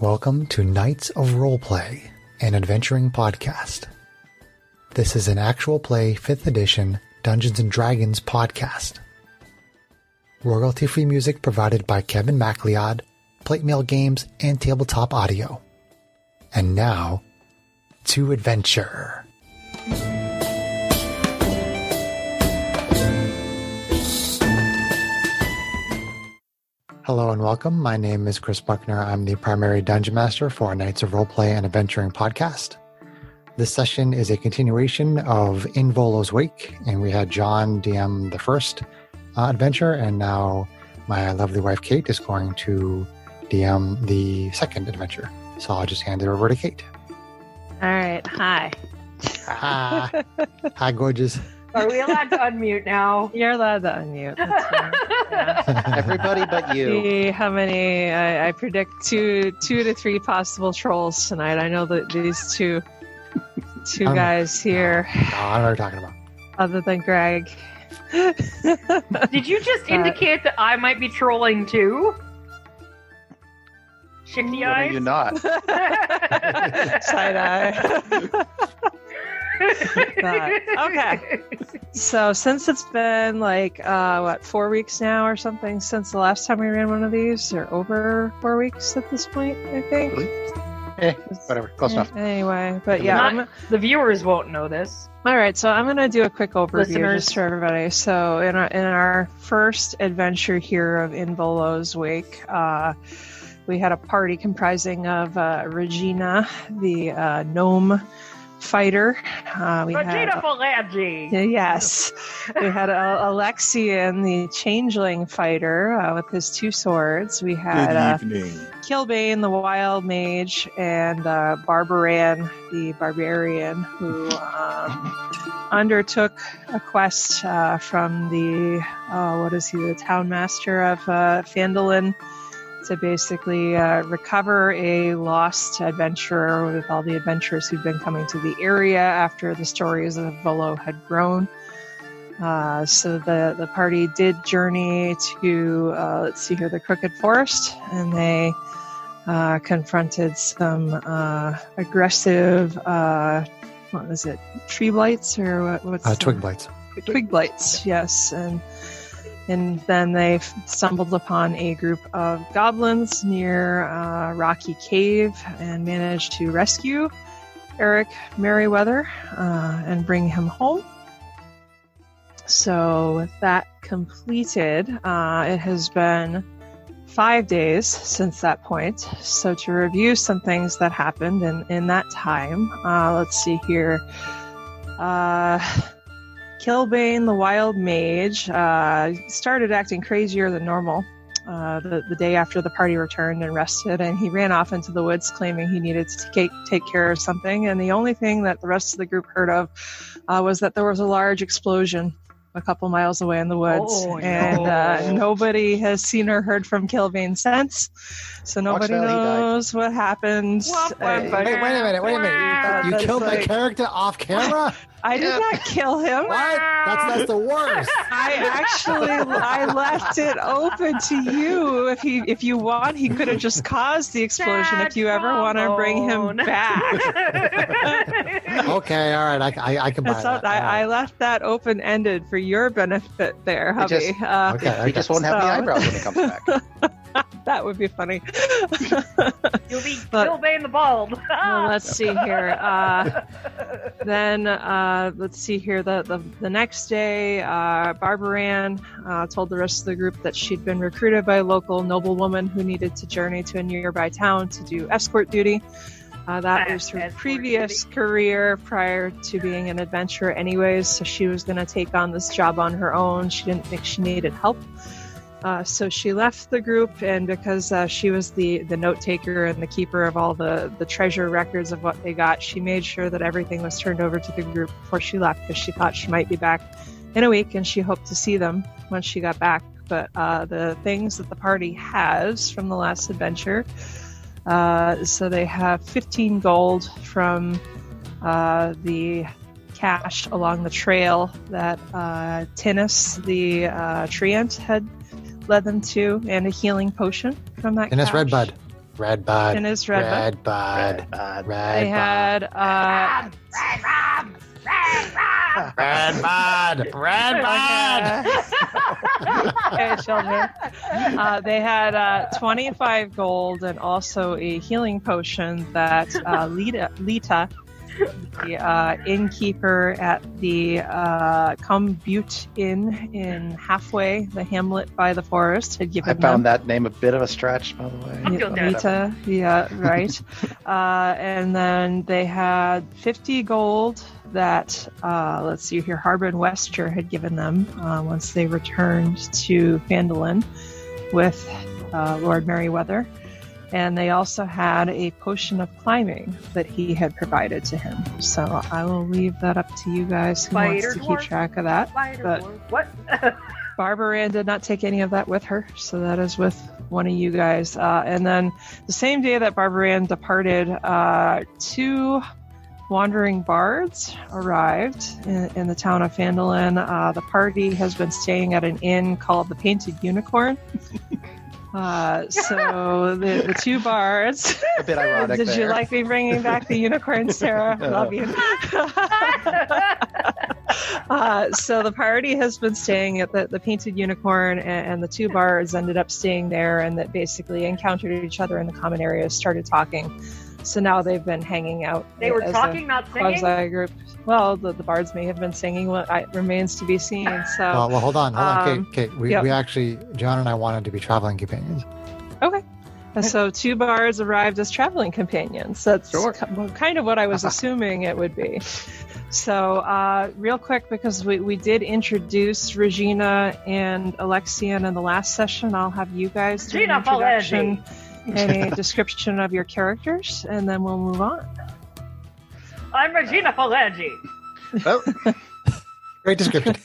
welcome to Knights of Roleplay, an adventuring podcast. This is an actual play 5th edition Dungeons and Dragons podcast. Royalty free music provided by Kevin MacLeod, Plate Mail Games, and Tabletop Audio. And now, to adventure. Hello and welcome. My name is Chris Buckner. I'm the primary dungeon master for Knights of Roleplay and Adventuring podcast. This session is a continuation of In Volo's Wake, and we had John DM the first uh, adventure, and now my lovely wife Kate is going to DM the second adventure. So I'll just hand it over to Kate. All right. Hi. Ah, hi, gorgeous. Are we allowed to unmute now? You're allowed to unmute. That's fine. Yeah. Everybody but you. See how many? I, I predict two, two to three possible trolls tonight. I know that these two, two Um, I'm- guys here, No, I don't know what you're talking about. other than Greg. Did you just Uh, indicate that I might be trolling too? Shifty What are eyes. you not? Side eye. Okay. so since it's been like uh, what four weeks now or something since the last time we ran one of these, or over four weeks at this point, I think. Eh, Whatever. Close enough. Anyway, but yeah, Not- I'm- The viewers won't know this. All right, so I'm going to do a quick overview Listeners. just for everybody. So, in our, in our first adventure here of Involo's Wake, uh, we had a party comprising of uh, Regina, the uh, gnome fighter. Uh, we had Regina Falangi. Yes. We had uh, Alexian, the changeling fighter, uh, with his two swords. We had uh, Kilbane, the wild mage, and uh, Barbaran, the barbarian, who um, undertook a quest uh, from the, uh, what is he, the town master of uh, Phandalin to basically uh, recover a lost adventurer with all the adventurers who'd been coming to the area after the stories of Volo had grown. Uh, so the, the party did journey to, uh, let's see here, the Crooked Forest, and they uh, confronted some uh, aggressive, uh, what was it, tree blights or what, what's Uh, the- twig bites. twig blights yes and and then they f- stumbled upon a group of goblins near uh, rocky cave and managed to rescue eric merriweather uh, and bring him home so with that completed uh, it has been five days since that point so to review some things that happened in, in that time uh, let's see here uh, Kilbane, the Wild Mage, uh, started acting crazier than normal uh, the, the day after the party returned and rested, and he ran off into the woods claiming he needed to take, take care of something. And the only thing that the rest of the group heard of uh, was that there was a large explosion a couple miles away in the woods, Oh, and no. uh, nobody has seen or heard from Kilbane since. So nobody Oxfell, he died. knows what happened. Womp I- womp Wait, wait a minute, wait a minute. You, you That's killed my like- character off camera? I did not kill him. What? That's, that's the worst. I actually I left it open to you. If he if you want, he could have just caused the explosion. If you ever want to bring him back, Okay, all right, I, I, I can buy That's that. not, I, I left that open ended for your benefit, there, It hubby. just- uh, okay, okay. He just won't have the So- eyebrows when he comes back. That would be funny. You'll be But- Kilbane the Bald. Well, let's see here. Uh, then uh, let's see here. The, the, the next day, uh, Barbaran uh, told the rest of the group that she'd been recruited by a local noblewoman who needed to journey to a nearby town to do escort duty. Uh, that Ah, was her escort previous career prior to being an adventurer, anyways, so she was going to take on this job on her own. She didn't think she needed help. Uh, so she left the group, and because uh, she was the, the note taker and the keeper of all the, the treasure records of what they got, she made sure that everything was turned over to the group before she left because she thought she might be back in a week and she hoped to see them when she got back. But uh, the things that the party has from the last adventure uh, so they have 15 gold from uh, the cache along the trail that uh, Tinnis, the uh, treant, had led them to, and a healing potion from that. And that's cache. Redbud. Red bud. and his red, bud. Red bud. Bad. They Red had uh, bud. Red bud. Red bud. okay, children. Uh, they had uh, 25 gold and also a healing potion that uh, Lita, Lita, the uh, innkeeper at the uh, Combute Inn in Halfway, the hamlet by the forest, had given I them. found that name a bit of a stretch, by the way. I feel Yeah, bad. Vita, yeah, right. uh, and then they had 50 gold that, uh, let's see here, Harbin Wester had given them uh, once they returned to Fandolin with uh, Lord Merryweather. And they also had a potion of climbing that he had provided to him. So I will leave that up to you guys who Spider wants to dwarf? keep track of that. But- What? Barbara Ann did not take any of that with her, so that is with one of you guys. Uh, and then the same day that Barbara Ann departed, uh, two wandering bards arrived in, in the town of Fandolin. Uh, the party has been staying at an inn called the Painted Unicorn. Uh, so the, the two bards. A bit ironic Did there. you like me bringing back the unicorn, Sarah? Love you. Uh, so the party has been staying at the, the Painted Unicorn, and, and the two bards ended up staying there, and that basically encountered each other in the common area, started talking. So now they've been hanging out. they were as a talking, not singing. Quasi group. Well, the, the bards may have been singing. What I, remains to be seen. So Well, well, hold on, hold on, Um, Kate. Kate, we, yep. we actually, John and I wanted to be traveling companions. so two bards arrived as traveling companions. That's Sure. ki- well, kind of what I was assuming it would be. So, uh, real quick, because we, we did introduce Regina and Alexian in the last session, I'll have you guys do Regina an introduction Paoletti. and a description of your characters, and then we'll move on. I'm Regina Falangi. Oh, Great description.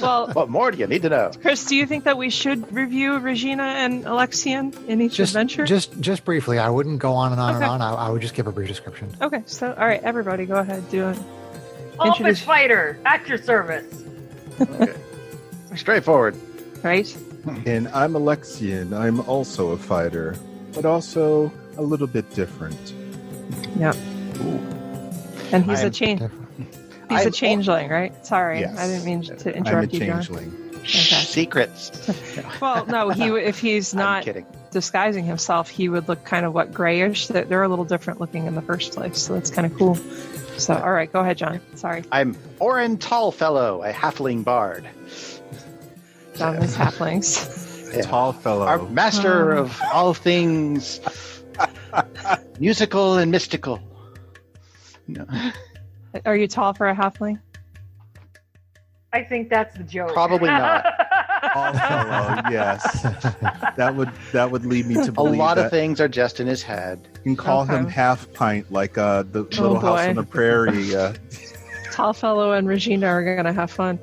Well, what more do you need to know? Chris, do you think that we should review Regina and Alexian in each just, adventure? just, just briefly. I wouldn't go on and on Okay. and on. I, I would just give a brief description. okay, so, all right, everybody, go ahead, do it. Office Introduce- fighter at your service. Okay. Straightforward. Right? And I'm Alexian. I'm also a fighter, but also a little bit different. And he's I'm a change. Different. He's I'm a al- changeling, right? Sorry, Yes. I didn't mean to I'm a interrupt you, John. changeling. Secrets. Well, no, he w- if he's I'm not kidding. disguising himself, he would look kind of what grayish. They're they're a little different looking in the first place, so that's kind of cool. So, all right, go ahead, John. Sorry, I'm Orin Tallfellow, a halfling bard. John is halflings. Yeah. Tall fellow. Our master Oh. of all things musical and mystical. No, Are you tall for a halfling? I think that's the joke. Probably not. Tall fellow. yes. That would that would lead me to a believe lot that of things are just in his head. you can call him Okay. half pint, like uh, the Oh, Little House boy. on the Prairie. Uh, Tall fellow and Regina are gonna have fun.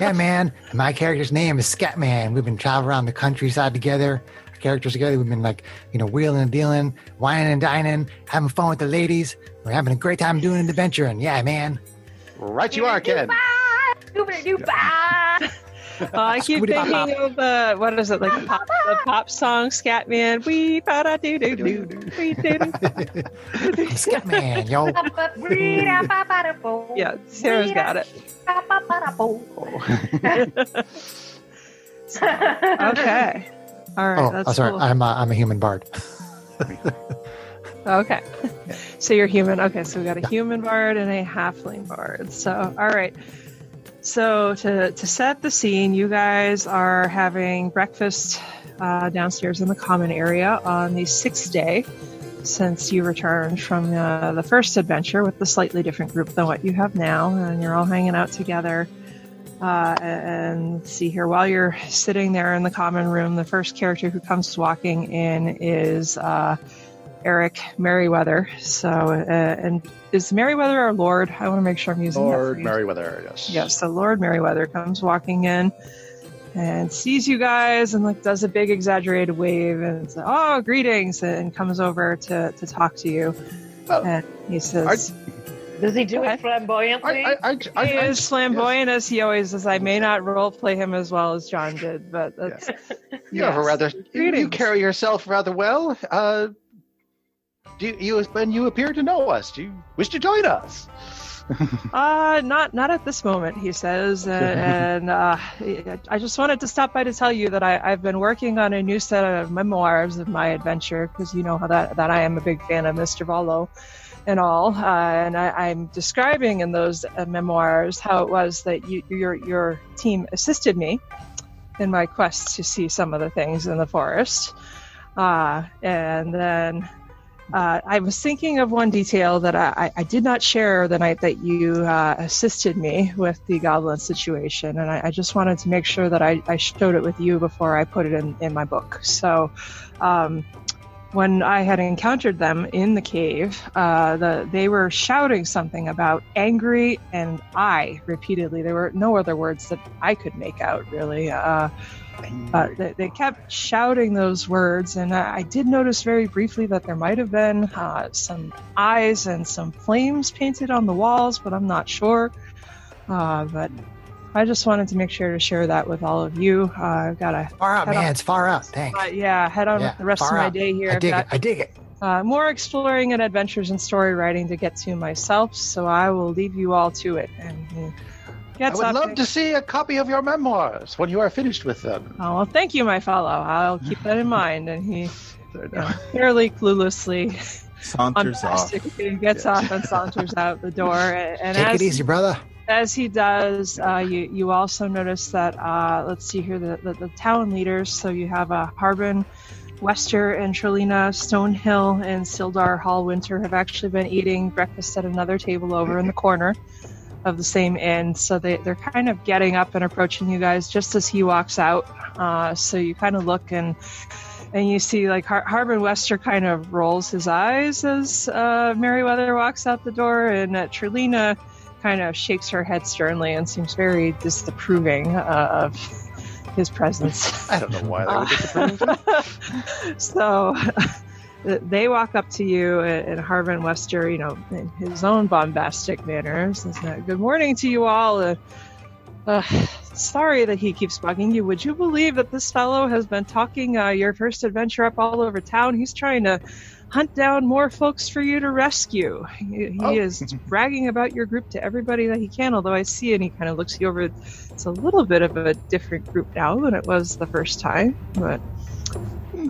Yeah, man. My character's name is Scatman. We've been traveling around the countryside together. Our characters together. We've been like, you know, wheeling and dealing, whining and dining, having fun with the ladies. We're having a great time doing an adventure. And yeah, man. Right, you are, Ken. Uh, I keep Scooty-pop. thinking of the what is it like the pop, the pop song Scatman? We da da doo doo doo we doo doo. I'm Scatman, yo. Yeah, Sarah's got it. Okay. All right. Oh, that's oh, sorry. cool. I'm uh, I'm a human bard. Okay. So you're human. Okay, so we got a Yeah. human bard and a halfling bard. So all right. So to to set the scene, you guys are having breakfast uh, downstairs in the common area on the sixth day since you returned from uh, the first adventure with the slightly different group than what you have now, and you're all hanging out together. Uh, and let's see here, while you're sitting there in the common room, the first character who comes walking in is uh, Eric Merriweather. So, uh, and is Merriweather our Lord? I want to make sure I'm using that Lord phrase. Merriweather, yes. Yes, so Lord Merriweather comes walking in and sees you guys and like does a big exaggerated wave and says, "Oh, greetings!" and comes over to to talk to you. Oh. and he says, Does he do I- it flamboyantly? I, I, I, I, he I- is flamboyant as he always is. I may not role play him as well as John did, but that's You have a Yes. rather you, you Greetings. carry yourself rather well. Uh, do you and you appear to know us? Do you wish to join us? uh not not at this moment, he says. And, and uh, I just wanted to stop by to tell you that I, I've been working on a new set of memoirs of my adventure because you know how that that I am a big fan of Mr. Volo. And all, uh, and I, I'm describing in those uh, memoirs how it was that you, your your team assisted me in my quest to see some of the things in the forest. Uh, and then uh, I was thinking of one detail that I, I- I did not share the night that you uh, assisted me with the goblin situation, and I, I just wanted to make sure that I, I showed it with you before I put it in, in my book. So. Um, when I had encountered them in the cave, uh, the, they were shouting something about angry and I repeatedly. There were no other words that I could make out, really. Uh, uh, they, they kept shouting those words, and I, I did notice very briefly that there might have been uh, some eyes and some flames painted on the walls, but I'm not sure. Uh, but I just wanted to make sure to share that with all of you. Uh, I've got to, Far out, Head man. on. It's far out. Thanks. uh, yeah, head on Yeah, with the rest of far my out. day here. I I've dig got- it. I dig it. uh, more exploring and adventures and story writing to get to myself, so I will leave you all to it. And he I gets would up love and- to see a copy of your memoirs when you are finished with them. Oh, well, thank you, my fellow. I'll keep that in mind. And he There you know, now. fairly cluelessly, Saunters off. unplastically gets Yes. off and saunters out the door. And, and Take as, it easy, brother. as he does, uh, you, you also notice that, uh, let's see here, the, the, the town leaders. So you have uh, Harbin, Wester, and Trelina, Stonehill, and Sildar Hall Winter have actually been eating breakfast at another table over in the corner of the same inn. So they, they're kind of getting up and approaching you guys just as he walks out. Uh, so you kind of look and and you see like Har- Harbin Wester kind of rolls his eyes as uh, Merriweather walks out the door, and uh, Trelina kind of shakes her head sternly and seems very disapproving uh, of his presence. I don't know why they would disapprove. so they walk up to you, and Harvin Wester, you know, in his own bombastic manner, says, "Uh, Good morning to you all. Uh, uh, sorry that he keeps bugging you. Would you believe that this fellow has been talking uh, your first adventure up all over town? He's trying to hunt down more folks for you to rescue. He, he Oh. is bragging about your group to everybody that he can, although I see, and he kind of looks you over. It's a little bit of a different group now than it was the first time, but.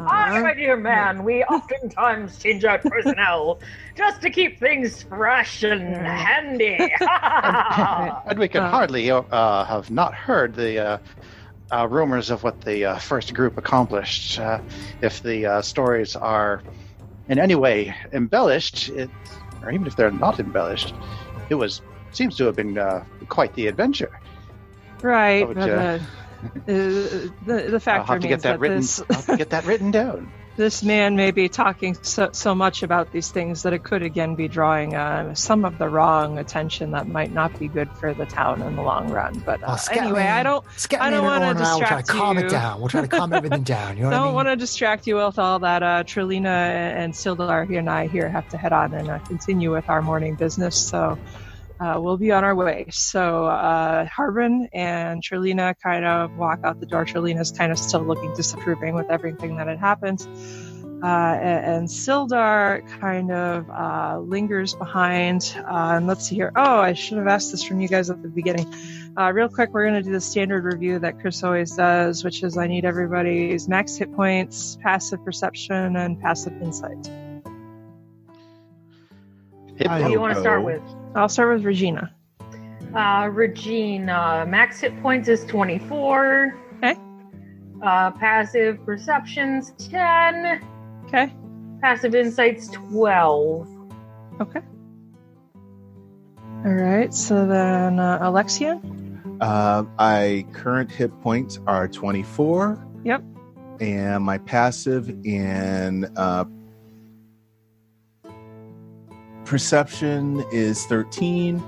Ah, uh, my dear man, we oftentimes change out personnel just to keep things fresh and Hmm. handy. and we could Uh. hardly uh, have not heard the uh, uh, rumors of what the uh, first group accomplished. Uh, if the uh, stories are in any way embellished, it, or even if they're not embellished, it was seems to have been uh, quite the adventure. Right. Oh, but, Jeff. uh, the, the, the fact I'll have to remains get that that, written. this, I'll have to get that written down. this man may be talking so, so much about these things that it could again be drawing uh, some of the wrong attention that might not be good for the town in the long run. But Oh, uh, scat anyway, man. I don't Scat I man don't and wanna Owen and I will try to distract calm you. it down. We'll try to calm everything down. You know don't what want I mean? to distract you with all that. Uh, Trelina and Sildar here and I here have to head on and uh, continue with our morning business. So uh, we'll be on our way. So uh, Harbin and Trelina kind of walk out the door. Trelina's kind of still looking disapproving with everything that had happened. Uh, a- and Sildar kind of uh, lingers behind. Uh, and let's see here. Oh, I should have asked this from you guys at the beginning. Uh, real quick, we're going to do the standard review that Chris always does, which is I need everybody's max hit points, passive perception, and passive insight. Hit I What do you don't want to start know. with? I'll start with Regina. Uh, Regina, max hit points is 24. Okay. Uh, passive perceptions 10. Okay. Passive insights 12. All right. So then, uh, Alexia. Uh, my current hit points are 24. Yep. And my passive in uh, perception is 13,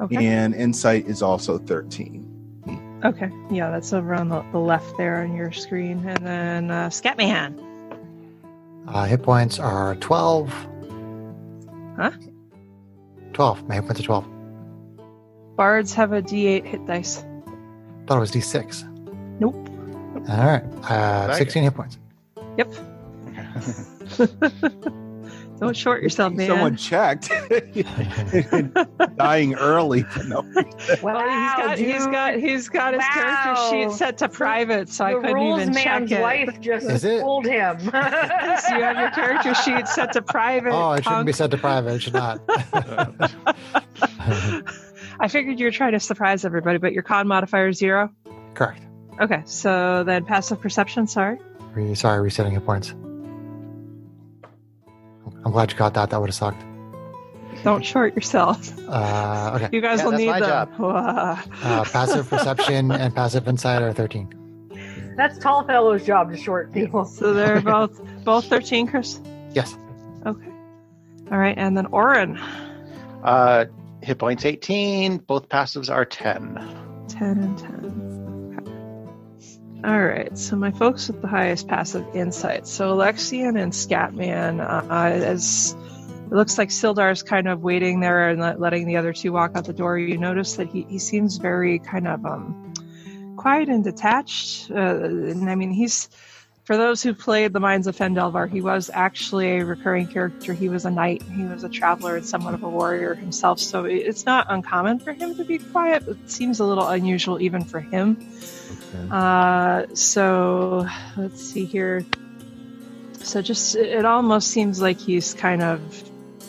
Okay. and insight is also 13. Okay. Yeah, that's over on the, the left there on your screen. And then uh, Scatman. Uh, hit points are 12. Huh? 12. My hit points are 12. Bards have a D8 hit dice. Thought it was D6. Nope. All right. Uh, Dang it. 16 hit points. Yep. Don't short yourself, man. Someone checked. Dying early. for No. Well, Wow, he's got he's dude. got he's got his Wow. character sheet set to private, so I the couldn't rules even check man's it. wife just Is it? fooled him. you Yes, you have your character sheet set to private. Oh, it shouldn't be punk. set to private. It should not. I figured you were trying to surprise everybody, but your con modifier is zero. Correct. Okay, so then passive perception. Sorry. Re- sorry, resetting hit points. I'm glad you caught that. That would have sucked. Don't short yourself. Uh, okay. You guys Yeah, will that's need my them. Wah. Uh, passive perception and passive insight are 13. That's tall fellow's job to short people. So they're both both thirteen, Chris. Yes. Okay. All right, and then Oren, Uh, hit points 18. Both passives are 10. ten and ten. Okay. All right, so my folks with the highest passive insight. So Alexian and Scatman, uh, as it looks like Sildar's kind of waiting there and let- letting the other two walk out the door. You notice that he, he seems very kind of um, quiet and detached. Uh, and I mean, he's for those who played the Minds of Fendelvar, he was actually a recurring character. He was a knight, he was a traveler, and somewhat of a warrior himself. So it- it's not uncommon for him to be quiet, but it seems a little unusual even for him. Okay. Uh, so let's see here. So just it it almost seems like he's kind of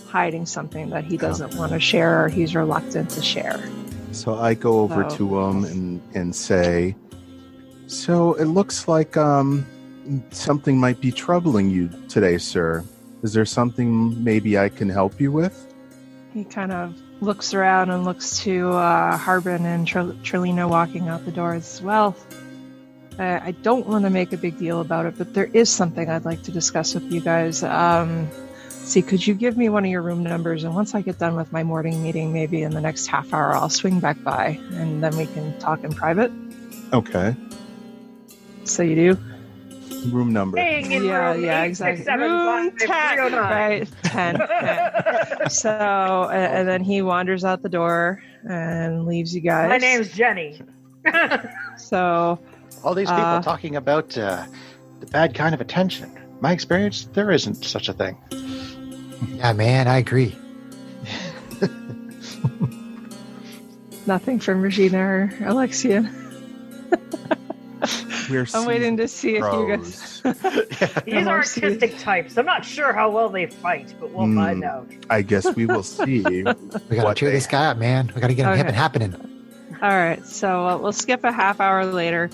hiding something that he doesn't want to share or he's reluctant to share. So I go over So- to him and, and say, So it looks like um, something might be troubling you today, sir. Is there something maybe I can help you with? He kind of looks around and looks to uh, Harbin and Tr- Trelino walking out the door as well. I, I don't want to make a big deal about it, but there is something I'd like to discuss with you guys. Um, see, could you give me one of your room numbers? And once I get done with my morning meeting, maybe in the next half hour, I'll swing back by and then we can talk in private. Okay. So you do? Room number. Staying in yeah, room yeah, eight, exactly. six, seven, room five, three, oh, 10, nine. right? 10. 10. so uh, and then he wanders out the door and leaves you guys My name's Jenny. so All these people Uh. talking about uh, the bad kind of attention. My experience, there isn't such a thing. Yeah, man, I agree. nothing from regina or alexia We're i'm waiting to see if you guys you guys. These are Mostly. artistic types. I'm not sure how well they fight, but we'll Hmm. find out. I guess we will see. We gotta What cheer they- this guy up, man. We gotta get him hip Okay. and happening. all right so uh, we'll skip a half hour later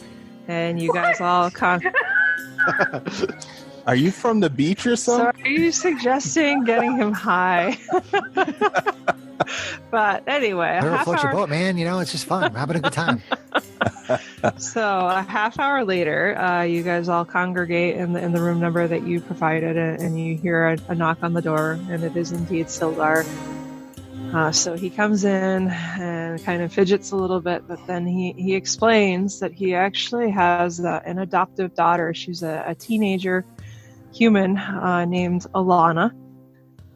and you guys all con- Are you from the beach or so something? are you suggesting getting him high but anyway a Whatever half floats your hour boat, man. You know, it's just fun. We're having a good time. So a half hour later, uh, you guys all congregate in the in the room number that you provided, and, and you hear a, a knock on the door, and it is indeed Sildar. Uh, so he comes in and kind of fidgets a little bit, but then he, he explains that he actually has uh, an adoptive daughter. She's a, a teenager human uh, named Alana.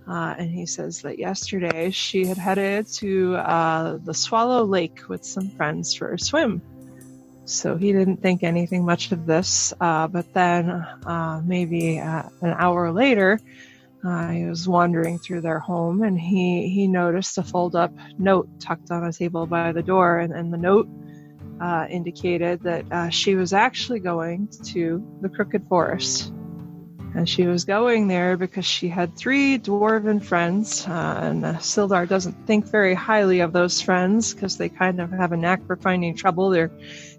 Uh, and he says that yesterday she had headed to uh, the Swallow Lake with some friends for a swim. So he didn't think anything much of this. Uh, but then, uh, maybe uh, an hour later, uh, he was wandering through their home and he, he noticed a fold up note tucked on a table by the door. And, and the note uh, indicated that uh, she was actually going to the Crooked Forest. And she was going there because she had three dwarven friends, uh, and uh, Sildar doesn't think very highly of those friends because they kind of have a knack for finding trouble. They're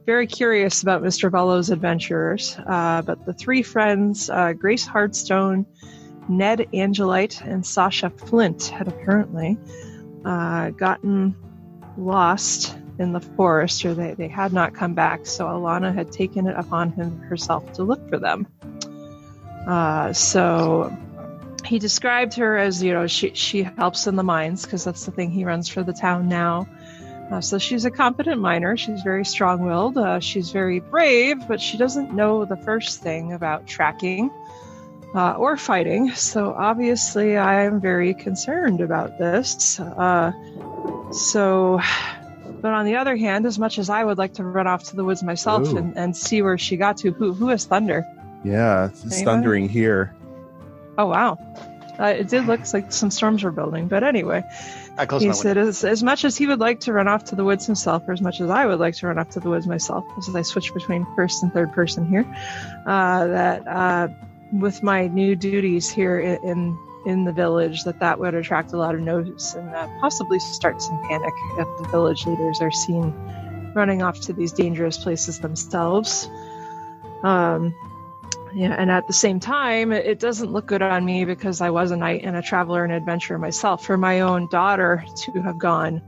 very curious about Mr. Bellows' adventures, uh, but the three friends, uh, Grace Hardstone, Ned Angelite, and Sasha Flint, had apparently uh, gotten lost in the forest, or they, they had not come back, so Alana had taken it upon him, herself to look for them. Uh, so he described her as, you know, she, she helps in the mines because that's the thing he runs for the town now. Uh, so she's a competent miner. She's very strong willed. Uh, she's very brave, but she doesn't know the first thing about tracking. uh, or fighting. So obviously, I am very concerned about this. Uh, so, but on the other hand, as much as I would like to run off to the woods myself Ooh. and, and see where she got to, who who is Thunder? Yeah, it's Anybody? thundering here. Oh wow. Uh, it did look like some storms were building, but anyway, I close he my said window. as, as much as he would like to run off to the woods himself, or as much as I would like to run off to the woods myself, as I switch between first and third person here, uh, that uh, with my new duties here i- in in the village, that that would attract a lot of notice and uh, possibly start some panic if the village leaders are seen running off to these dangerous places themselves. Um, yeah, and at the same time, it it doesn't look good on me because I was a knight and a traveler and adventurer myself. For my own daughter to have gone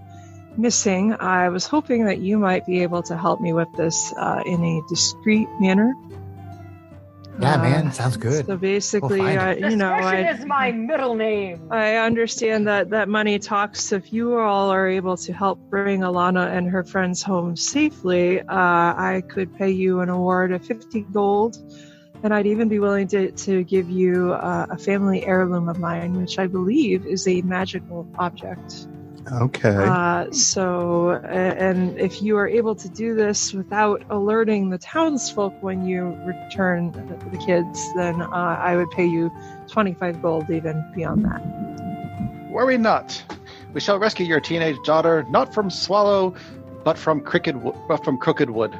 missing, I was hoping that you might be able to help me with this uh, in a discreet manner. Yeah, Uh, man, sounds good. So basically, We'll uh, find you know, Discretion I, is my middle name. I understand that that money talks. If you all are able to help bring Alana and her friends home safely, uh, I could pay you an award of 50 gold, and I'd even be willing to, to give you uh, a family heirloom of mine, which I believe is a magical object. Okay. Uh, so, a- and if you are able to do this without alerting the townsfolk when you return the kids, then uh, I would pay you 25 gold, even beyond that. Worry not. We shall rescue your teenage daughter, not from swallow, but from cricket, wo- but from crooked wood.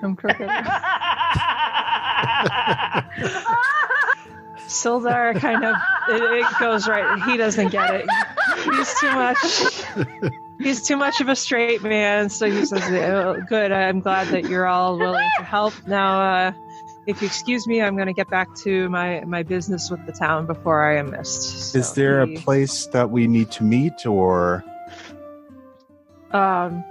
from Crooked. Sildar kind of it, it goes right. He doesn't get it. He's too much. He's too much of a straight man. So he says, oh, "Good. I'm glad that you're all willing to help." Now, uh, if you excuse me, I'm going to get back to my my business with the town before I am missed. Is So there a he- place that we need to meet or Um,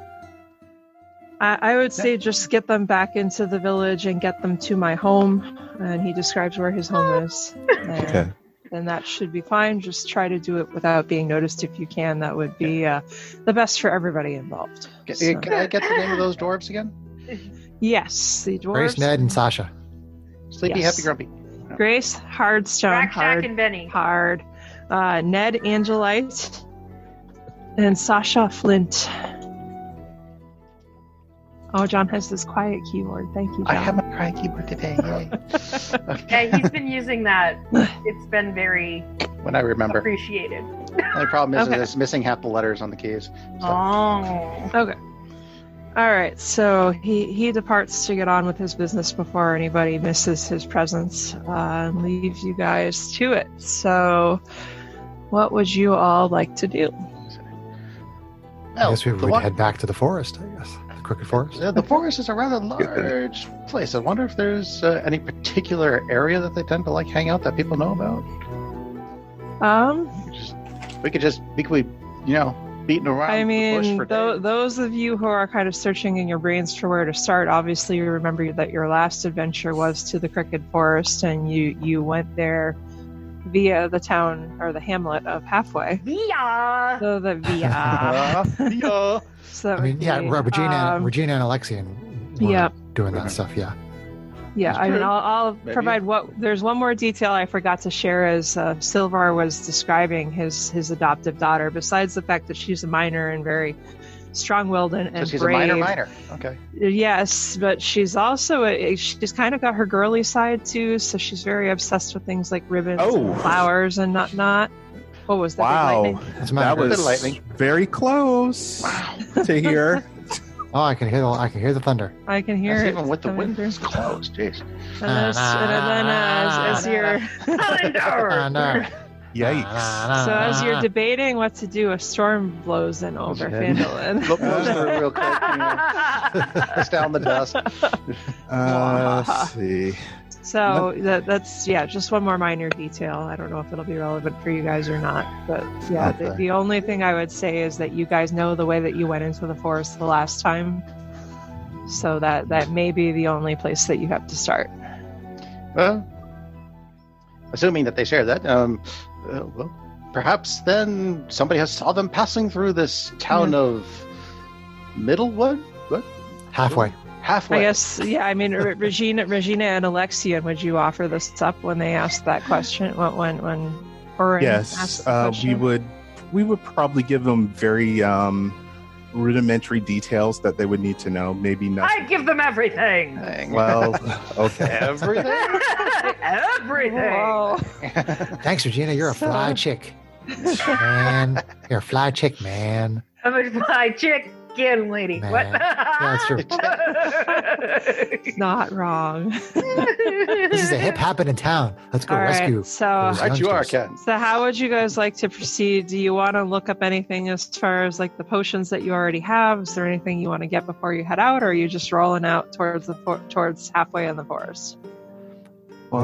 I, I would say just get them back into the village and get them to my home. And he describes where his home is. And Okay. Then that should be fine. Just try to do it without being noticed if you can. That would be uh, the best for everybody involved. Can, So- can I get the name of those dwarves again? yes, the dwarves. Grace, Ned, and Sasha. Sleepy, Yes. happy, grumpy. Grace, Hardstone, Rack, Shack, Hard, and Benny. Hard, uh, Ned, Angelite, and Sasha Flint. Oh, John has this quiet keyboard. Thank you, John. I have my cry keyboard today. yay. okay. Yeah, he's been using that. It's been very When I remember. appreciated. Only problem is Okay. that it's missing half the letters on the keys. So, Oh. Okay. All right. So he he departs to get on with his business before anybody misses his presence. Uh, and leaves you guys to it. So, what would you all like to do? Oh, I well, guess we the, would wa- head back to the forest, I guess. The Crooked Forest. the- the forest is a rather large place. I wonder if there's uh, any particular area that they tend to like hang out that people know about. Um, We could just, we could just, we could, you know, beating around I the bush mean, for tho- days. those of you who are kind of searching in your brains for where to start, obviously you remember that your last adventure was to the Crooked Forest, and you you went there via the town or the hamlet of Halfway. Yeah. So the via. Uh, yeah. so that I mean, would yeah, be, Re- Regina, um, and Regina and Alexian were yeah. doing Mhm. that stuff, yeah. Yeah, It's I mean, true. I'll, I'll Maybe. provide what. There's one more detail I forgot to share as uh, Silvar was describing his his adoptive daughter. Besides the fact that she's a minor and very strong-willed and, So and she's brave, a minor minor. Okay. yes, but she's also a, she's kind of got her girly side too. So she's very obsessed with things like ribbons, Oh. and flowers, and not not. What was that? big lightning? wow. That's That matter. Bit was of lightning. very close to here. Oh, I can hear the I can hear the thunder. I can hear That's it even with the coming windows closed. Jeez. through. And, as- and then uh, as, as you're Thunder. Thunder. Yikes. so as Ah, you're debating what to do, a storm blows in over Okay. Fandolin. Look close to it real quick. You know, it's down the dust. Uh, let's see. So that, that's yeah, just one more minor detail. I don't know if it'll be relevant for you guys or not, but yeah, the, Okay. the only thing I would say is that you guys know the way that you went into the forest the last time, so that that may be the only place that you have to start. Well, assuming that they share that, um, uh, well, perhaps then somebody has saw them passing through this town of Middlewood, Halfway. halfway. I guess, yeah. I mean, Re- Regina, Regina, and Alexian, would you offer this up when they asked that question? When, when, when Oren asked yes, the uh, we question? would. We would probably give them very um, rudimentary details that they would need to know. Maybe not. I give them everything. Thing. well, okay. everything. everything. Whoa. Thanks, Regina. You're a So- fly chick. Man, you're a fly chick, man. I'm a fly chicken lady. Man. What? Yeah, that's Ah, true. It's not wrong. This is a hip happen in town. Let's go All right. rescue. So, those right you are, youngsters. Ken. so how would you guys like to proceed? Do you want to look up anything as far as like the potions that you already have? Is there anything you want to get before you head out, or are you just rolling out towards the for- towards halfway in the forest? Well,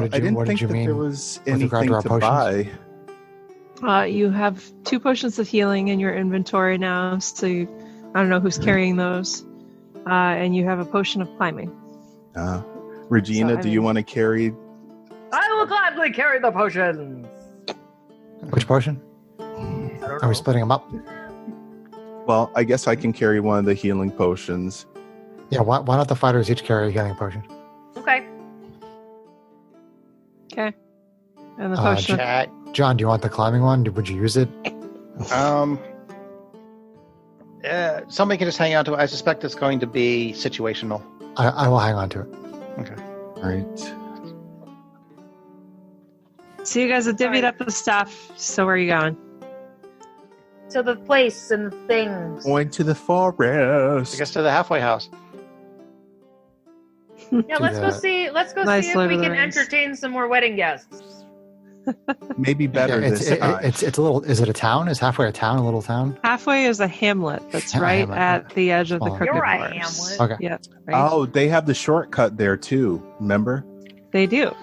What did I you- didn't what did think you that mean there was with regard anything to to, our potions? buy. Uh, you have two potions of healing in your inventory now, so you, I don't know Hmm. who's carrying those. Uh, and you have a potion of climbing. Uh, Regina, So, I do you mean- want to carry? I will gladly carry the potions. Which portion? I don't Are know. we splitting them up? Well, I guess I can carry one of the healing potions. Yeah, why, why don't the fighters each carry a healing potion? Okay. And the Uh, potion. of- Jack. John, do you want the climbing one? Would you use it? Um. Uh, somebody can just hang on to it. I suspect it's going to be situational. I, I will hang on to it. All right. so you guys have divvied up the stuff. So where are you going? So the place and the things. Going to the forest. I guess to the halfway house. Yeah, to let's go the- see. Let's go Nice see if Lord we of the can Rings. entertain some more wedding guests. Maybe better Yeah, it's, this it- time. it's it's a little. Is it a town? Is halfway a town? A little town? Halfway is a hamlet that's Yeah, right hamlet, Oh. at the edge of the Small. crooked You're a horse. hamlet. Okay. Yeah. right? oh, they have the shortcut there too. Remember? They do.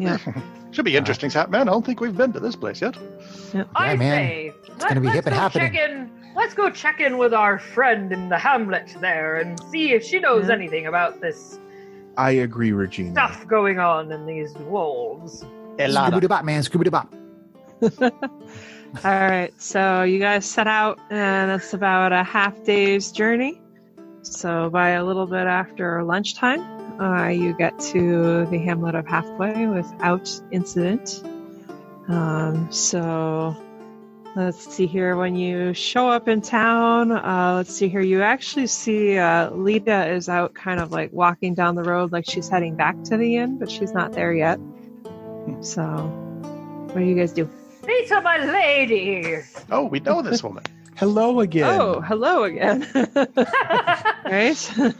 Should Uh-huh. be interesting. Sat man, I don't think we've been to this place yet. I man. say, it's gonna be hip and happening. Check in, let's go check in with our friend in the hamlet there and see if she knows Yeah. anything about this I agree, Regina. stuff going on in these wolves. Scooby Elada. doo bop, man. Scooby doo bop. All right, so you guys set out, and it's about a half day's journey. So, by a little bit after lunchtime, uh, you get to the hamlet of Halfway without incident. Um, so, let's see here. When you show up in town, uh, let's see here. You actually see uh, Lita is out kind of like walking down the road, like she's heading back to the inn, but she's not there yet. So, what do you guys do? Lita, my lady! Oh, we know this woman. Hello again. Oh, hello again. right? I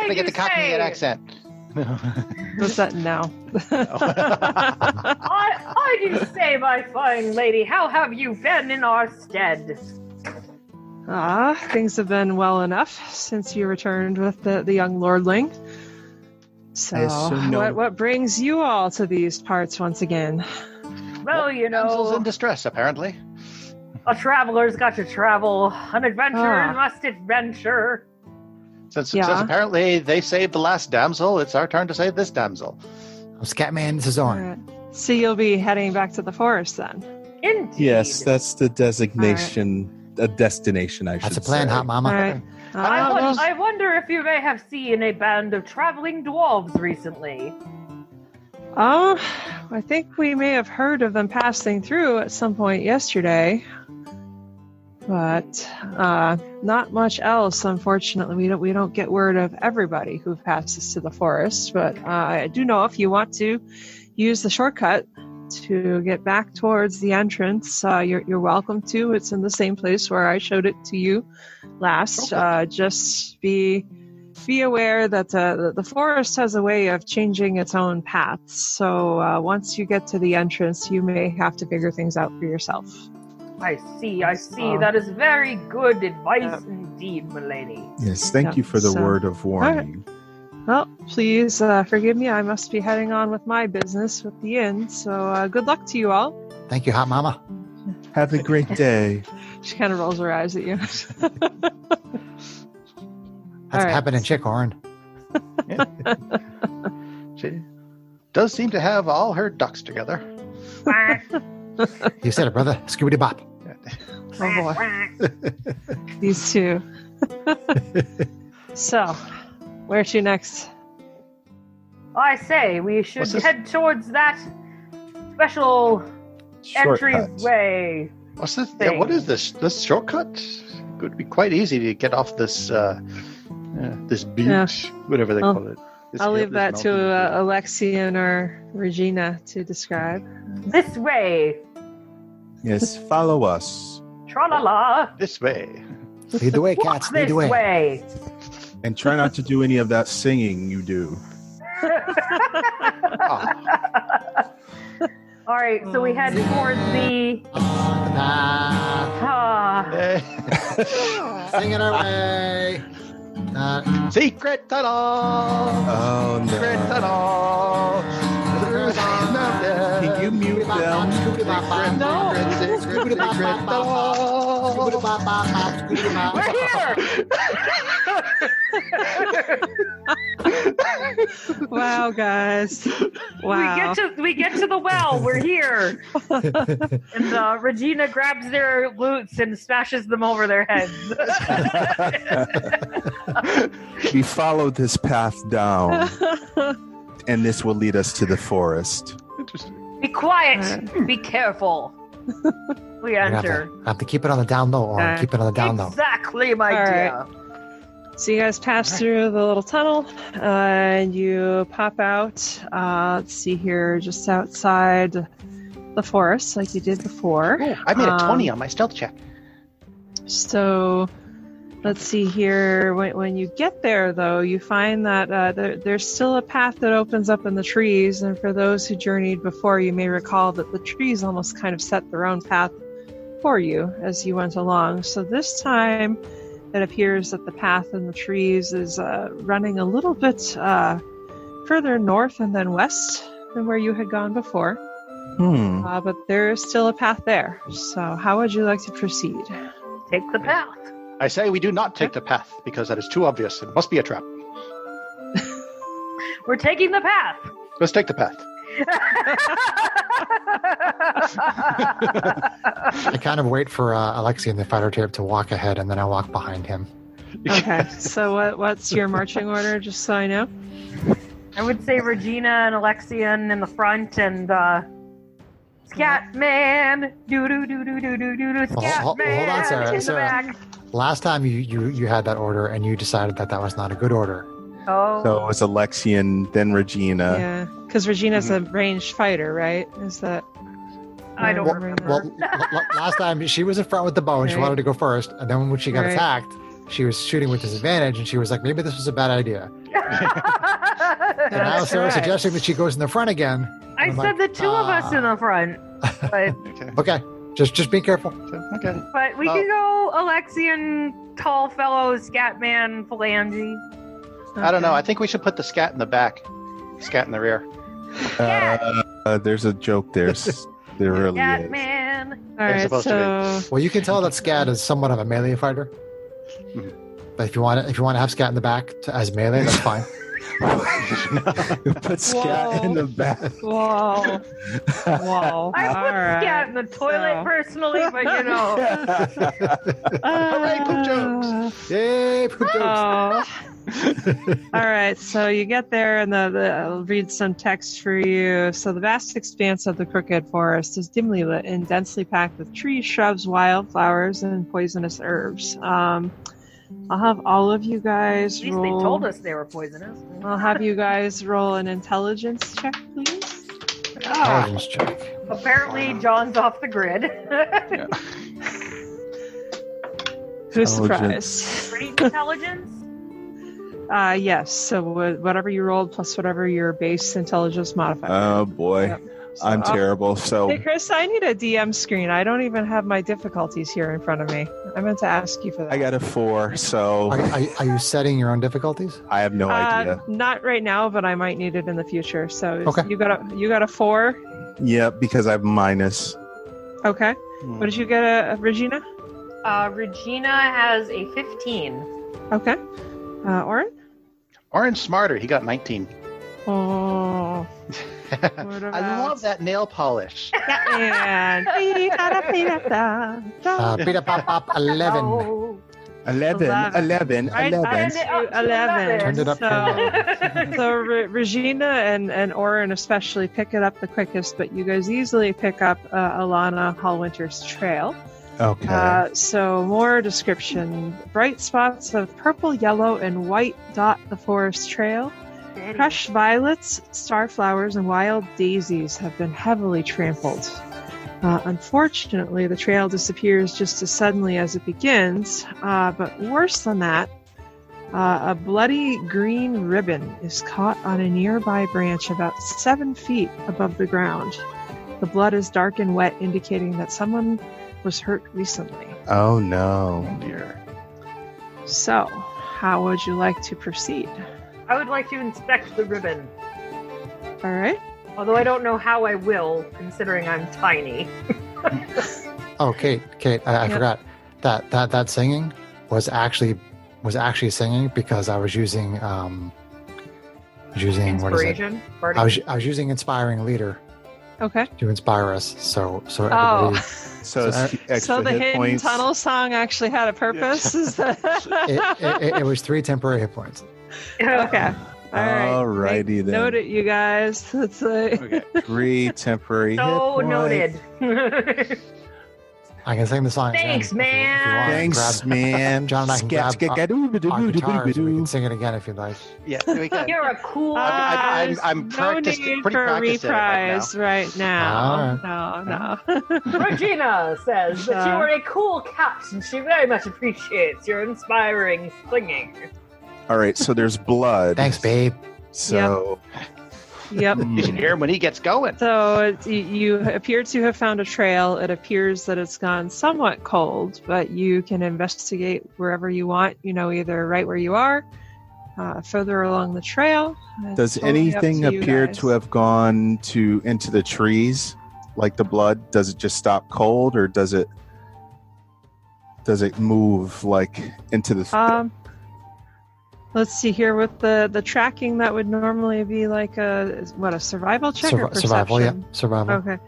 Gotta get do the Cockney say, accent. What's that now? I, I do say, my fine lady, how have you been in our stead? Ah, things have been well enough since you returned with the, the young lordling. So, I assume no- what, what brings you all to these parts once again? Well, you Damsels in know, distress, apparently. a traveler's got to travel. An adventurer Ah. must adventure. Since, since Yeah. apparently they saved the last damsel, it's our turn to save this damsel. I'm Scatman. This is Orin. Alright. So, you'll be heading back to the forest then? Indeed. Yes, that's the designation, a destination, I should That's a plan, say. hot mama. All right. I, Ah, won- I wonder if you may have seen a band of traveling dwarves recently. Oh, I think we may have heard of them passing through at some point yesterday, but uh, not much else. Unfortunately, we don't we don't get word of everybody who passes to the forest. But uh, I do know if you want to use the shortcut to get back towards the entrance, uh, you're you're welcome to. It's in the same place where I showed it to you last. Uh, just be be aware that uh, the- the forest has a way of changing its own paths. So uh, once you get to the entrance, you may have to figure things out for yourself. I see, I see. Oh. that is very good advice Yep. indeed, milady. Yes, thank Yeah, you for the so- word of warning. Well, please uh, forgive me. I must be heading on with my business with the inn. So uh, good luck to you all. Thank you, hot mama. Have a great day. She kind of rolls her eyes at you. That's All right. happening, chick, Orin. She does seem to have all her ducks together. Oh, You said it, brother. Scooby doo bop. oh boy, these two. so Where to next? I say we should What's this? head towards that special entryway. What's this? Yeah, what is this? This shortcut could be quite easy to get off this uh, uh, this beach, Yeah. whatever they I'll- call it. This I'll hill, leave that this to mountain. uh, Alexian or Regina to describe. This way. Yes, follow us Tra la la. this way. Lead the way, Walk cats. Lead this the way. way. and try not to do any of that singing you do. Ah, All right, so we head towards the. Ah, ah, eh. singing our way. Ah, Secret tunnel. Oh Secret tunnel. Secret tunnel. Can you mute them? Scooby-bop-bop, No. Secret, secret, secret tunnel. scooby-bop-bop, scooby-bop. we're here. Wow, guys. Wow. We get to we get to the well. We're here. and uh, Regina grabs their loots and smashes them over their heads. we follow this path down, and this will lead us to the forest. Interesting. Be quiet. Be careful. We I have, enter. to, I have to keep it on the down low, or Uh, keep it on the down low. Exactly, my All dear. so you guys pass through the little tunnel uh, and you pop out. Uh, let's see here, just outside the forest, like you did before. Ooh, I made a Um, 20 on my stealth check. So let's see here. When, when you get there, though, you find that uh, there, there's still a path that opens up in the trees. And for those who journeyed before, you may recall that the trees almost kind of set their own path for you as you went along. So this time, it appears that the path in the trees is uh, running a little bit uh, further north and then west than where you had gone before. Hmm. Uh, but there is still a path there. So, how would you like to proceed? Take the path. I say we do not take the path because that is too obvious. It must be a trap. We're taking the path. Let's take the path. I kind of wait for uh, Alexi and the fighter tape to walk ahead, and then I walk behind him. Okay, so what, what's your marching order, just so I know? I would say Regina and Alexian in the front and uh Scatman. Do do do do do do do do Well, Scatman. hold- hold on, Sarah, in the Sarah. back. Last time you, you you had that order, and you decided that that was not a good order. Oh. So it was Alexian, then Uh, Regina. Yeah, because Regina's mm-hmm. a ranged fighter, right? Is that? I don't Well, remember. Well, l- l- last time she was in front with the bow, and she Uh-huh. Right. wanted to go first, and then when she got Right. attacked, she was shooting with disadvantage, and she was like, "Maybe this was a bad idea." And I That's was right. suggesting that she goes in the front again. I said the two of "Ah." us in the front, but Okay. Okay, just just be careful. Okay. but Uh, we can go Alexian, tall fellow, Scatman, Phalange. I don't know. I think we should put the scat in the back, scat in the rear. Uh, uh, there's a joke there. s- there Oh, really is. Scatman. All right, supposed so to Well, you can tell that Scat is somewhat of a melee fighter. Mhm. Mm-hmm. But if you want to, if you want to have Scat in the back to, as melee, that's fine. Put scat in the back. whoa, whoa, I put all right. Scat in the toilet so- personally, but you know. Hooray, poop Uh, jokes! Yay! poop jokes. Oh. All right, so you get there, and the, the, I'll read some text for you. So, the vast expanse of the Crooked Forest is dimly lit and densely packed with trees, shrubs, wildflowers, and poisonous herbs. Um, I'll have all of you guys At least they roll. told us they were poisonous. I'll have you guys roll an intelligence check, please. Intelligence check. Ah, Apparently, John's off the grid. Who's Intelligence. surprised? Pretty intelligence. Uh, yes. So wha- whatever you rolled plus whatever your base intelligence modifier. Oh boy, Yep. So I'm I'll- terrible. So Hey Chris, I need a DM screen. I don't even have my difficulties here in front of me. I meant to ask you for that. I got a four. Are, So are, are you setting your own difficulties? I have no Uh, idea. not right now, but I might need it in the future. So is- Okay. you got a you got a four. Yeah, because I'm minus. Okay. Hmm. What did you get, uh, Regina? Uh, Regina has a 15. Okay. Uh, Orin. Orange smarter. He got 19. Oh. What I about- love that nail polish. And- Uh, beat up, up, up, eleven. Oh, 11, 11, Right, 11. Turned it up to 11. Turned it up to So- 11. so Re- Regina and and Oren especially pick it up the quickest, but you guys easily pick up uh, Alana Hallwinter's trail. Okay. Uh, so more description: bright spots of purple, yellow, and white dot the forest trail. Crushed violets, starflowers, and wild daisies have been heavily trampled. Uh, unfortunately, the trail disappears just as suddenly as it begins, uh, but worse than that, uh, a bloody green ribbon is caught on a nearby branch about seven feet above the ground. The blood is dark and wet, indicating that someone was hurt recently. oh, no. Oh dear. So, how would you like to proceed? I would like to inspect the ribbon, All right. although I don't know how I will, considering I'm tiny. Oh, Kate, Kate, I, I Yeah. forgot that that that singing was actually was actually singing because I was using um was using what is it? Inspiration. I was I was using inspiring leader Okay. to inspire us. So so everybody, Oh. So, it's So, extra so the hit hidden points. tunnel song actually had a purpose. Is that... Oh. it, it, it, it was three temporary hit points. okay. All right. Alrighty Make- then. Note it, you guys. That's a... Okay. Three temporary so hit points. noted. I can sing the song. again Thanks, if you- if you man. want. Thanks, Grab man. John and I can grab our guitars and we can Skekskekadoo-badoo-badoo-badoo-badoo. sing it again if you'd like. Yeah, we got You're a cool. I- I- I'm- There's I'm practiced- no need pretty for a practiced at it right reprise right now. No, no. Regina says that you Uh. are a cool cat, and she very much appreciates your inspiring singing. All right, so there's blood. Thanks, babe. So yep. You can hear him when he gets going. So it's, you- you appear to have found a trail. It appears that it's gone somewhat cold, but you can investigate wherever you want. You know, either right where you are, uh, further along the trail. It's does totally up anything to you appear guys. to have gone to into the trees? Like the blood, does it just stop cold or does it does it move like into the Um, let's see here with the the tracking that would normally be like a what a survival check or Survi- perception. survival, yeah, survival. Okay.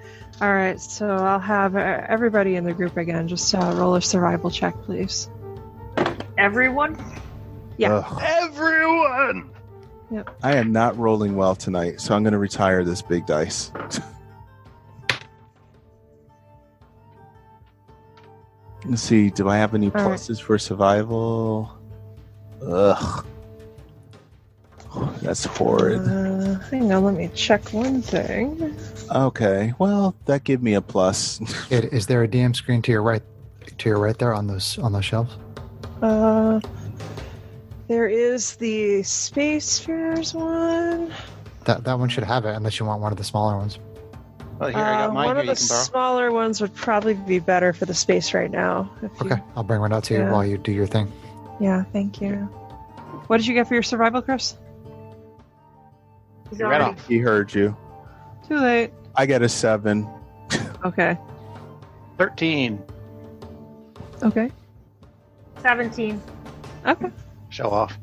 All right. So I'll have uh, everybody in the group again. Just uh, roll a survival check, please. Everyone, yeah. Ugh, Everyone. I am not rolling well tonight, so I'm gonna retire this big dice. Let's see, do I have any All right. pluses for survival? Ugh. That's horrid. Uh, hang on. Let me check one thing. Okay. Well, that gave me a plus. It, is there a DM screen to your right? To your right there on those on those shelves. Uh, there is the Spacefares one. That that one should have it, unless you want one of the smaller ones. Well, Oh, here I Uh, got one mine. Here of you the can borrow. smaller ones would probably be better for the space right now. if you- Okay, I'll bring one out to you Yeah. while you do your thing. Yeah, thank you. What did you get for your survival, Chris? he's You're right already- he heard you. Too late. I got a seven. Okay. Thirteen. Okay. seventeen. Okay. Show off.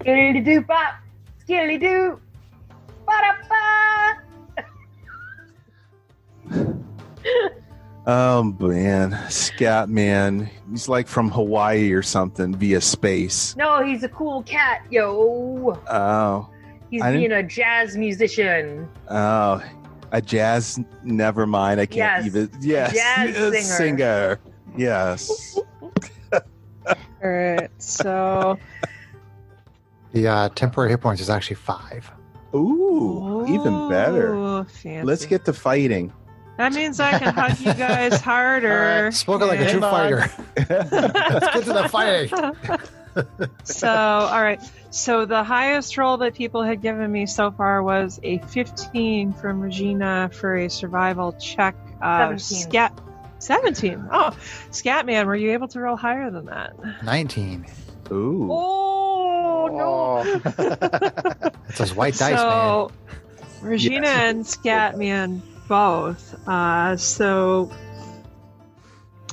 Skilly doo bop, skilly doo, ba da ba. Oh man, Scat man. He's like from Hawaii or something via space. No, he's a cool cat, yo. Oh, He's I didn't- being a jazz musician. oh, a jazz. Never mind. I can't Yes. even. Yes, Jazz yes, singer. singer. Yes. All right. So. The uh, temporary hit points is actually five. Ooh, even better. Ooh, Fancy. Let's get to fighting. That means I can hug you guys harder. Spoken like a Yeah. true fighter. Let's get to the fighting. so, all right. So the highest roll that people had given me so far was a 15 from Regina for a survival check. Uh, 17. Scat. 17. Oh, Scatman, were you able to roll higher than that? Nineteen. Ooh. Oh, It's those white dice, man. so, Regina and Scatman both. Uh, so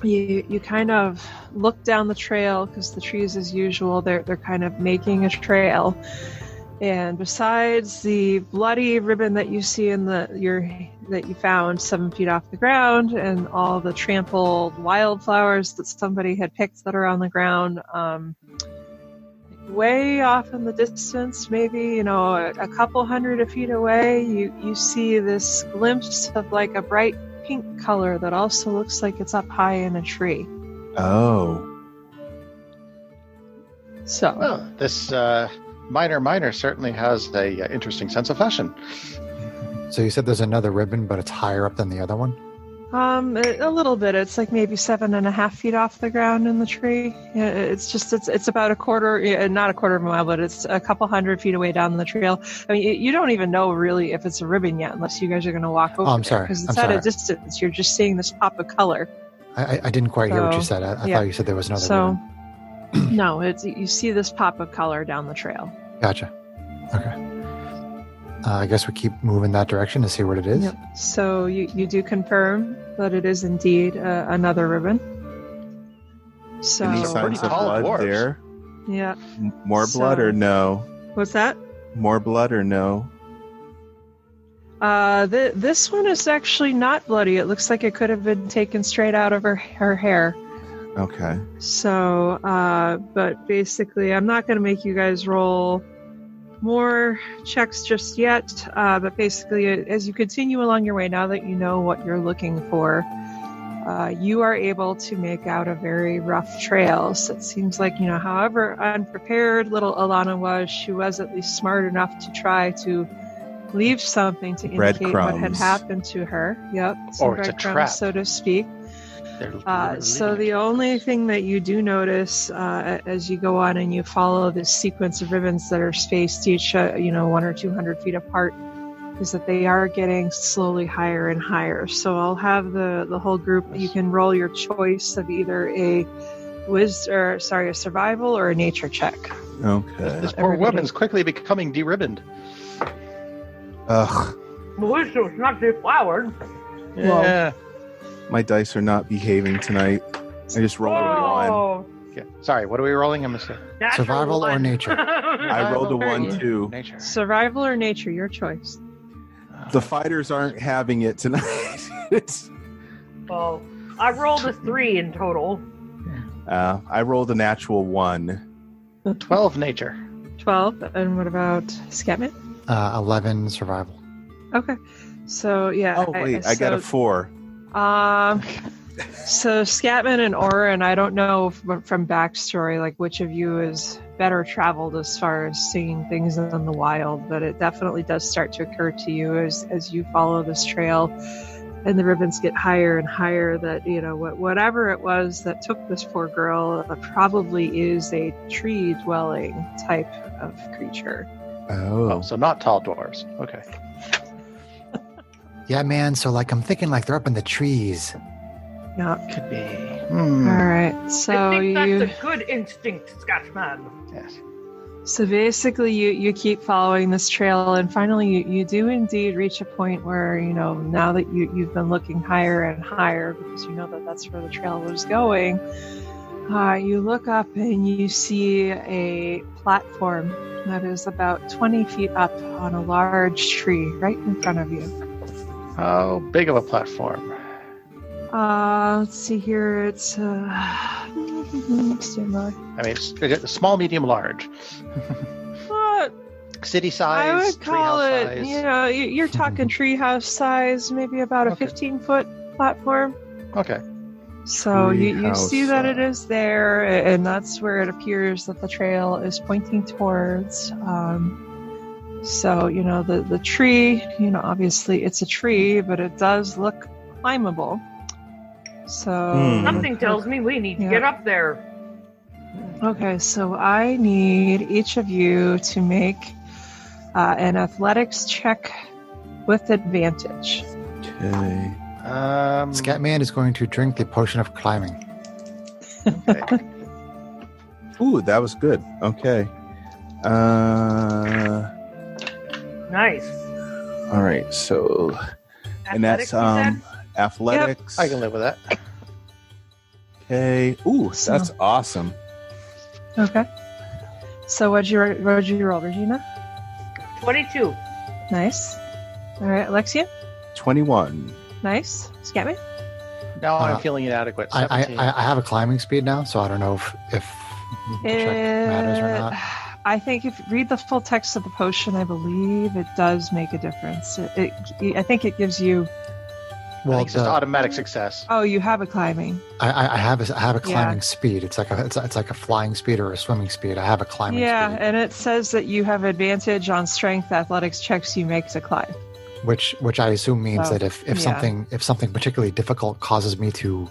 you you kind of look down the trail because the trees, as usual, they're they're kind of making a trail, And besides the bloody ribbon that you see in the your that you found seven feet off the ground, and all the trampled wildflowers that somebody had picked that are on the ground, um, way off in the distance, maybe you know a, a couple hundred of feet away, you you see this glimpse of like a bright pink color that also looks like it's up high in a tree. Oh, So Well, this uh, minor miner certainly has a uh, interesting sense of fashion. So you said there's another ribbon, but it's higher up than the other one. Um, a a little bit. It's like maybe seven and a half feet off the ground in the tree. Yeah, It's just it's it's about a quarter, yeah, not a quarter of a mile, but it's a couple hundred feet away down the trail. I mean, you- you don't even know really if it's a ribbon yet, unless you guys are going to walk over. Oh, I'm sorry. Because I'm it's at a sorry. distance. You're just seeing this pop of color. I, I- I didn't quite hear what you So, said. I, I yeah. thought you said there was another so, ribbon. no, it's you see this pop of color down the trail. Gotcha. Okay. Uh, I guess we keep moving that direction to see what it is. Yep. So you, you do confirm that it is indeed uh, another ribbon. So any pretty signs of tall blood dwarves. there? yeah, M- More blood So- or no? what's that? More blood or no? Uh, th- this one is actually not bloody. It looks like it could have been taken straight out of her, her hair. Okay. So, uh, but basically, I'm not going to make you guys roll more checks just yet. Uh, but basically, as you continue along your way, now that you know what you're looking for, uh, you are able to make out a very rough trail. So it seems like, you know, however unprepared little Alana was, she was at least smart enough to try to leave something to indicate what had Breadcrumbs. happened to her. Yep. some Or it's a breadcrumbs, trap. So to speak. They're- Uh, they're so leaving. the only thing that you do notice uh, as you go on and you follow this sequence of ribbons that are spaced each, uh, you know, one or two hundred feet apart, is that they are getting slowly higher and higher. So I'll have the the whole group. You can roll your choice of either a wiz or sorry, a survival or a nature check. Okay. this poor everybody- woman's quickly becoming deribboned. Ugh. Melissa's not deflowered. Well- yeah. My dice are not behaving tonight. I just rolled a one. Oh, Okay. Sorry, what are we rolling? I missed it. natural Survival or one. nature? Uh, I rolled a Survival one or too. Nature. Survival or nature, your choice. The fighters aren't having it tonight. It's- Well, I rolled a three in total. uh, I rolled a natural one. 12 nature. Twelve. And what about Scatman? Uh, Eleven survival. Okay. So yeah. Oh wait, I got so- a four. Um, so Scatman and Aura, and I don't know from, from backstory, like which of you is better traveled as far as seeing things in the wild, but it definitely does start to occur to you as as you follow this trail, and the ribbons get higher and higher. That you know what whatever it was that took this poor girl uh, probably is a tree dwelling type of creature. Oh, So not tall dwarves. Okay. Yeah, man. So like, I'm thinking like they're up in the trees. Hmm. Yeah. Could be. All Hmm. right. So I think that's you. a good instinct, Scotchman. Yes. So basically, you, you keep following this trail, and finally, you, you do indeed reach a point where, you know, now that you, you've been looking higher and higher because you know that that's where the trail was going, uh, you look up and you see a platform that is about 20 feet up on a large tree right in front of you. How big of a platform? Uh, let's see here, it's. Uh, stand by. I mean, it's, it's small, medium, large. Uh, City I size, would call treehouse it, size. you know, you- you're talking treehouse size, maybe about a Okay. 15 foot platform. Okay. So you, you Treehouse see that it size. is there, and that's where it appears that the trail is pointing towards. Um, so, you know, the, the tree, you know, obviously it's a tree, but it does look climbable. So, Hmm. Something tells me we need Mm. to Yeah. get up there. Okay, so I need each of you to make uh, an athletics check with advantage. okay. Um, Scatman is going to drink the potion of climbing. okay. Ooh, that was good. Okay. Uh, Nice. all right. So, and Athletics, you that's said? um, athletics. I can live with that. Okay. Ooh, So- that's awesome. Okay. So what'd you what'd you roll, Regina? 22. Nice. All right, Alexia. 21. Nice. Scatman. Now Uh, I'm feeling inadequate. I, 17. I, I have a climbing speed now, so I don't know if, if check matters or Eh, not. I think if read the full text of the potion, I believe it does make a difference. It, it, I think it gives you. I Well, think it's just the- automatic success. Oh, you have a climbing. I, I- I have a, I have a Yeah. climbing speed. It's like a, it's, it's like a flying speed or a swimming speed. I have a climbing yeah, eh. speed, and it says that you have advantage on strength athletics checks you make to climb. which which I assume means Oh, that if, if yeah. something if something particularly difficult causes me to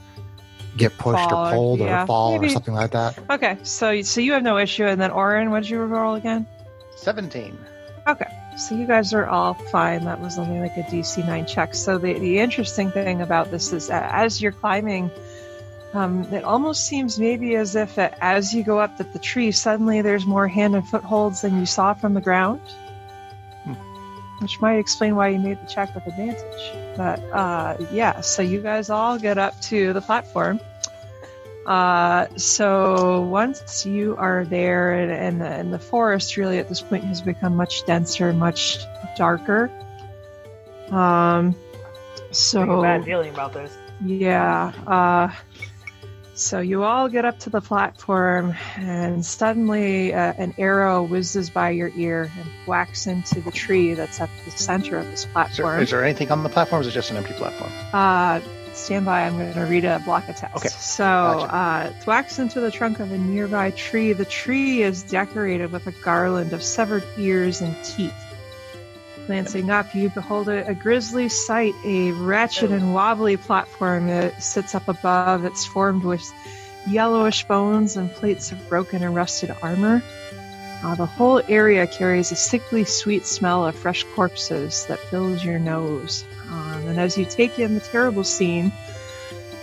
get pushed Fall or or- pulled or, yeah, fall or maybe. something like that. Okay, so so you have no issue, and then Orin, what did you roll again? 17. So you guys are all fine. That was only like a DC nine check. So the the interesting thing about this is that as you're climbing. Um, it almost seems maybe as if that as you go up that the tree, suddenly there's more hand and footholds than you saw from the ground, which might explain why you made the check with advantage. But uh, yeah, so you guys all get up to the platform. Uh, so once you are there, and, and, the, and the forest really at this point has become much denser, much darker. Um, so I have a bad feeling about this. yeah. Uh, so you all get up to the platform, and suddenly uh, an arrow whizzes by your ear and whacks into the tree that's at the center of this Is there, platform. is there anything on the platform or is it just an empty platform? Uh, stand by. I'm going to read a block of text. Okay. So Gotcha. uh, it whacks into the trunk of a nearby tree. The tree is decorated with a garland of severed ears and teeth. Glancing up, you behold a, a grisly sight. A ratchet and wobbly platform that sits up above. It's formed with yellowish bones and plates of broken and rusted armor. Uh, the whole area carries a sickly sweet smell of fresh corpses that fills your nose. Um, and as you take in the terrible scene,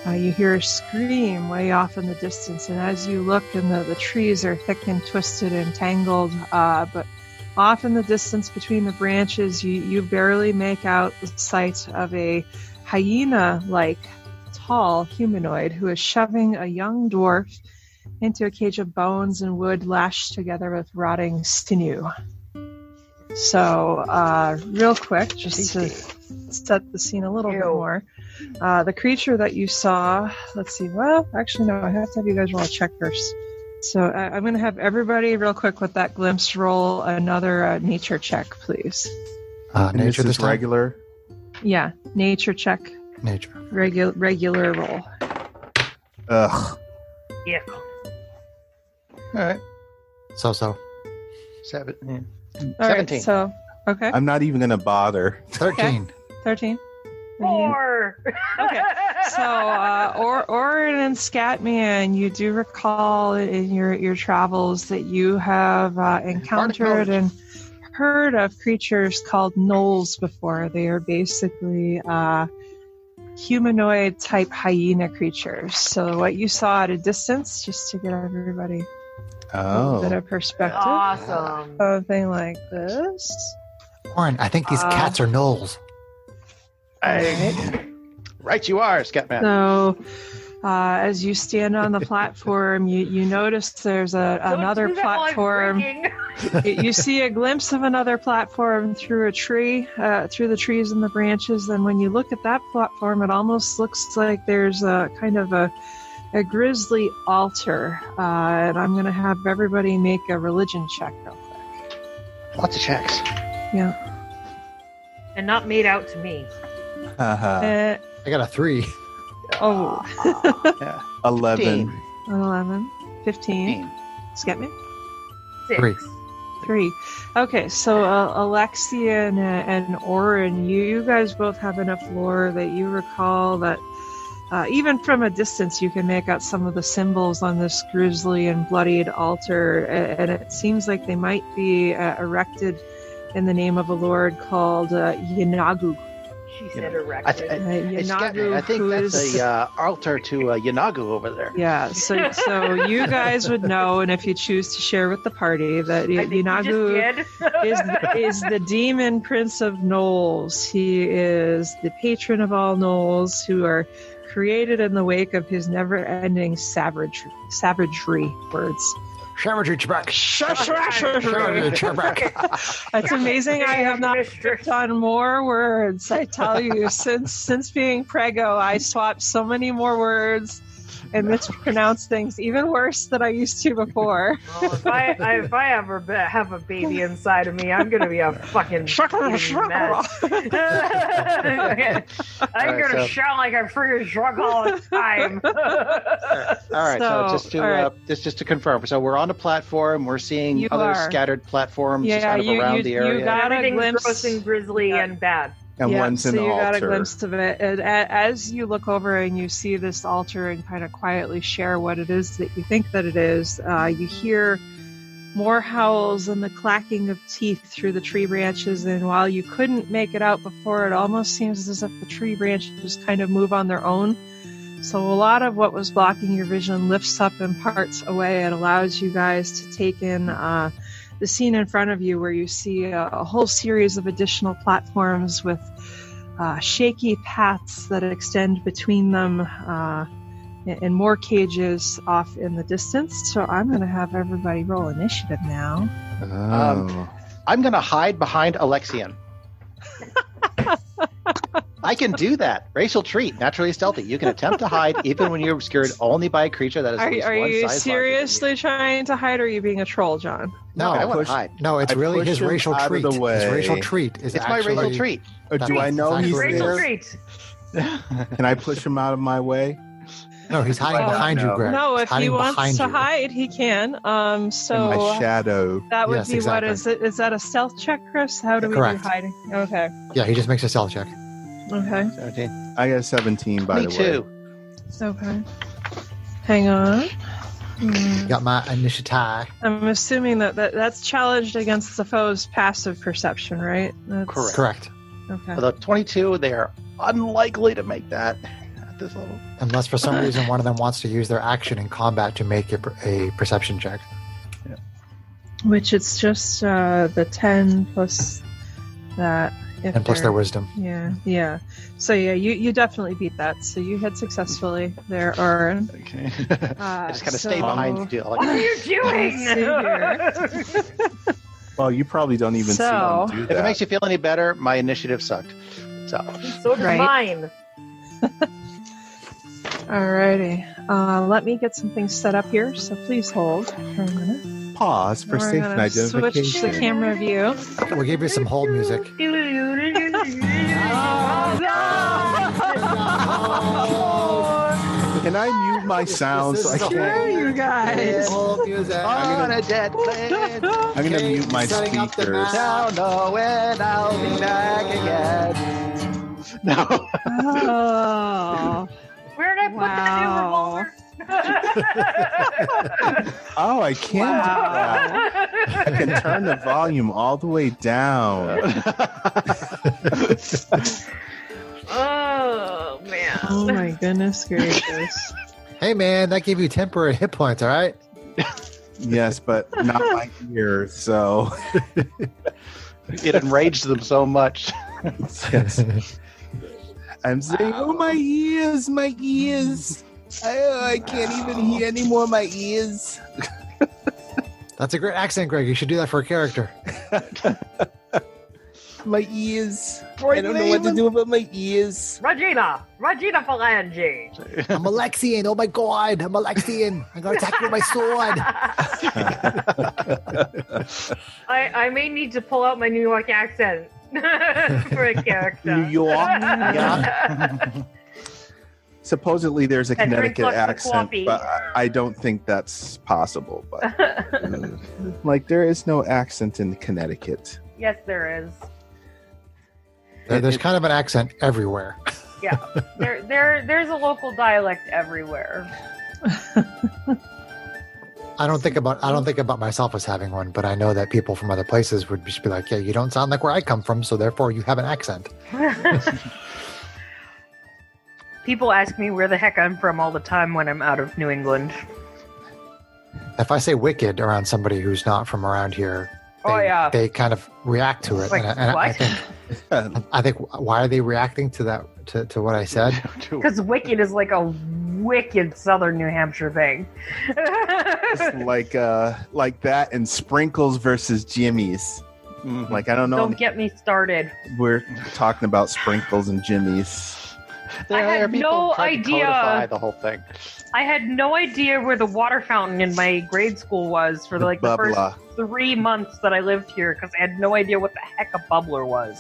uh, you hear a scream way off in the distance. And as you look, and the, the trees are thick and twisted and tangled, uh, but off in the distance between the branches, you, you barely make out the sight of a hyena like tall humanoid who is shoving a young dwarf into a cage of bones and wood lashed together with rotting sinew. So, uh, real quick, just to set the scene a little bit Ew. more, uh, the creature that you saw, let's see, well, actually, no, I have to have you guys roll a check first. So, I, I'm going to have everybody, real quick, with that glimpse, roll another uh, nature check, please. Uh, And nature this this is time? regular. Yeah, nature check, Nature. regu- regular roll. Ugh. Yeah. All right. So so. Seven, yeah. All right, 17. so, okay, I'm not even going to bother. Thirteen. 13. Mhm. Four. Okay. so uh, or Orin and Scatman, you do recall in your your travels that you have uh, encountered knowledge. and heard of creatures called gnolls before. They are basically uh, humanoid type hyena creatures. So what you saw at a distance, just to get everybody a little bit Oh. of perspective, awesome. something like this. Warren, I think these Uh, cats are gnolls. Hey. Right you are, Scatman. So, uh, as you stand on the platform, you, you notice there's a, Don't another do that while I'm platform. drinking. you, you see a glimpse of another platform through a tree, uh, through the trees and the branches. And when you look at that platform, it almost looks like there's a kind of a, a grisly altar. Uh, and I'm going to have everybody make a religion check real quick. Lots of checks. And not made out to me. Oh, Haha. Uh, I got a three. oh, Yeah. 11. 15. an 11, 15. 15. Skip me. Six. Three. Three. Okay, so uh, Alexia and, uh, and Orin, you, you guys both have enough lore that you recall that uh, even from a distance you can make out some of the symbols on this grisly and bloodied altar, a- and it seems like they might be uh, erected in the name of a lord called uh, Yanagu. She You know, said erect. I th- I- Uh, Hey, Scatman, I think who that's is- a uh, altar to uh, Yanagu over there. Yeah, so so you guys would know, and if you choose to share with the party, that I think we just Yanagu did. is is the demon prince of gnolls. He is the patron of all gnolls who are created in the wake of his never-ending savage savagery words. Sherry Trebek. Sherry Shush, Trebek. That's amazing. I have not Mistress. on more words. I tell you, since since being prego, I swapped so many more words and mispronounce things even worse than I used to before. Well, if I if I ever be- have a baby inside of me, I'm gonna be a fucking fucking mess. I'm right, gonna so- shout like I'm freaking drunk all the time. All right. So, So, just to all right. uh, just just to confirm, so we're on a platform. We're seeing You other are. scattered platforms just Yeah, kind of you- around you- the you area. got- a Everything's glimpse. gross and grisly Yeah. and bad. and Yeah, one's an so you got a altar. glimpse of it, and a- as you look over and you see this altar, and kind of quietly share what it is that you think that it is, uh, you hear more howls and the clacking of teeth through the tree branches. And while you couldn't make it out before, it almost seems as if the tree branches just kind of move on their own. So a lot of what was blocking your vision lifts up and parts away. It allows you guys to take in. Uh, the scene in front of you where you see a, a whole series of additional platforms with uh, shaky paths that extend between them uh, and and more cages off in the distance. So I'm going to have everybody roll initiative now. Um, Oh. I'm gonna hide behind Alexian. I can do that. Racial treat, naturally stealthy. You can attempt to hide even when you're obscured only by a creature that is at Are, least are one you size larger than seriously trying to hide or are you being a troll, John? No, I want push- to hide. No, it's I really pushed his him racial out of treat. the His way. racial treat is It's actually my racial treat. Or Uh, do I That's know exactly he's what it Rachel is. there? treat. Can I push him out of my way? No, he's hiding Oh, behind you, no. Greg. No, He's if he hiding wants behind to you. hide, he can. Um, in my so shadow. that would Yes, be exactly. what is it? Is that a stealth check, Chris? How do Correct. we do hiding? Okay. Yeah, he just makes a stealth check. Okay. 17. I got a 17, by Me the way. too. Okay. Hang on. Hmm. Got my initiative. I'm assuming that, that that's challenged against the foe's passive perception, right? That's, Correct. Correct. Okay. Although 22, they are unlikely to make that at this level. Unless for some reason one of them wants to use their action in combat to make a, per- a perception check. Which it's just uh, the 10 plus that. If And plus their they're- wisdom. Yeah, yeah. So yeah, you, you definitely beat that. So you hit successfully there, Orin. Okay. Uh, I just kind of so- stay behind you. do it What are Like, you doing? Let's see here. Well, you probably don't even So- see him do if that. it makes you feel any better, my initiative sucked. So so does Right. mine. Alrighty. Uh, let me get some things set up here. So please hold for a minute. Pause for We're safe gonna switch the identification. camera view. We'll give you some hold music. Can I mute my sounds? This I is the can't. whole- you guys? Hold music. on a dead plane, Oh, I'm gonna mute my Setting up the speakers. map. down know when I'll be back again. No, Oh. Where did I put Wow. Oh, I can Wow. do that. I can turn the volume all the way down. the new revolver? oh man. Oh my goodness gracious. Hey man, that gave you temporary hit points, all right? Yes, but not my ear. So, it enraged them so much. yes. I'm saying, oh, my ears, my ears. Oh, I can't even hear anymore. My ears. That's a great accent, Greg. You should do that for a character. My ears. I don't know what to do about my ears. Regina, Regina Falange. I'm Alexian. Oh my god, I'm Alexian. I'm gonna attack you with my sword. I, I may need to pull out my New York accent for a character. New York? yeah. Supposedly, there's a And drink Connecticut lots of accent, coffee. but I- I don't think that's possible. But like, there is no accent in Connecticut. yes, there is. There- There's kind of an accent everywhere. Yeah, there, there, there's a local dialect everywhere. I don't think about I don't think about myself as having one, but I know that people from other places would just be like, "Yeah, you don't sound like where I come from, so therefore you have an accent." People ask me where the heck I'm from all the time when I'm out of New England. If I say "wicked" around somebody who's not from around here, they, Oh, yeah. they kind of react to it, Like, and, I, and I what? think Um, I think why are they reacting to that to, to what I said? Because wicked is like a wicked southern New Hampshire thing. Just like uh, like that, and sprinkles versus Jimmy's. Mm. Like I don't know, Don't get me started. we're talking about sprinkles and Jimmy's. There I had are people no trying to idea. codify the whole thing. I had no idea where the water fountain in my grade school was for The like the first bubbla. three months that I lived here because I had no idea what the heck a bubbler was.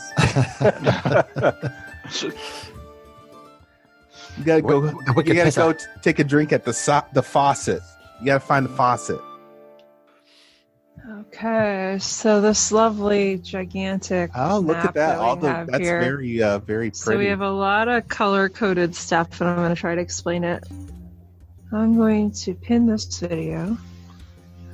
You gotta go. What- what you could gotta piss go up? t- take a drink at the so- the faucet. You gotta find the faucet. Okay, so this lovely, gigantic. Oh, look map at that! we All the have that's here. very uh, very pretty. So we have a lot of color coded stuff, and I'm going to try to explain it. I'm going to pin this video.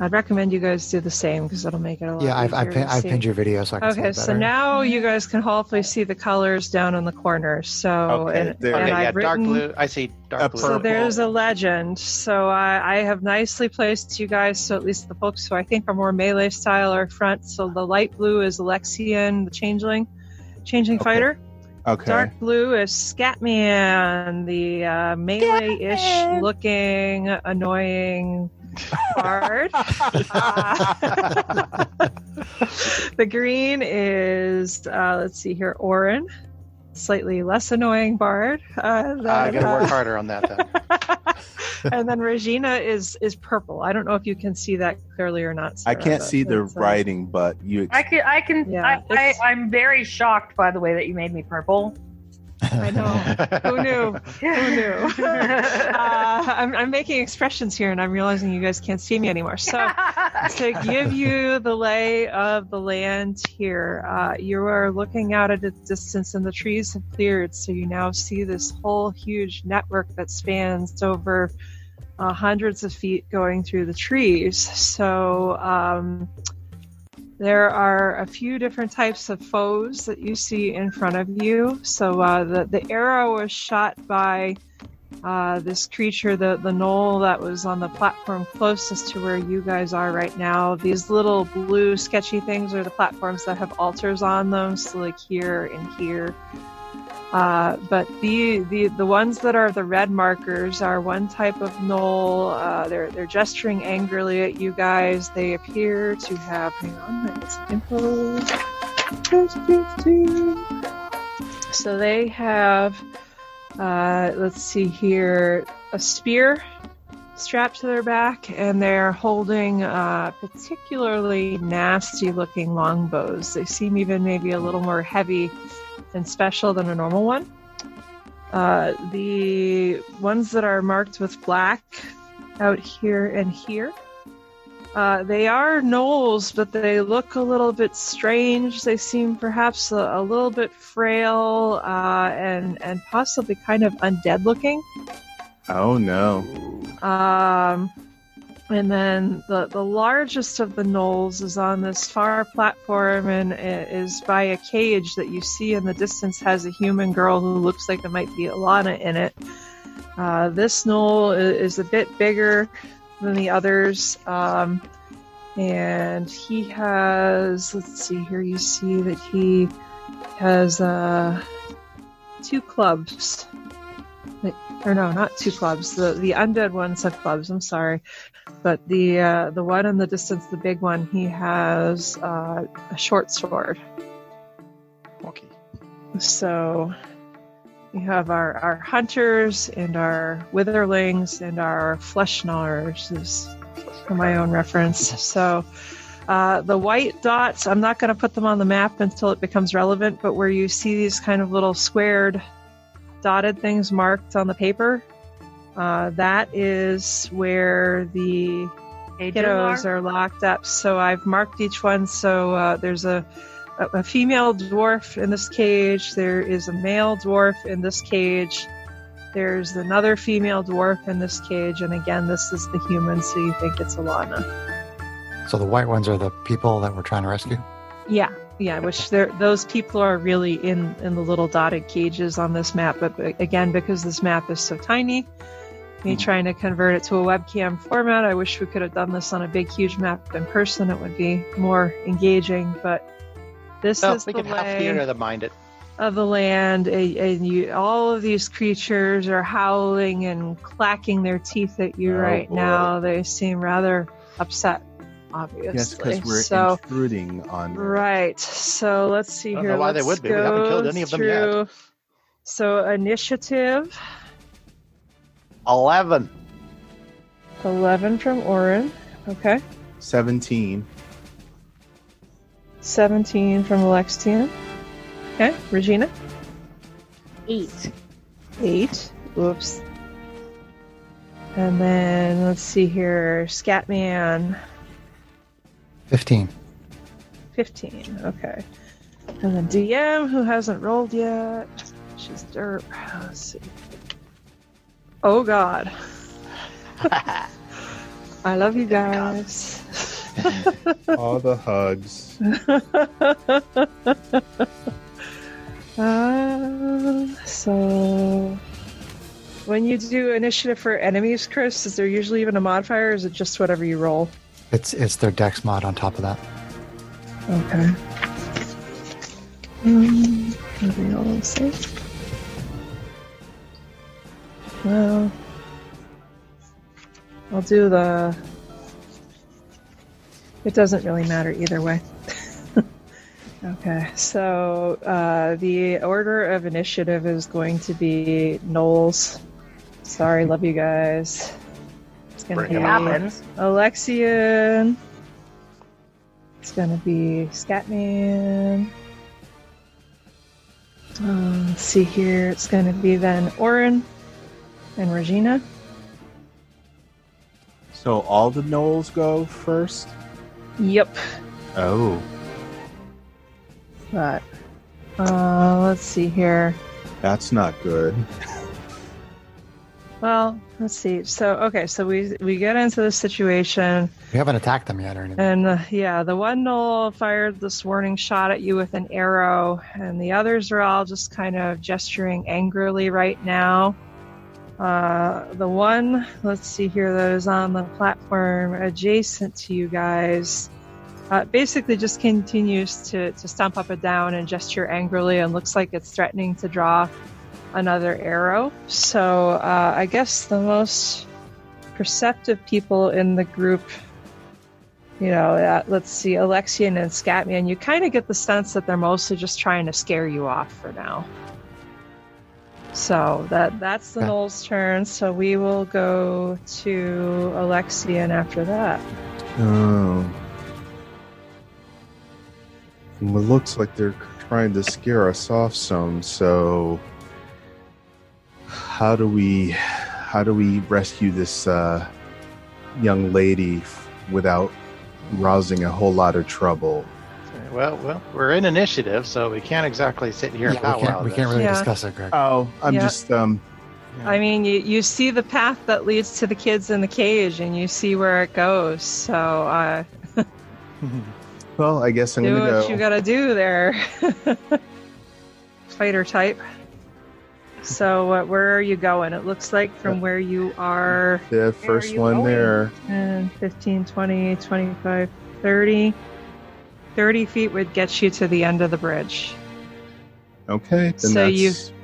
I'd recommend you guys do the same because it'll make it a lot. yeah, I've, I've, easier pin, to I've see. pinned your video so I can see Okay, it so better. now you guys can hopefully see the colors down in the corners. So Okay, and, there- and Okay, yeah, I've dark written- blue. I see dark A blue. So purple. there's a legend. So I, I have nicely placed you guys. So at least the folks who I think are more melee style are front. So the light blue is Alexian, the changeling, changeling Okay. fighter. okay. Dark blue is Scatman, the uh, melee-ish looking, annoying bard. Uh, the green is, uh, let's see here, Orin, slightly less annoying bard. Uh, Uh, I than, gotta uh, work harder on that. Then. and then Regina is is purple. I don't know if you can see that clearly or not. I Sarah, can't but see the it's, uh, writing, but you. I can, I can, Yeah, I, I, it's- I'm very shocked by the way that you made me purple. I know. Who knew? Who knew? uh, I'm, I'm making expressions here, and I'm realizing you guys can't see me anymore. So, to give you the lay of the land here, uh, you are looking out at a distance, and the trees have cleared, so you now see this whole huge network that spans over uh, hundreds of feet going through the trees. So. Um, there are a few different types of foes that you see in front of you. So uh, the the arrow was shot by uh, this creature, the the knoll that was on the platform closest to where you guys are right now. These little blue sketchy things are the platforms that have altars on them, so like here and here. Uh, but the, the the ones that are the red markers are one type of knoll. Uh, they're they're gesturing angrily at you guys. They appear to have hang on, I need some info. So they have uh, let's see here a spear strapped to their back, and they're holding uh, particularly nasty looking longbows. They seem even maybe a little more heavy and special than a normal one. Uh, the ones that are marked with black out here and here. Uh, they are gnolls, but they look a little bit strange. They seem perhaps a, a little bit frail uh, and and possibly kind of undead looking. oh no! Um, and then the, the largest of the knolls is on this far platform and i- is by a cage that you see in the distance has a human girl who looks like there might be Alana in it. Uh, this knoll i- is a bit bigger than the others. Um, and he has, let's see, here you see that he has uh, two clubs or no, not two clubs. The the undead ones have clubs. I'm sorry, but the uh, the one in the distance, the big one, he has uh, a short sword. Okay. So we have our our hunters and our witherlings and our flesh gnawers is for my own reference. So. Uh, the white dots, I'm not going to put them on the map until it becomes relevant, but where you see these kind of little squared dotted things marked on the paper. Uh, that is where the kiddos are locked up. So I've marked each one. So uh, there's a, a a female dwarf in this cage. There is a male dwarf in this cage. There's another female dwarf in this cage, and again, this is the human. So you think it's Alana? So the white ones are the people that we're trying to rescue. Yeah, yeah. Which they're- those people are really in in the little dotted cages on this map. But but again, because this map is so tiny. Me Mm-hmm. trying to convert it to a webcam format. I wish we could have done this on a big, huge map in person. It would be more engaging. But this So is Oh, we the can way. have theater to mind it. of the land, and, and you, all of these creatures are howling and clacking their teeth at you Oh, right boy. now. They seem rather upset, obviously. Yes, because we're so, intruding on. their- Right. So let's see I don't here. know why let's they would be. We haven't go killed any of them yet. through- So initiative Eleven. eleven from Orin. Okay. Seventeen. Seventeen from Alexian. Okay. Regina. Eight. Eight. Oops. And then let's see here. Scatman. 15. 15. Okay. And then DM, who hasn't rolled yet. She's derp. Let's see. Oh, God. I love you guys. All the hugs. Uh, so, when you do initiative for enemies, Chris, is there usually even a modifier or is it just whatever you roll? It's it's their dex mod on top of that. Okay. Um, maybe I'll roll safe. Well, I'll do the. It doesn't really matter either way. okay, so uh, the order of initiative is going to be Knowles. Sorry, love you guys. It's gonna Bring it be Happens. Alexian. It's gonna be Scatman. Um, let's see here. It's gonna be then Orin and Regina. So all the Knowles go first. Yep. Oh, But uh, let's see here. that's not good. Well, let's see. So okay, so we we get into this situation. We haven't attacked them yet or anything. And uh, yeah, the one knoll fired this warning shot at you with an arrow, and the others are all just kind of gesturing angrily right now. Uh, the one, let's see here, that is on the platform adjacent to you guys, uh, basically just continues to, to stomp up and down and gesture angrily and looks like it's threatening to draw another arrow. So uh, I guess the most perceptive people in the group you know, uh, let's see, Alexian and Scatman, you kind of get the sense that they're mostly just trying to scare you off for now. So that that's the Okay. Knoll's turn. So we will go to Alexian after that. Oh. Well, it looks like they're trying to scare us off some, so how do we how do we rescue this uh, young lady f- without rousing a whole lot of trouble? Well, well, we're in initiative, so we can't exactly sit here and yeah, we powwow. can't, we this. can't really Yeah. discuss it, Greg. Oh, I'm Yeah. just um Yeah. I mean, you, you see the path that leads to the kids in the cage, and you see where it goes. So uh, well, I guess I'm do going what to you go. gotta do there. Fighter type. So uh, where are you going? It looks like Uh, from where you are. The are first you one going? there. 10, 15, 20, 25, 30. 30 feet would get you to the end of the bridge. Okay, then So that's you- where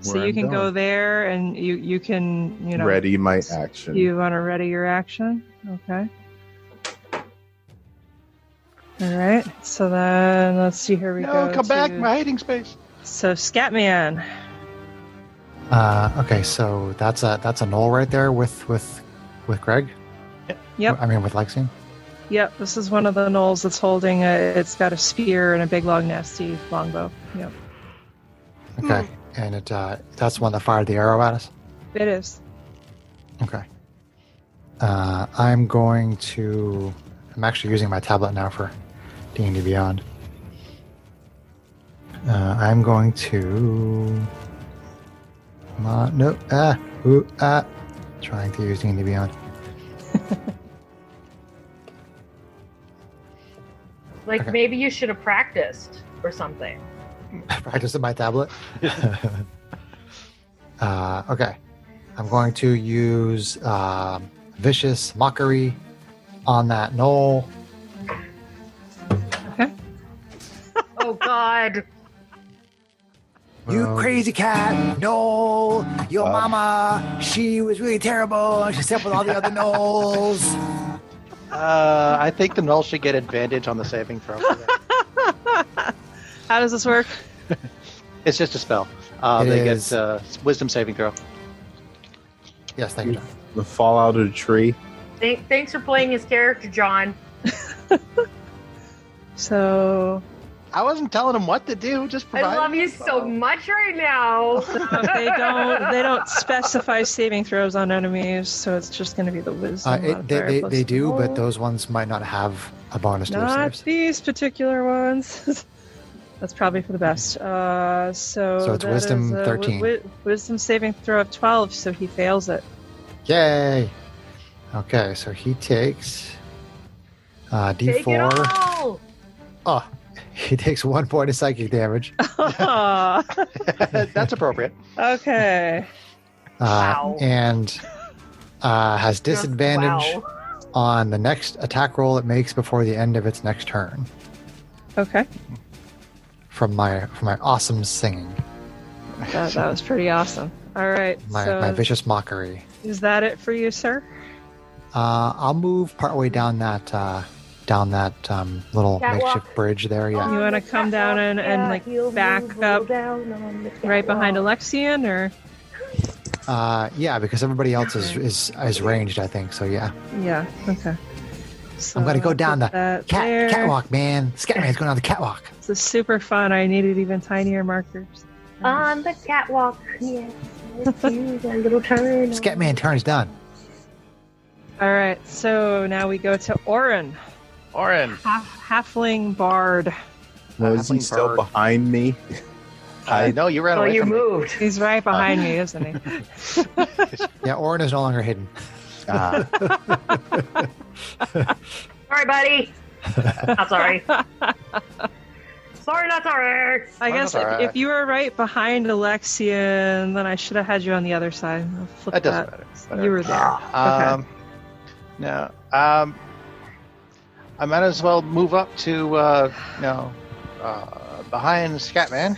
So you I'm can go going. there and you, you can, you know, ready my action. you want to ready your action. Okay. All right. So then let's see. Here we go. No, come back, to- my hiding space. So Scatman. Uh, okay, so that's a that's a null right there with with with Greg. Yep. I mean with Lexi. Yep. This is one of the gnolls that's holding a, it's got a spear and a big long nasty longbow. Yep. Hmm. Okay, and it uh, that's the one that fired the arrow at us. It is. Okay. Uh, I'm going to. I'm actually using my tablet now for D and D Beyond. Uh, I'm going to. Not, no. Ah. Ooh, ah. Trying to use D and D Beyond. Like Okay. maybe you should have practiced or something. practice at my tablet. uh, okay. I'm going to use um Vicious Mockery on that knoll. Oh God. You Um, crazy cat! No, your uh, mama. She was really terrible. She slept with all the other Knowles. Uh, I think the null should get advantage on the saving throw. How does this work? it's just a spell. Uh, It they is. get uh, wisdom saving throw. Yes, thank you. John. The fallout of the tree. Th- thanks for playing his character, John. So I wasn't telling him what to do. Just I provide. love you so much right now. Uh, they don't they don't specify saving throws on enemies, so it's just going to be the wisdom. Uh, it, they, modifier they, plus they the do, but roll. those ones might not have a bonus to their Not saves. these particular ones. That's probably for the best. Uh, so, So it's that is wisdom a wi- 13. wi- wisdom saving throw of 12, so he fails it. Yay! Okay, so he takes uh, Take it D4. all. Oh, he takes one point of psychic damage. uh, That's appropriate. Uh, okay. Wow. And uh, has disadvantage Wow. on the next attack roll it makes before the end of its next turn Okay. from my from my awesome singing, That, that was pretty awesome. All right. my, so my vicious mockery. is that it for you, sir? Uh, I'll move partway down that uh, down that um, little Catwalk. makeshift bridge there. Yeah. You want to come down and, and like back up right behind Alexian, or Uh, yeah, because everybody else is is is ranged, I think. So yeah, yeah, okay. So I'm gonna go down the put that cat there. catwalk, man. Scatman's going on the catwalk. This is super fun. I needed even tinier markers. On the catwalk. Yes. let's do the little turn. Scatman turns done. All right, so now we go to Orin, Oren. half, halfling bard. Well, is he Halfling still bird. behind me? I know you ran Oh, away you from me. moved. He's right behind Uh, me, isn't he? Yeah, Orin is no longer hidden. Ah, Sorry, buddy. Not sorry. sorry, not sorry. I Oh, guess that's all if, right. if you were right behind Alexian, then I should have had you on the other side. I'll flip That doesn't matter. You Whatever. were there. Okay. Um, No. Um, I might as well move up to, uh, you know, uh, behind Scatman.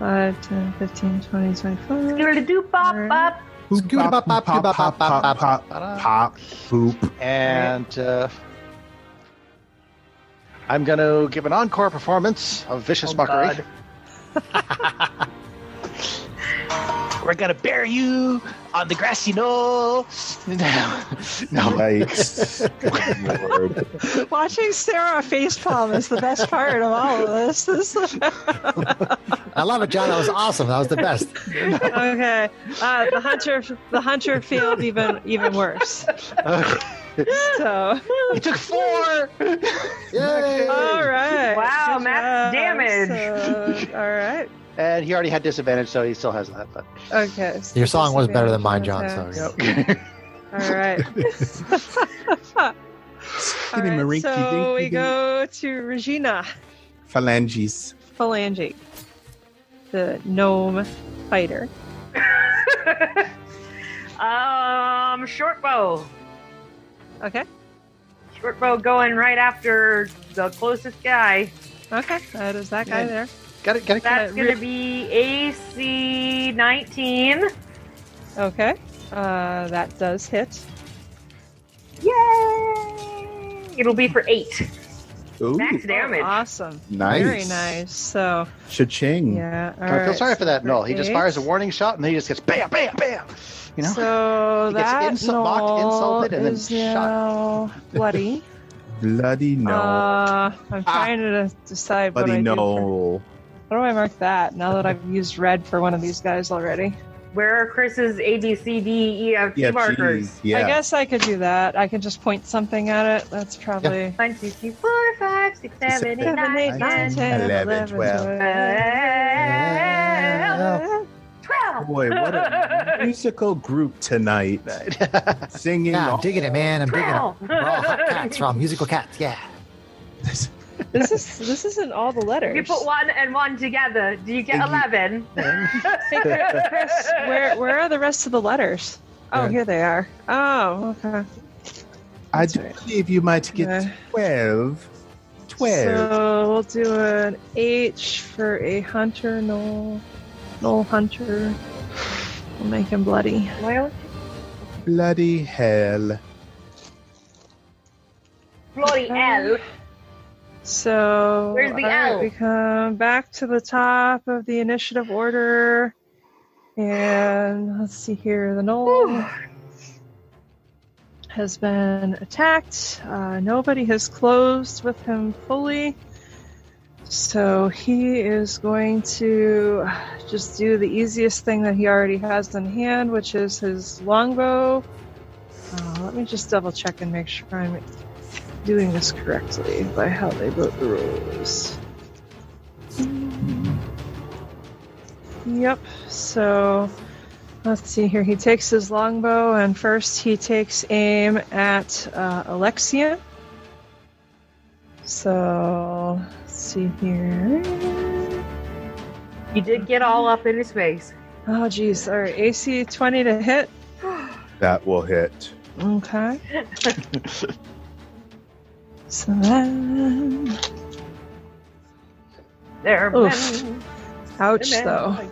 5, 10, 15, 20, 25. Doodle-doo, bop, bop. Scoot-a-bop, bop, pop, pop, pop, pop, Ta-da. pop, poop. And uh, I'm going to give an encore performance of Vicious Oh, Mockery. God. We're gonna bury you on the grassy knoll. No, no. Yikes. Good Lord. Watching Sarah facepalm is the best part of all of this. This is- I love it, John. That was awesome. That was the best. okay, uh, the hunter, the hunter failed even even worse. So, You took four. Yay! all right. Wow, Good job. max damage. So, all right. and he already had disadvantage, so he still has that. But Okay. so Your song was better than mine, John. disadvantage on So attacks. yep. All right. All Give me my right, rinky so dinky we dink. go to Regina Phalanges. Phalange, the gnome fighter. Um, short bow. Okay, Short bow going right after the closest guy. okay, that is that guy Yeah. there. got it, got it. That's Uh, going to be AC 19. Okay, uh, that does hit. Yay! It'll be for eight. Ooh, Max damage. Oh, Awesome, nice. very nice. So Cha-ching. yeah, all Hmm. I feel right, sorry for that so null. He just eight. fires a warning shot, and then he just gets bam, bam, bam. You know. So He gets that insult- mocked, knoll insulted, and then is shot. now bloody. Bloody no. Uh, I'm trying to decide what I Bloody do no. How do I mark that now that I've used red for one of these guys already? Where are Chris's A, B, C, D, E, F, G Yeah, markers? geez. Yeah. I guess I could do that. I could just point something at it. That's probably. One, two, three, four, five, six, seven, eight, Seven, eight, nine, nine, ten, ten, Eleven, twelve. twelve. Twelve. Boy, what a musical group tonight. Singing. Yeah, all- I'm digging it, man. I'm digging it. Twelve. We're all hot cats. We're all musical cats. Yeah. This is this isn't all the letters. You put one and one together. Do you get Thank you. eleven? Hey, Chris, Chris, where where are the rest of the letters? Oh, Yeah. here they are. Oh, okay. I do believe you might get Yeah. 12. 12. So we'll do an H for a hunter. No, little hunter. We'll make him bloody. Well, Bloody hell. Bloody hell. So Where's the all right, L? we come back to the top of the initiative order, and let's see here. The knoll has been attacked. Uh, nobody has closed with him fully, so he is going to just do the easiest thing that he already has in hand, which is his longbow. Uh, let me just double check and make sure I'm doing this correctly by how they wrote the rules. Yep, so let's see here. He takes his longbow, and first he takes aim at uh, Alexia. So let's see here. You did get all up in his face. Oh, geez. All right, AC 20 to hit. That will hit. Okay. so then. There. Oof. man. Ouch, Amen.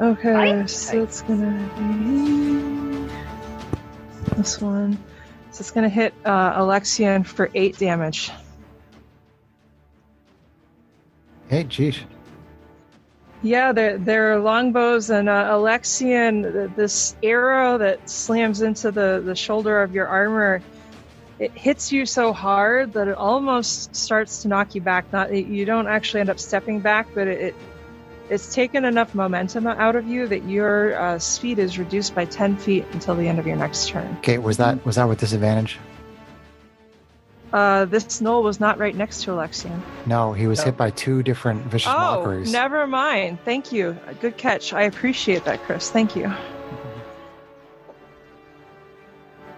though. Okay, so it's gonna be this one. So it's gonna hit uh, Alexian for eight damage. Hey, geez. Yeah, they're, they're longbows, and uh, Alexian, th- this arrow that slams into the, the shoulder of your armor, it hits you so hard that it almost starts to knock you back. Not you don't actually end up stepping back, but it, it it's taken enough momentum out of you that your uh, speed is reduced by ten feet until the end of your next turn. Okay, was that was that with disadvantage? Uh, this knoll was not right next to Alexian. No, he was No. hit by two different vicious Oh, mockeries. never mind. Thank you. Good catch. I appreciate that, Chris. Thank you.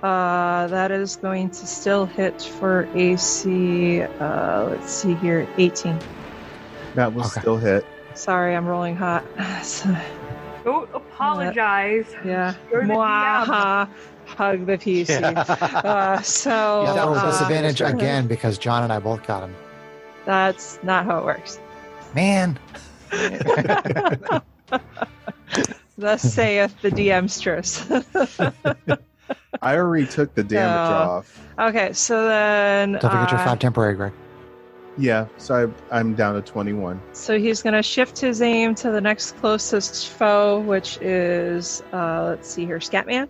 Uh, that is going to still hit for AC. Uh, let's see here, 18. That will Okay. still hit. Sorry, I'm rolling hot. So, Don't apologize. yeah. You're the Mwah. Hug the PC. Uh, so Yeah, that was uh, disadvantage again because John and I both got him. That's not how it works. Man, Thus saith the DMstress. I already took the damage No. off. okay, so then. don't forget your uh, five temporary, Greg. Yeah, so I, I'm down to 21. So he's going to shift his aim to the next closest foe, which is, uh, let's see here, Scatman.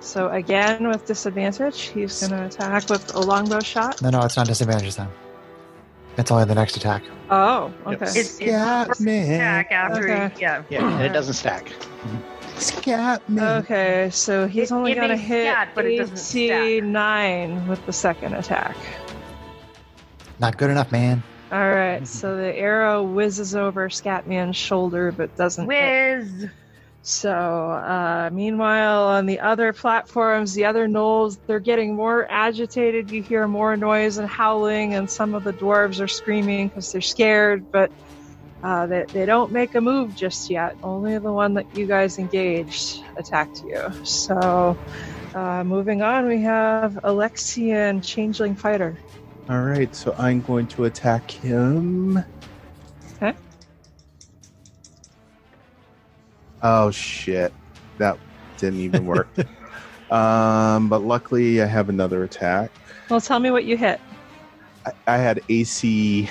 So again, with disadvantage, he's going to attack with a longbow shot. No, no, it's not disadvantage this time. It's only the next attack. Oh, okay. It's, it's Scat man. attack after. Okay. Yeah. Yeah, and it doesn't stack. Scat Uh. man. Okay, so he's It- only it going to may hit scat, but it doesn't stack. 89 with the second attack. Not good enough, man. All right, so the arrow whizzes over Scatman's shoulder, but doesn't hit Whiz. So, uh, meanwhile, on the other platforms, the other gnolls, they're getting more agitated. You hear more noise and howling, and some of the dwarves are screaming because they're scared, but uh, they, they don't make a move just yet. Only the one that you guys engaged attacked you. So, uh, moving on, we have Alexian Changeling Fighter. All right, so I'm going to attack him. Okay. Oh shit, that didn't even work. um, but luckily I have another attack. Well, tell me what you hit. I, I had AC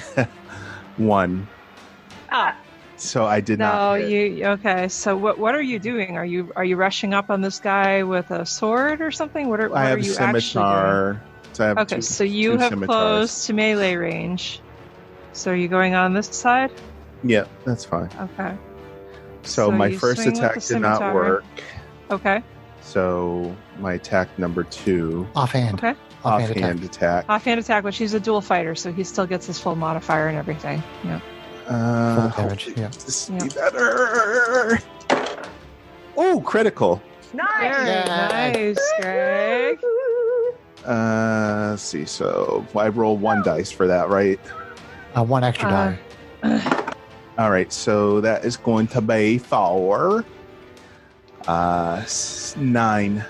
one, Ah, so I did no, not. hit. you okay? So what what are you doing? Are you are you rushing up on this guy with a sword or something? What are, what I are have you actually scimitar. So I have doing? Okay, two- so you two have scimitars. close to melee range. So are you going on this side? Yeah, that's fine. Okay, So, So my you first swing with attack the did not scimitar. work. okay, So my attack number two, Offhand. okay. Offhand, offhand attack. attack. Offhand attack, which he's a dual fighter, so he still gets his full modifier and everything. Yeah. Uh, Full damage, yeah. This Yeah. be better. Oh, critical. Very nice, Greg. Uh, let's see. So I roll one dice for that, right? Uh, one extra Uh, die. All right. So that is going to be four. Uh, s- nine.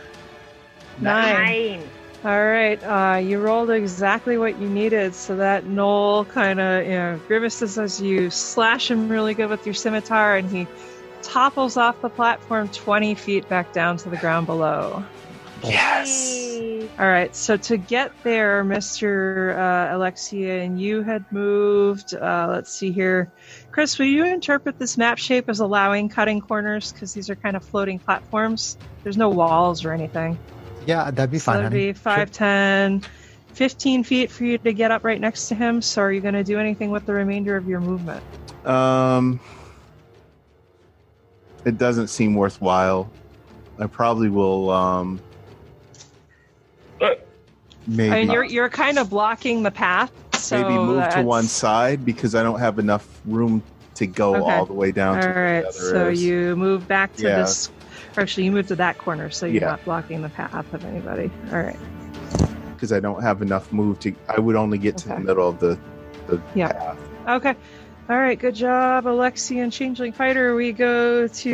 Nine. Nine. All right, uh, you rolled exactly what you needed, so that Knoll kind of you know, grimaces as you slash him really good with your scimitar, and he topples off the platform 20 feet back down to the ground below. Yes. All right, so to get there, Mr. Uh, Alexia, and you had moved. Uh, let's see here. Chris, will you interpret this map shape as allowing cutting corners? Because these are kind of floating platforms. There's no walls or anything. Yeah, that'd be So fine. that'd honey. be 5, 10, 15 feet for you to get up right next to him. So are you going to do anything with the remainder of your movement? Um, it doesn't seem worthwhile. I probably will. Um, maybe Uh, I mean, you're, you're kind of blocking the path. So maybe move to that's- one side because I don't have enough room to go Okay. all the way down. to All where right, the other so is. you move back to Yeah. this. Or actually, you move to that corner, so you're Yeah. not blocking the path of anybody. All right. because I don't have enough move to. I would only get to the Okay. middle of the. the Yeah. Path. Okay. All right. Good job, Alexi and Changeling Fighter. We go to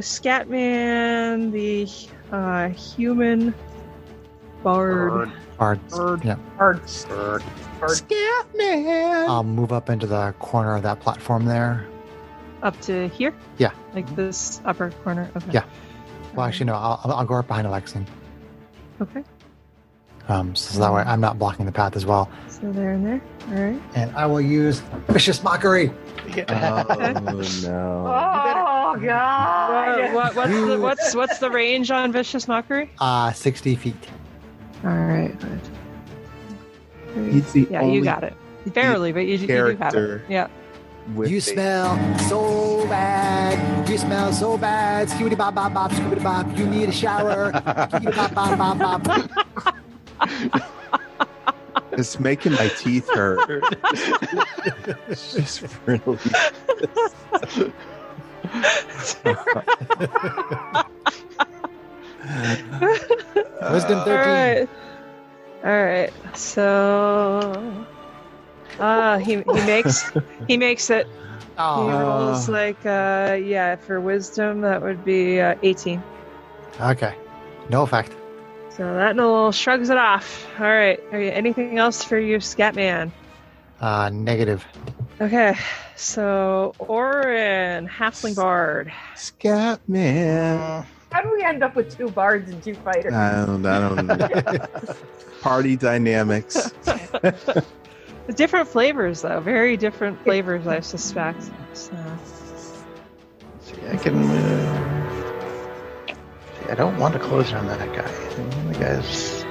Scatman, the uh, human bard. Or- Bird. yeah. Birds. Scatman. I'll move up into the corner of that platform there. Up to here? Yeah. Like this upper corner? Okay. Yeah. Well, actually, no, I'll, I'll- I'll go right behind Alexi. Okay. Um, so Mm. that way I'm not blocking the path as well. So there and there. All right. And I will use Vicious Mockery. oh no! Oh What, god. what- what's, the, You- what's, what's the range on Vicious Mockery? Uh, 60 feet. All right. Good. Three. He's the Yeah, only you got it. Barely, but you, you do have character it. Yeah. with you a- smell so bad. You smell so bad. Scooby bop bop bop, scooby bop. You need a shower. Scooby bop bop bop bop. It's making my teeth hurt. it's just really. Wisdom 13. All right. All right. So uh he, he makes he makes it. He Oh, rolls like uh yeah, for wisdom that would be uh, 18. okay. No effect. So that Noel shrugs it off. All right. Are you, anything else for you, Scatman? Uh, negative. Okay. So Orin, halfling bard. Uh, Scatman. How do we end up with two bards and two fighters? I don't. I don't. know. Party dynamics. Different flavors though. Very different flavors, I suspect. So. See, I can. Uh, see, I don't want to close on that guy. The guy's.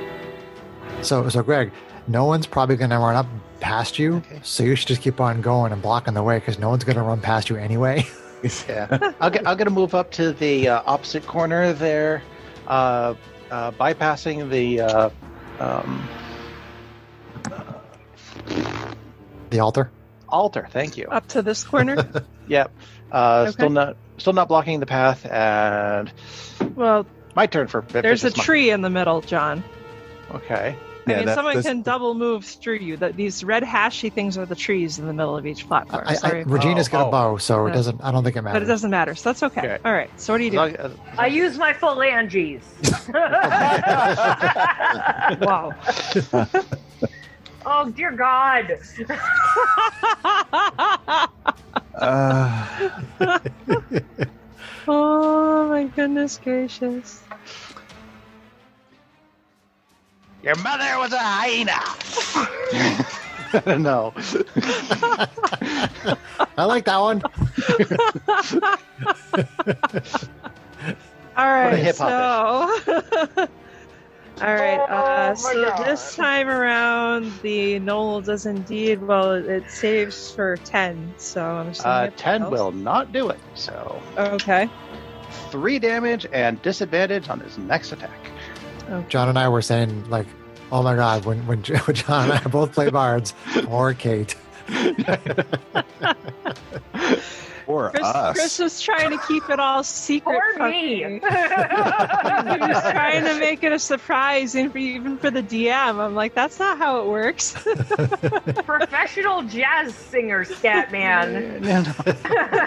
So, so Greg, no one's probably going to run up past you. Okay. So you should just keep on going and blocking the way because no one's going to run past you anyway. Yeah. I'll get, I'm going to move up to the uh, opposite corner there, uh, uh, bypassing the. Uh, um, The altar. altar. Thank you. Up to this corner. Yep. Uh, Oh. Okay. Still not. Still not blocking the path, and well, my turn for there's a vicious mo- tree in the middle, John. Okay. Yeah, I mean, that- someone that's- can double move through you. That these red hashy things are the trees in the middle of each platform. I, I, Sorry, Regina's got Oh, a bow, so it Yeah. doesn't. I don't think it but it matters. doesn't matter. So that's okay. Okay. All right. So what do you As do? long- as- I use my phalanges. wow. oh dear god. Uh, oh my goodness gracious. Your mother was a hyena. I don't know. I like that one. All right. hip So. hop All right. Oh my Uh, so God. this time around, the Noel does indeed. Well, it saves for ten. So I'm just Uh, gonna- Ten will not do it. So Okay. three damage and disadvantage on his next attack. John and I were saying like, "Oh my God!" When when J- when John and I both play bards or Kate. Or Chris, us. Chris was trying to keep it all secret. Or from me. He was trying to make it a surprise, and for, even for the DM, I'm like, that's not how it works. Professional jazz singer, Scatman.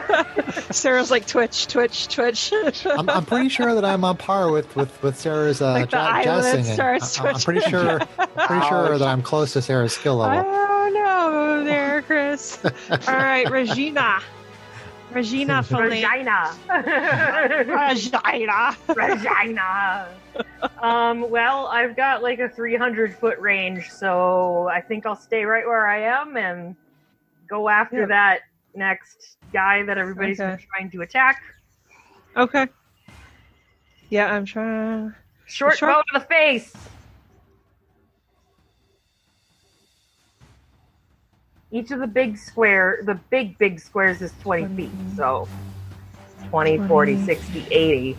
No, no. Sarah's like twitch, twitch, twitch. I'm, I'm pretty sure that I'm on par with with with Sarah's uh, Like the ja- jazz eyelid singing. starts I- I'm pretty sure, pretty sure that I'm close to Sarah's skill I level. don't know Oh, there, Chris. All right, Regina. Regina Felipe. Regina. Regina. Regina. Um, well, I've got like a 300 foot range, so I think I'll stay right where I am and go after Yeah. that next guy that everybody's Okay. been trying to attack. Okay. Yeah, I'm trying. Short, Short- bow to the face. Each of the big square, the big, big squares is 20 feet, so 20, 40, 60, 80.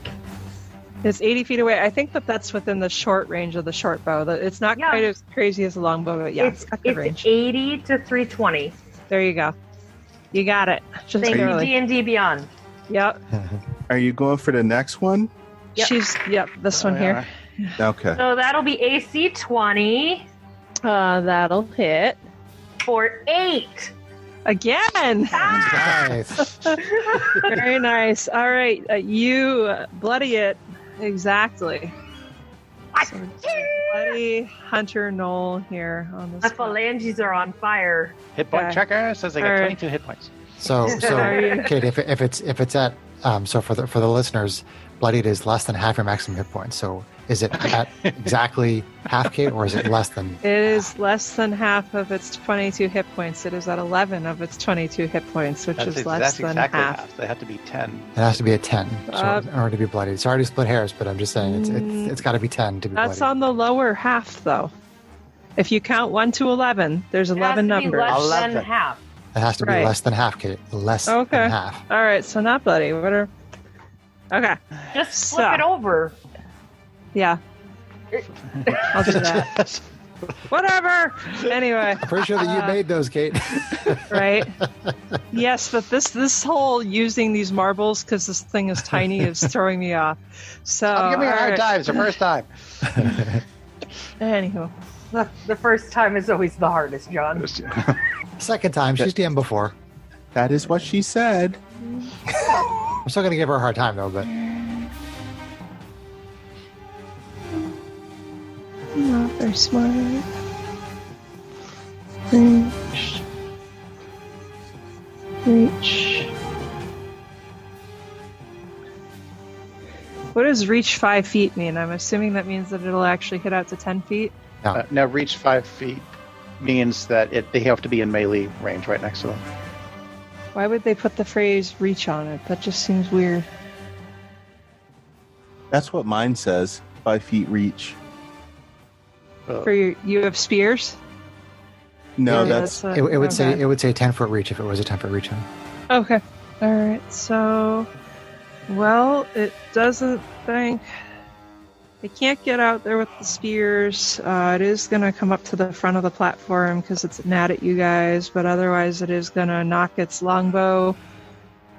It's 80 feet away. I think that that's within the short range of the short bow. The- It's not Yeah. quite as crazy as a long bow, but yeah, it's, it's, got good it's range. 80 to 320. There you go. You got it. Just Thank you, barely. D&D Beyond. Yep. Are you going for the next one? Yep. She's yep. Oh, This one here. Okay. So that'll be AC 20 Uh, that'll hit for Ah! 8. again. Nice. Very nice. All right, uh, you uh, bloody it exactly. So it's bloody Hunter Knoll here on My this. one. phalanges are on fire. Hit point Okay. checker says I got Alright. 22 hit points. So Sorry. so Kate, if, if it's if it's at um, so for the for the listeners, bloodied is less than half your maximum hit point. So is it at exactly half Kate or is it less than? It is less than half of its 22 hit points. It is at 11 of its 22 hit points, which That's, is ex- less that's than exactly half. They have to be 10. It has to be a ten so Uh, in order to be bloodied. Sorry to split hairs, but I'm just saying it's it's, Mm. it's got to be ten to be That's bloodied. on the lower half, though. If you count 1 to 11, there's It has 11 to be numbers. Less than Eleven. half. it has to be right. less than half Kate. Less Okay. than half. All right, so not bloody. What are. Okay, Just flip So. it over. yeah. I'll do that. Whatever! Anyway. I'm pretty sure that you Uh, made those, Kate. right? yes, but this this whole using these marbles because this thing is tiny is throwing me off. So I'm giving her a hard Oh, alright. time. It's her first time. Anywho, The, the first time is always the hardest, John. Second time, she's DM before. That is what she said. I'm still gonna give her a hard time though, but Not very smart. Reach. what does reach five feet mean? I'm assuming that means that it'll actually hit out to ten feet. Uh, now, reach five feet means that it, they have to be in melee range right next to them. Why would they put the phrase "reach" on it? That just seems weird. That's what mine says. Five feet reach. Uh, For your, you have spears. No, Yeah, that's what- it, it would say okay. it would say ten foot reach if it was a ten foot reach. Huh? Okay. All right. So, well, it doesn't think they can't get out there with the spears. Uh, it is going to come up to the front of the platform because it's mad at you guys, but otherwise, it is going to knock its longbow.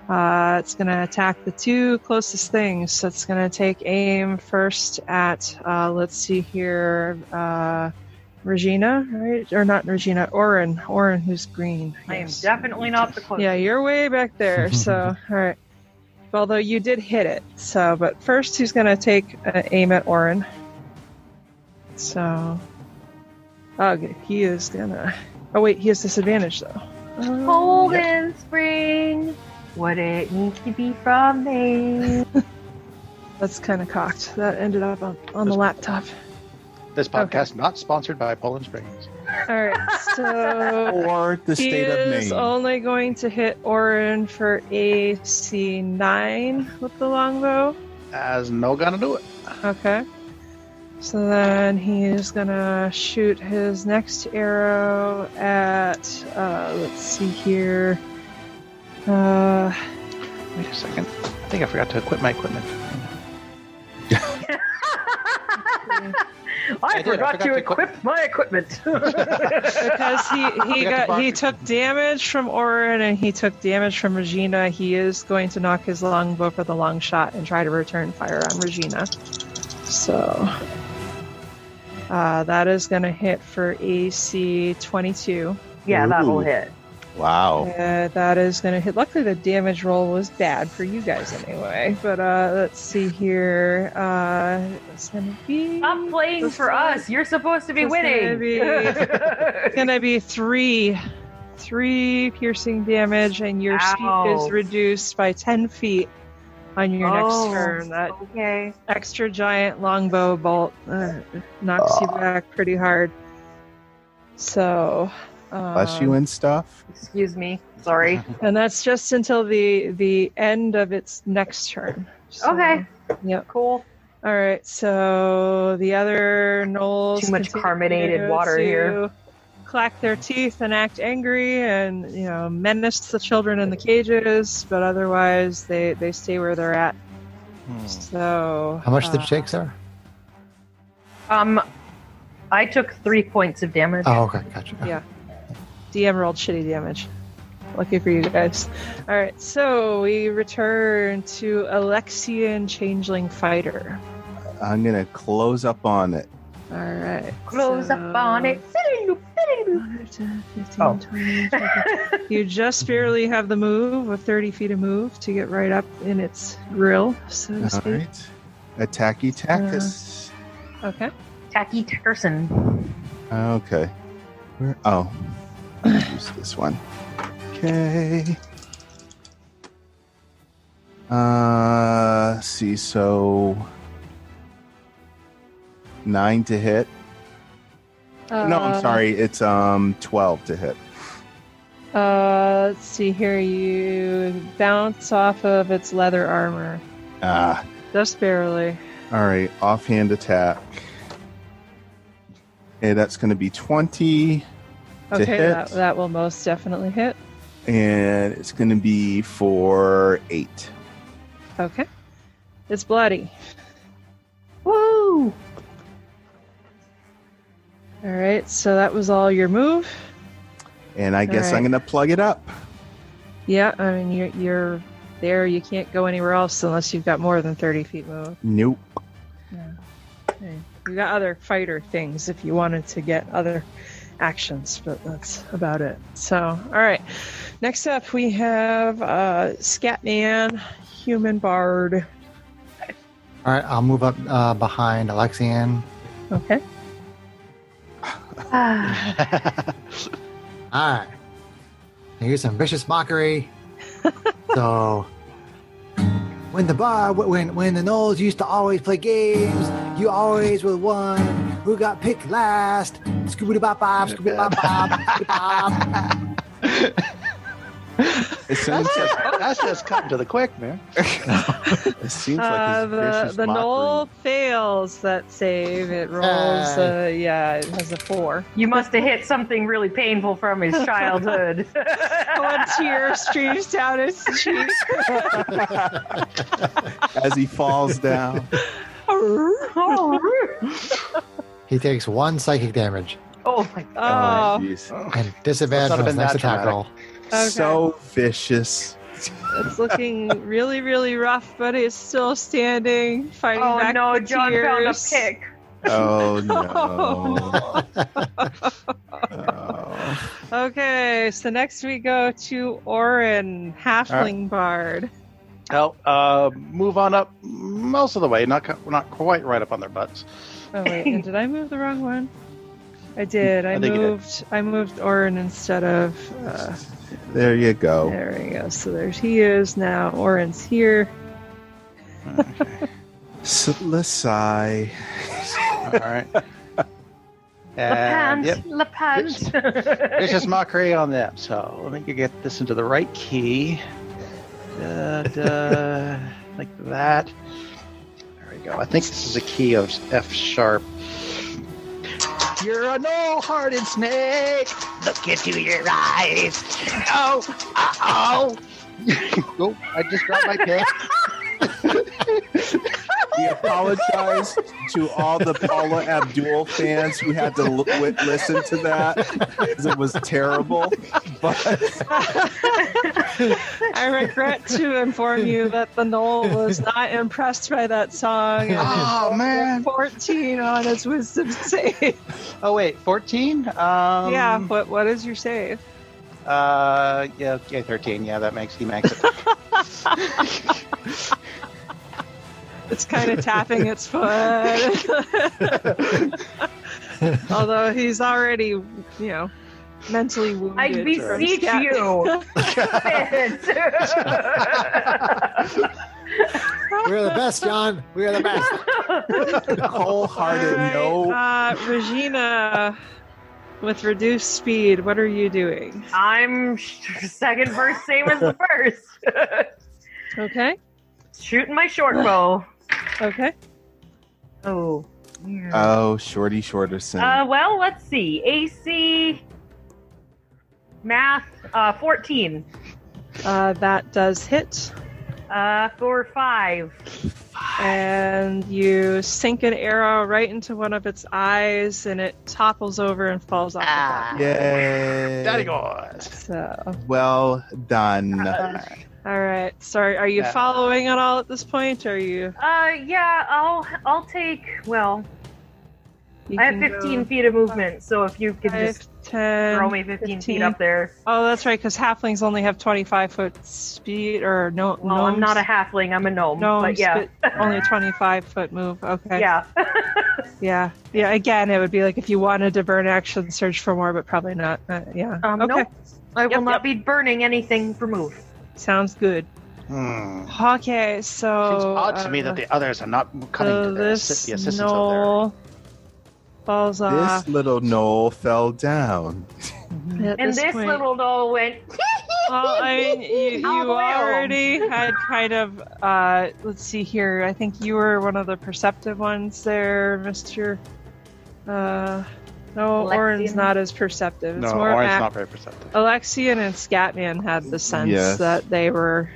Uh, it's going to attack the two closest things. So it's going to take aim first at, uh, let's see here, uh, Regina, right? Or not Regina, Orin. Orin, who's green. I am yes. definitely not the closest. Yeah, you're way back there. So, all right. Although you did hit it. So, but first he's going to take an aim at Orin. So, okay, he is going to. Oh, wait, he has disadvantage, though. Cold and spring. Would it need to be from me? That's kind of cocked. That ended up on, on the laptop. this podcast not sponsored by Poland Springs. All right, so. or the He state of is Maine. only going to hit Orin for AC 9 with the longbow. As no gonna do it. Okay. So then he's gonna shoot his next arrow at. Uh, let's see here. Uh, Wait a second. I think I forgot to equip my equipment. I, I did, I forgot, forgot to to equip- equip my equipment. because he, he got the got he boxes. took damage from Orin and he took damage from Regina. He is going to knock his longbow for the long shot and try to return fire on Regina. So uh, that is going to hit for AC 22. Yeah, Ooh. that'll hit. Wow. Uh, that is going to hit. Luckily, the damage roll was bad for you guys anyway. But uh, let's see here. Uh, it's going to be. Stop playing Just for gonna- us. You're supposed to be just gonna winning. be- It's gonna be three, three piercing damage, and your Ow. speed is reduced by ten feet on your Oh. next turn. That okay. extra giant longbow bolt uh, knocks Ah. you back pretty hard. So, um, Bless you and stuff. Excuse me. Sorry. and that's just until the the end of its next turn. So, Okay. Yep. Cool. All right, so the other gnolls Too much continue carbonated water to here. Clack their teeth and act angry, and you know menace the children in the cages. But otherwise, they they stay where they're at. So How much did uh, it take, Sarah? Um, I took three points of damage. Oh, okay, gotcha. Yeah. DM rolled shitty damage. Lucky for you guys. All right, so we return to Alexian Changeling Fighter. I'm gonna close up on it. All right, Close so- up on it. Oh. You just barely have the move of 30 feet of move to get right up in its grill, so to All speak. right. Attacky tactus. Okay. Tacky Tackerson. Okay. Where? Oh, I'll use this one. Okay. Uh, see, so nine to hit. no, I'm Uh, sorry. It's um twelve to hit. Uh, let's see here. You bounce off of its leather armor, Ah, just barely. all right. Offhand attack. Okay, that's going to be twenty, To Okay, hit. that, that will most definitely hit. and it's going to be for eight. Okay. It's bloody. Woo! All right, so that was all your move. And I guess right. I'm going to plug it up. Yeah, I mean, you're, you're there. You can't go anywhere else unless you've got more than 30 feet move. Nope. You got other fighter things if you wanted to get other actions, but that's about it. So, all right. Next up, we have uh, Scatman, Human Bard. All right, I'll move up uh, behind Alexian. Okay. All right. I use some vicious mockery. so, when the bar, when when the Knolls used to always play games, you always were the one who got picked last. Scooby bop bop, scooby bop bop, scooby bop. It sounds That's just, that's just cutting to the quick, man. It seems Uh, like it's the the knoll fails that save. It rolls, uh, yeah, it has a four. You must have hit something really painful from his childhood. One tear streams down its cheek. as he falls down. oh He takes one psychic damage my Oh, Oh, jeez. and disadvantage on Must not have his been next that attack roll. Okay. So vicious. it's looking really, really rough, but it's still standing, fighting Oh back no, the John found a tears. pick. Oh no. Oh, Oh. Okay, so next we go to Orin, Halfling Bard. Now, uh, move on up most of the way. Not co- not quite right up on their butts. Oh wait, and did I move the wrong one? I did. I, I think you did. moved. I moved Orin instead of. Uh, There you go. there we go. So there's he is now. Orin's here. Slissai. All right. Lapant, And, Uh, yep, Lapant. it's just mockery on them. So let me go get this into the right key. Da, da, like that. There we go. I think this is a key of F sharp. You're an all-hearted snake. Look into your eyes. Oh, uh-oh. oh, I just dropped my pen. The apologize to all the Paula Abdul fans who had to l- w- listen to that 'cause it was terrible. But I regret to inform you that the Knoll was not impressed by that song. and Oh man! 14 on its wisdom save. Oh wait, fourteen. Um, yeah, what what is your save? Uh, yeah, yeah, thirteen. Yeah, that makes he makes it. It's kind of tapping its foot. Although he's already, you know, mentally wounded. I from beseech scat- you. We're the best, John. We're the best. wholehearted, All no. right, Uh, Regina, with reduced speed, what are you doing? I'm sh- second verse, same as the first. Okay, Shooting my short bow. okay. Oh. yeah. Oh, Shorty Shorterson. Um, Uh, well, let's see. AC math uh, 14 Uh, that does hit, uh, for 5. and you sink an arrow right into one of its eyes, and it topples over and falls off. Ah, Yay. Daddy goes. The ground. So, Well done. Uh-huh. all right. Sorry, are you Yeah. following at all at this point? Or are you? Uh, yeah, I'll I'll take. Well, you I have can go 15 feet of movement, so if you could five, just 10, throw me 15, feet 15. up there. Oh, that's right, because halflings only have 25 foot speed, or no. Well, I'm not a halfling. I'm a gnome. No, but yeah, only 25 foot move. Okay. yeah. Yeah. Yeah. Again, it would be like if you wanted to burn action, search for more, but probably not. Uh, yeah. Um, okay. Nope. I will Yep, not yep. be burning anything for move. Sounds good. Hmm. Okay. So. Seems odd to me that the others are not coming Oh, uh, to this, the assistance of knoll falls off. This little knoll fell down. at And this, point. little doll went. Well, I mean, you, you All the way home. already had kind of. Uh, let's see here. I think you were one of the perceptive ones there, Mister. Uh, no, Alexian. Orin's not as perceptive. their. It's No, more Orin's Mac- not very perceptive. Alexian and Scatman had the sense Yes. that they were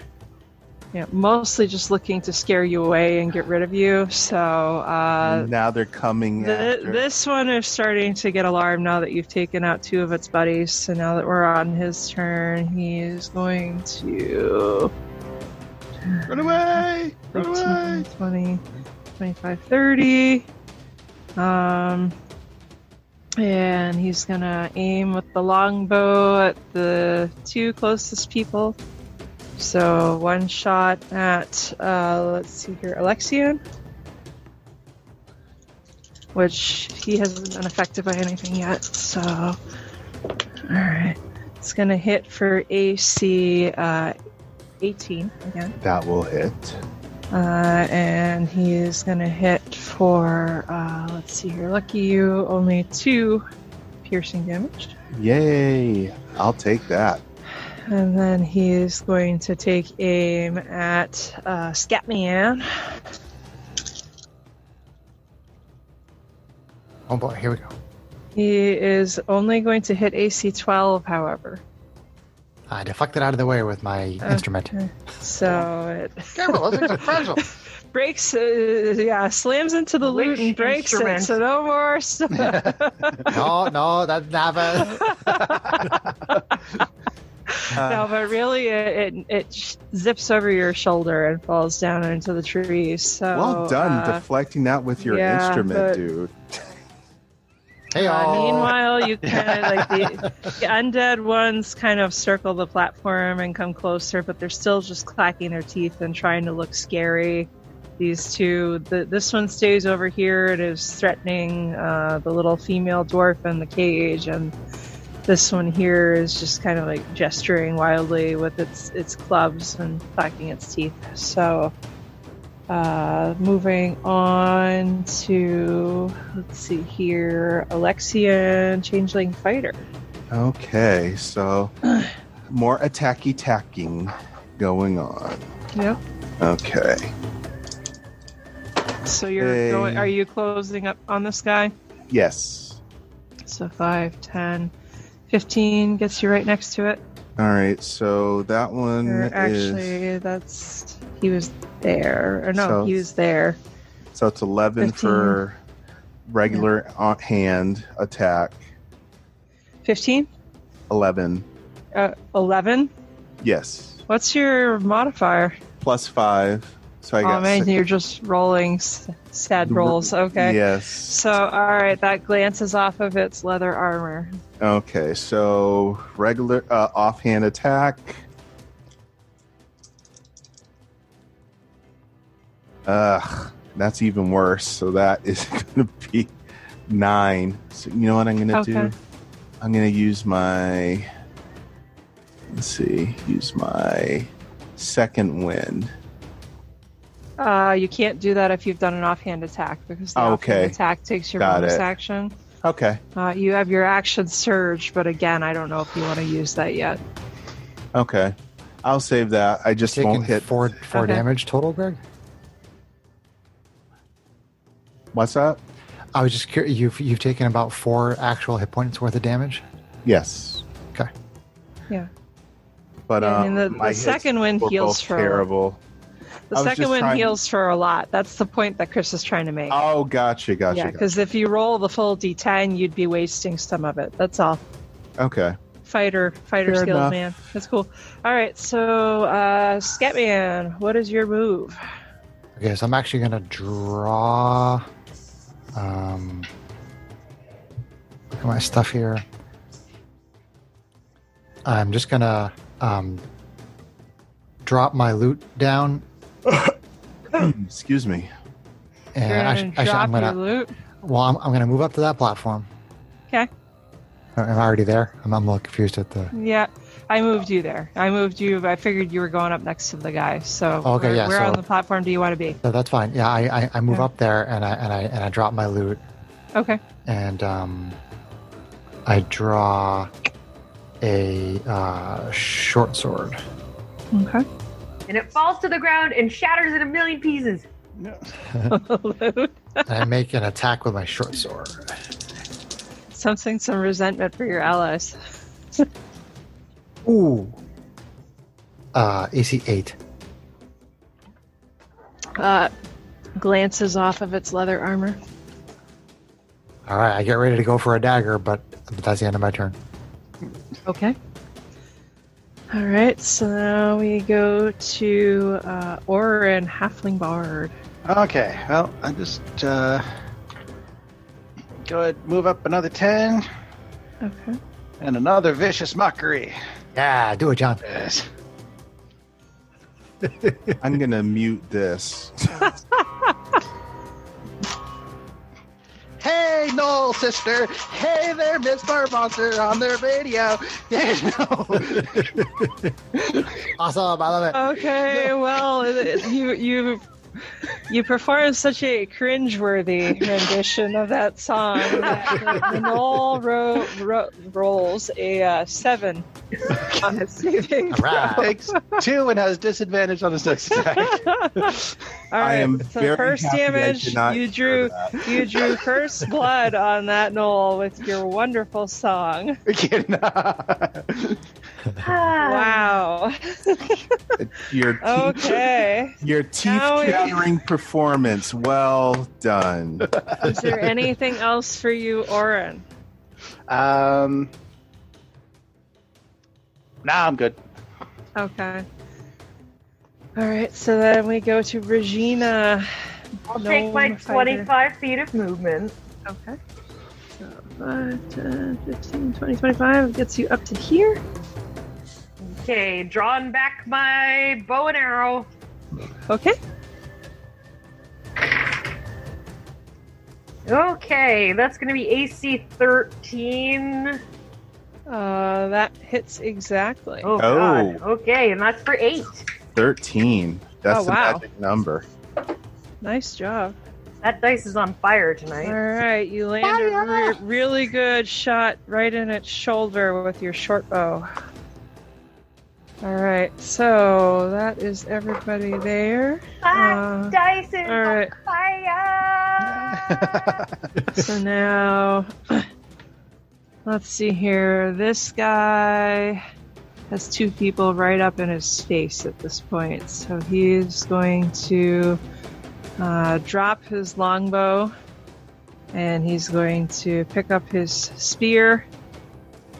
you know, mostly just looking to scare you away and get rid of you. So uh, now they're coming th- after. this one is starting to get alarmed now that you've taken out two of its buddies. So now that we're on his turn, he is going to Run away! Run 15, away! 20, 25, 30. Um, and he's gonna aim with the longbow at the two closest people. So one shot at, uh, let's see here, Alexian. Which he hasn't been affected by anything yet, so. Alright. It's gonna hit for AC uh, 18 again. That will hit. Uh, and he is going to hit for, uh, let's see here, lucky you, only two piercing damage. Yay. I'll take that. And then he is going to take aim at uh, Scatman. Oh boy, here we go. He is only going to hit AC 12, however. I deflected out of the way with my Uh, instrument. So it Careful, those things are fragile. breaks, uh, yeah, slams into the loot and Which breaks instrument? it. So no more stuff. No, no, that's never. no, but really, it, it it sh- zips over your shoulder and falls down into the trees. So well done uh, deflecting that with your yeah, instrument, but- dude. Hey, Uh, all. meanwhile, you kind of like the, the undead ones kind of circle the platform and come closer, but they're still just clacking their teeth and trying to look scary. These two, the, this one stays over here and is threatening uh, the little female dwarf in the cage, and this one here is just kind of like gesturing wildly with its its clubs and clacking its teeth. So. Uh, moving on to let's see here, Alexian Changeling Fighter. Okay, so more attacky tacking going on. Yep. Okay. So you're Hey. going. Are you closing up on this guy? Yes. So 5, 10, 15 gets you right next to it. All right, so that one Or is actually, that's he was there. Or no, So- he was there. So it's 11 for regular on- hand attack. 15? 11. Uh, 11? Yes. What's your modifier? Plus 5. So I oh got man, six- you're just rolling s- sad rolls. Okay. Yes. So, all right, that glances off of its leather armor. Okay, so regular uh, offhand attack. Ugh, that's even worse. So that is going to be nine. So you know what I'm going to do? Okay. I'm going to use my. Let's see. Use my second wind. Uh, you can't do that if you've done an offhand attack because the Okay. offhand attack takes your Got bonus it. action. Okay. Uh, you have your action surge, but again, I don't know if you want to use that yet. Okay. I'll save that. I just Taking won't hit. four four Okay. damage total, Greg. What's up? I was just curious. You've you've taken about four actual hit points worth of damage. Yes. Okay. Yeah. But Yeah, I mean, um, the- my the hits second wind were heals both for- terrible. The I was second just one trying- heals for a lot. That's the point that Chris is trying to make. Oh, gotcha, gotcha. yeah, gotcha. because if you roll the full D10, you'd be wasting some of it. That's all. Okay. Fighter, fighter Fair skills, enough. man. That's cool. All right, so uh, Scatman, what is your move? Okay, so I'm actually gonna draw. Um, look at my stuff here. I'm just gonna um, drop my loot down, Excuse me. and You're actually, gonna actually, drop I'm gonna. your loot. Well, I'm, I'm gonna move up to that platform. Okay. Uh, Am I already there? I'm, I'm a little confused at the. Yeah, I moved you there. I moved you. I figured you were going up next to the guy. So Oh, Okay, where, yeah, where so- on the platform do you want to be? No, that's fine. Yeah, I, I, I move Yeah. up there and I and I and I drop my loot Okay. and um, I draw a uh, short sword. Okay. and it falls to the ground and shatters in a million pieces. and I make an attack with my short sword. Something, some resentment for your allies. Ooh. Uh, AC eight. Uh, glances off of its leather armor. All right, I get ready to go for a dagger, but that's the end of my turn. Okay. All right, so now we go to uh, Orin Halfling Bard. Okay, well, I just uh, go ahead, move up another 10, Okay. and another vicious mockery. Yeah, do it, John. Yes. I'm gonna mute this. Hey, Noel, sister. Hey there, Miss Bar Monster on the radio. There's no. Awesome, I love it. Okay, well, it- you you you perform such a cringeworthy rendition of that song. that the Noel ro- ro- rolls a uh, seven on his saving. All right. takes two and has disadvantage on his next attack. All right, I am so very first happy I damage. did not You hear drew that. you drew first blood on that Noel with your wonderful song. We cannot. Um, Ah, Wow. Your Okay. your teeth Now we- chattering performance. Well done. Is there anything else for you, Oren? Um. Nah, I'm good. Okay. All right. So then we go to Regina. I'll take my Gnome fighter. 25 feet of movement. Okay. So 5, 10, 15, 20, 25 gets you up to here. Okay, drawing back my bow and arrow. Okay. Okay, that's going to be AC 13. Uh, that hits exactly. Oh, God. Okay, and that's for 8. Thirteen. That's Oh, the wow. magic number. Nice job. That dice is on fire All tonight. right. You land a re- really good shot right in its shoulder with your short bow. All right. So that is everybody there. That Uh, dice is All right. on fire. so now let's see here this guy has two people right up in his face at this point so he's going to uh, drop his longbow and he's going to pick up his spear.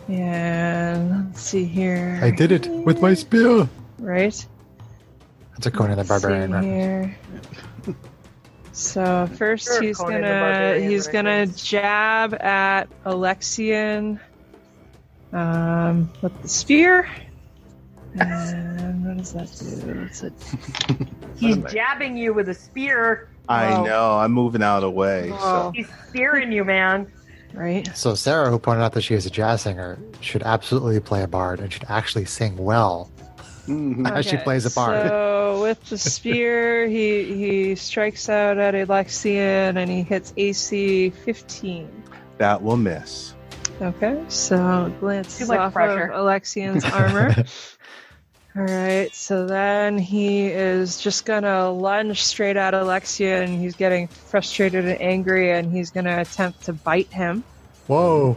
And let's see here. I did it with my spear. Right? That's a Conan the Let's see Barbarian reference. here. So first Sure, he's Conan the gonna Barbarian he's gonna reference. jab at Alexian um, with the spear. And what does that do? That's a He's jabbing you with a spear. I Wow. Oh. know. I'm moving out of the way. Wow. He's spearing you, man. right. So Sarah, who pointed out that she is a jazz singer, should absolutely play a bard and should actually sing well Mhm. as she Okay, plays a bard. So with the spear, he he strikes out at Alexian and he hits AC 15. So that will miss. Okay, so glances Too much off pressure. of Alexian's armor. All right, so then he is just gonna lunge straight at Alexian. and He's getting frustrated and angry, and he's gonna attempt to bite him. Whoa!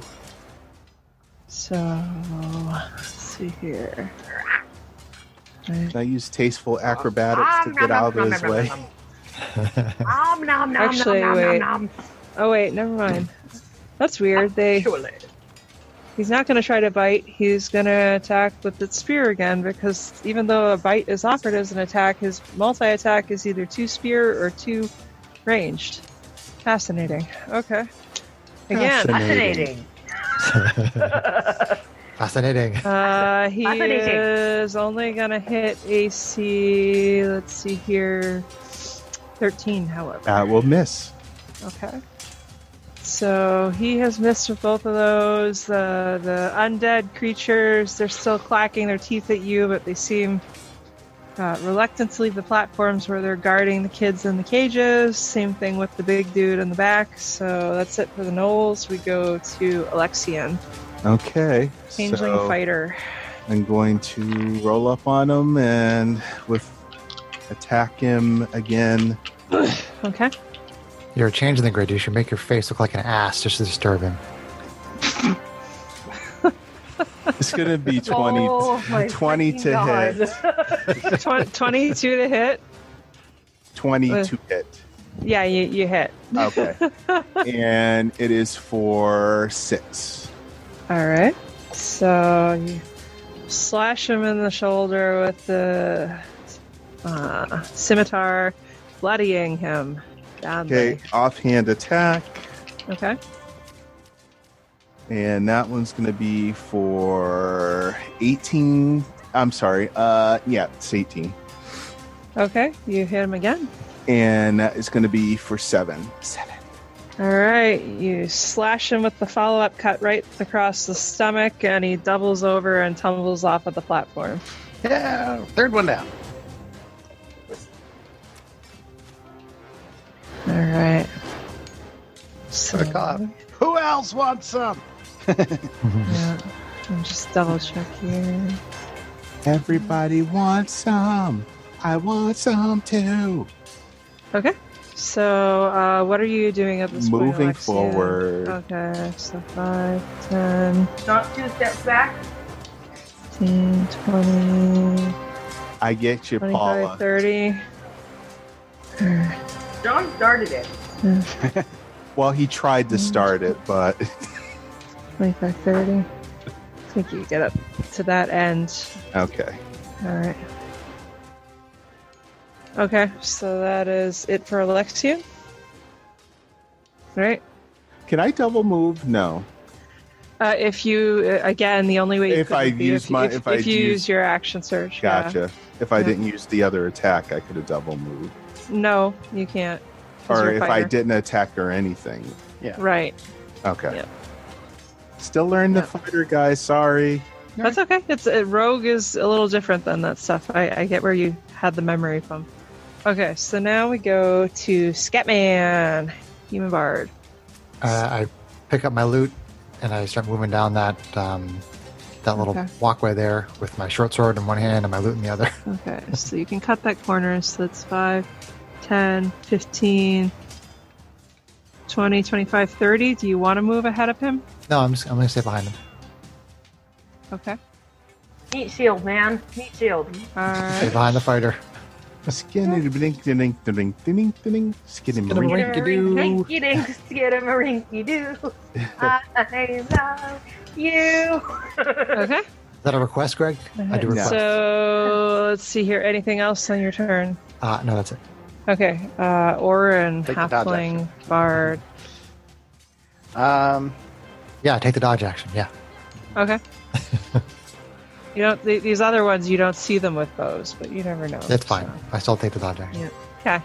So let's see here. Can I use tasteful Ah, acrobatics to Om, get nom, out of nom, his nom, nom, way? nom, nom. Om, nom, nom, Actually, nom, nom, wait. nom, Oh wait, never mind. That's weird. They nom. He's not going to try to bite. He's going to attack with the spear again because even though a bite is offered as an attack, his multi attack is either two spear or two ranged. Fascinating. Okay. Again, Fascinating. Fascinating. uh, he Fascinating. is only going to hit AC, let's see here, 13, however. That will miss. Okay. So he has missed with both of those. The the undead creatures, they're still clacking their teeth at you, but they seem uh, reluctant to leave the platforms where they're guarding the kids in the cages. Same thing with the big dude in the back. So that's it for the gnolls. We go to Alexian, Okay. changeling so fighter. I'm going to roll up on him and with attack him again. Okay. You're a change in the grid. You should make your face look like an ass just to disturb him. It's going to be 20, Oh, my 20 freaking to God. hit. Tw- 22 to hit. Uh. 20 to hit. Yeah, you, you hit. Okay. and it is for six. All right. So you slash him in the shoulder with the uh, scimitar, bloodying him. Badly. Okay. Offhand attack. Okay. And that one's going to be for 18. I'm sorry. Uh, yeah, it's 18. Okay. You hit him again. And that is going to be for seven. Seven. All right. You slash him with the follow up cut right across the stomach, and he doubles over and tumbles off of the platform. Yeah, Oh, third one down. All right. So, Good call. Who else wants some? yeah, I'm just double check here. Everybody wants some. I want some too. Okay. So, uh, what are you doing at this point? Moving Alexia? forward. Okay, so 5, 10, Not two steps back. 15, 20, I get you, 25, Paula. 30. John started it. Well, he tried to Mm. start it, but 25, 30. I think you get up to that end. okay. Alright. Okay, so that is it for Alexia. Right? Can I double move? No. Uh, if you, uh, again, the only way you If could I would be use if, my- if, if I if you use- use your action search. yeah. Gotcha. If I Yeah. didn't use the other attack, I could have double moved. No, you can't. 'cause Or you're a if I fighter. didn't attack or anything. Right. Okay. Yeah. Still learn the Yeah. fighter, guys. Sorry. That's okay. It's uh, rogue is a little different than that stuff. I, I get where you had the memory from. Okay, so now we go to Scatman, human bard. Uh, I pick up my loot and I start moving down that um, that little Okay. walkway there with my short sword in one hand and my loot in the other. Okay, so you can cut that corner. So that's 5, 10, 15, 20, 25, 30. Do you want to move ahead of him? No, I'm just, I'm gonna stay behind him. Okay. Meat shield, man. Meat shield. All Stay right. behind the fighter. Skinny blink, ding, ding, ding, ding, skinny. Rinky-doo. Rinky dink, skidamarinky doo. Ah, I love you. Uh, Okay. Is that a request, Greg? I do request. So let's see here. Anything else on your turn? Uh, no, that's it. Okay. Uh, Orin, Take the dodge halfling, bard. Um, Yeah, take the dodge action. Yeah. Okay. you don't. th- these other ones, you don't see them with bows, but you never know. That's fine. I still take the dodge action. Okay.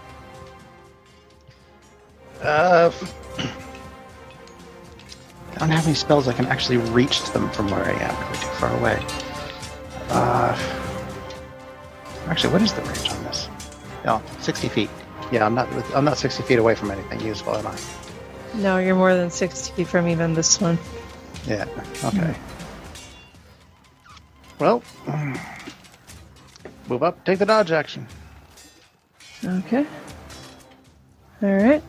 uh, I don't have any spells I can actually reach them from where I am. They're too far away. Uh, actually, what is the range on this? No, 60 Oh, feet. Yeah, I'm not. I'm not 60 feet away from anything useful, am I? No, you're more than sixty from even this one. Yeah. Okay. Well, mm. move up. Take the dodge action. Okay. All right.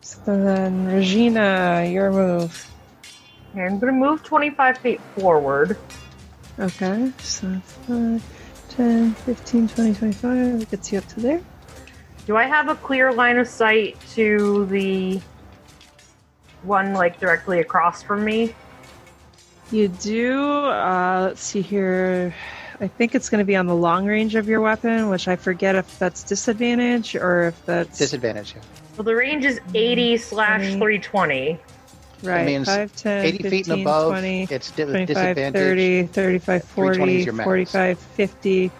So then, Regina, your move. Okay, I'm gonna move 25 feet forward. Okay, so 5, 10, 15, 20, 25. It gets you up to there. Do I have a clear line of sight to the one like directly across from me? You do. Uh, let's see here. I think it's going to be on the long range of your weapon, which I forget if that's disadvantage or if that's Disadvantage. Yeah. Well, the range is Mm, 80 slash 320. right. means 5, 10, 80 feet 15, and above. 20, it's di- 25, disadvantage. 30, 35, 320 40, is your max. 45, 50,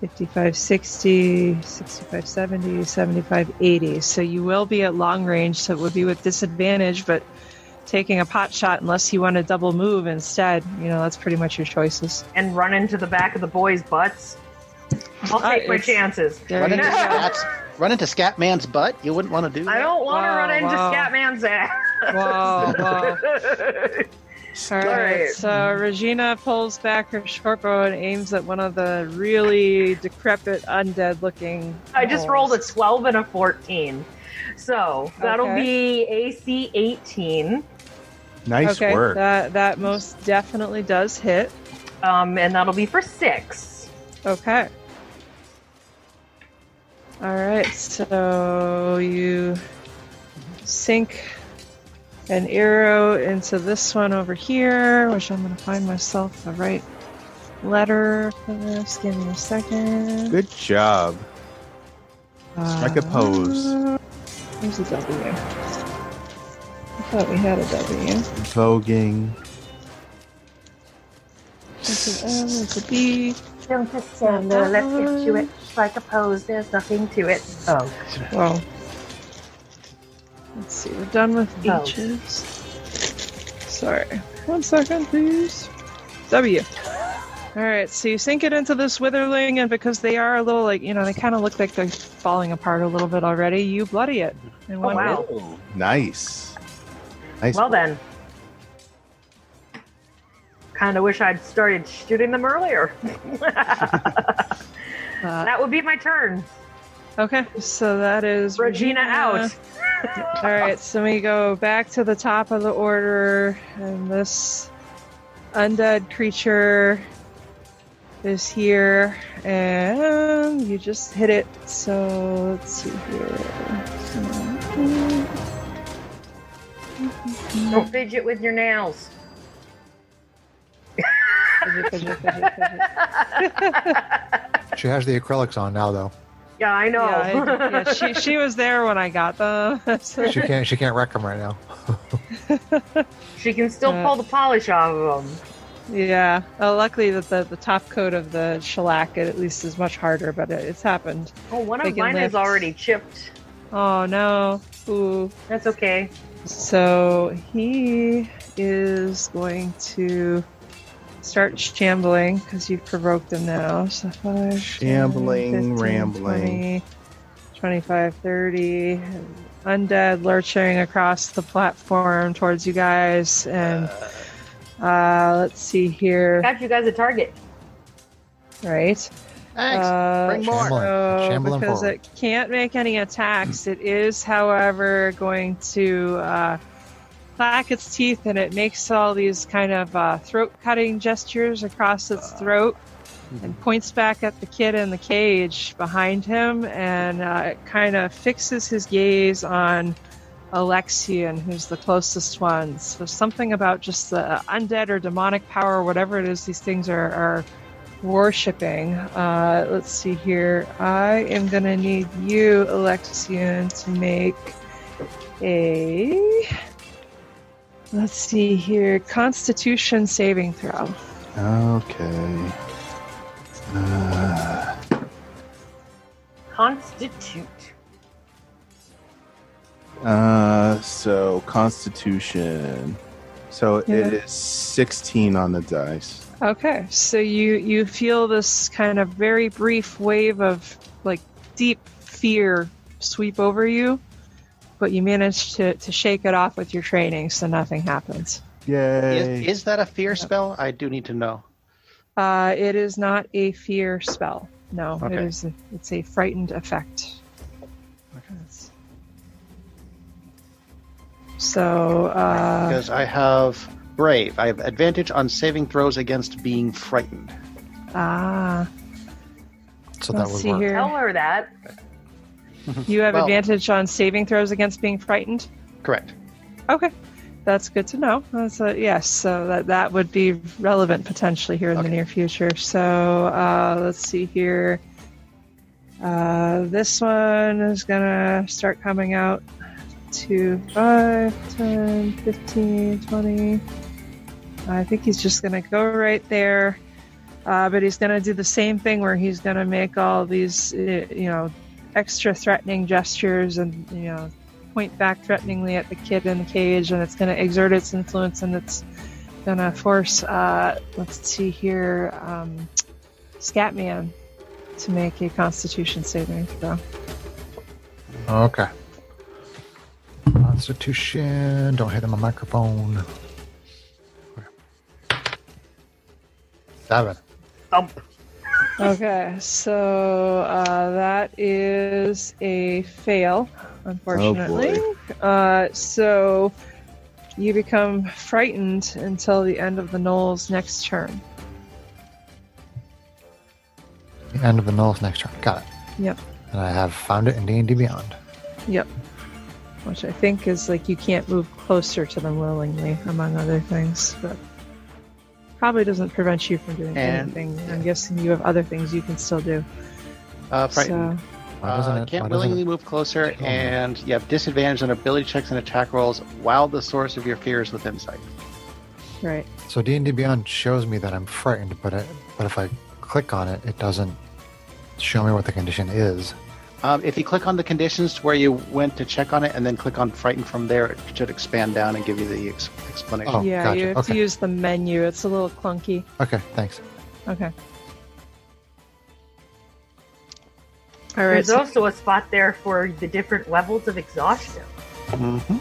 55, 60, 65, 70, 75, 80. So you will be at long range, so it would be with disadvantage, but taking a pot shot unless you want to double move instead, you know, that's pretty much your choices. and run into the back of the boys' butts. I'll Uh, take my it's- chances. There Run you into, go. Scat's, run into Scat Man's butt. You wouldn't want to do that. I don't want to Wow, run into wow. Scatman's Whoa, whoa. ass. All All right. right. So Regina pulls back her shortbow and aims at one of the really decrepit, undead-looking. I just rolled a it. 12 and a 14. So that'll Okay. be AC 18. Nice okay, work. that that most definitely does hit. Um, and that'll be for six. Okay. All right. So you sink an arrow into this one over here, which I'm going to find myself the right letter for this. Give me a second. Good job. like a pose. Uh, There's a W. I thought we had a W. Voguing. There's an M, there's a B. Don't just stand there. Let's get to it. Just like a pose. There's nothing to it. Oh. Well, let's see, we're done with Oh. beaches. Sorry. One second, please. W. Alright, so you sink it into this witherling, and because they are a little like, you know, they kind of look like they're falling apart a little bit already, you bloody it. in one Oh, wow. hit. Nice. Nice. Well then. Kind of wish I'd started shooting them earlier. Uh, that would be my turn. okay, so that is Regina out. All right, so we go back to the top of the order, and this undead creature is here, and you just hit it. So let's see here. Don't fidget with your nails. Fidget, fidget, fidget, fidget. She has the acrylics on now, though. Yeah, I know. Yeah, I- yeah, she, she was there when I got them. So- She can't. She can't wreck them right now. She can still Uh, pull the polish off of them. yeah, uh, luckily that the, the top coat of the shellac at least is much harder, but it, it's happened. Oh, one they of can mine lift. is already chipped. Oh no! Ooh. That's okay. So he is going to start shambling because you've provoked him now. So five, 10, Shambling, rambling. 20, 25, 30. Undead lurching across the platform towards you guys. And uh, let's see here. Got you guys a target. Right. Thanks. Uh, Bring more. Shambling. so, Shambling because forward. it can't make any attacks. It is, however, going to uh, clack its teeth and it makes all these kind of uh, throat cutting gestures across its throat. mm-hmm. and points back at the kid in the cage behind him and uh, kind of fixes his gaze on Alexian, who's the closest one. So something about just the undead or demonic power, whatever it is these things are, are worshipping. Uh, let's see here. I am going to need you, Alexian, to make a. Let's see here. Constitution saving throw. Okay. Uh, Constitute. uh, so Constitution. So Yeah. it is 16 on the dice. Okay, so you you feel this kind of very brief wave of like deep fear sweep over you, but you manage to to shake it off with your training, so nothing happens. Yay. Is, is that a fear spell? I do need to know. Uh, it is not a fear spell. No, it Okay. is. A, it's a frightened effect. Yes. So uh, Because I have brave. I have advantage on saving throws against being frightened. ah, So that let's would see work. Tell here. her that. You have Well- advantage on saving throws against being frightened. Correct. Okay, that's good to know. That's a, yes, so that that would be relevant potentially here in Okay. the near future. So uh, let's see here. Uh, this one is gonna start coming out to 5, 10, 15, 20. I think he's just gonna go right there. Uh, but he's gonna do the same thing where he's gonna make all these, uh, you know, extra threatening gestures and you know point back threateningly at the kid in the cage, and it's going to exert its influence and it's going to force, uh, let's see here, um, Scatman to make a constitution saving throw. Okay. Constitution. Don't hit on my microphone. Seven. Thump. Okay, so uh, that is a fail, unfortunately. uh, so you become frightened until the end of the Knoll's next turn. The end of the null's next turn. Got it. Yep. And I have found it in D&D Beyond. Yep. Which I think is like you can't move closer to them willingly, among other things. But probably doesn't prevent you from doing And- anything. I'm guessing you have other things you can still do. Uh, frightened. So Why doesn't Uh, it? can't why doesn't willingly it- move closer, Oh. and you have disadvantage on ability checks and attack rolls while the source of your fear is within sight. right. So D&D Beyond shows me that I'm frightened, but it, but if I click on it, it doesn't show me what the condition is. Um, if you click on the conditions to where you went to check on it, and then click on frightened from there, it should expand down and give you the ex- explanation. Oh, yeah, gotcha. you have Okay. to use the menu. It's a little clunky. Okay, thanks. Okay. All right. There's So, also a spot there for the different levels of exhaustion. Mhm.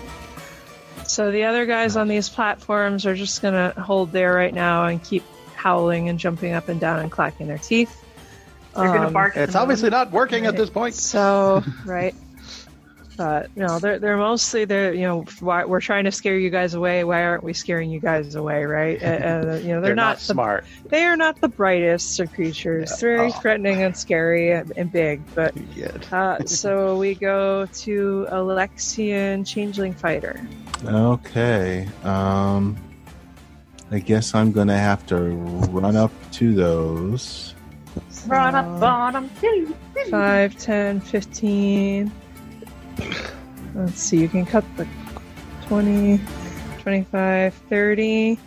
so the other guys on these platforms are just gonna hold there right now and keep howling and jumping up and down and clacking their teeth. They're gonna Um, bark. It's obviously not working at this point. So right, but you know they're they're mostly they're you know why, we're trying to scare you guys away. Why aren't we scaring you guys away? Right? Uh, uh, you know they're, They're not, the, smart. they are not the brightest of creatures. Very Oh. threatening and scary and, and big. But Good. uh, so we go to Alexian Changeling Fighter. Okay. Um, I guess I'm going to have to run up to those. Run up So- bottom. too. 5, 10, 15. Let's see, you can cut the 20, 25, 30.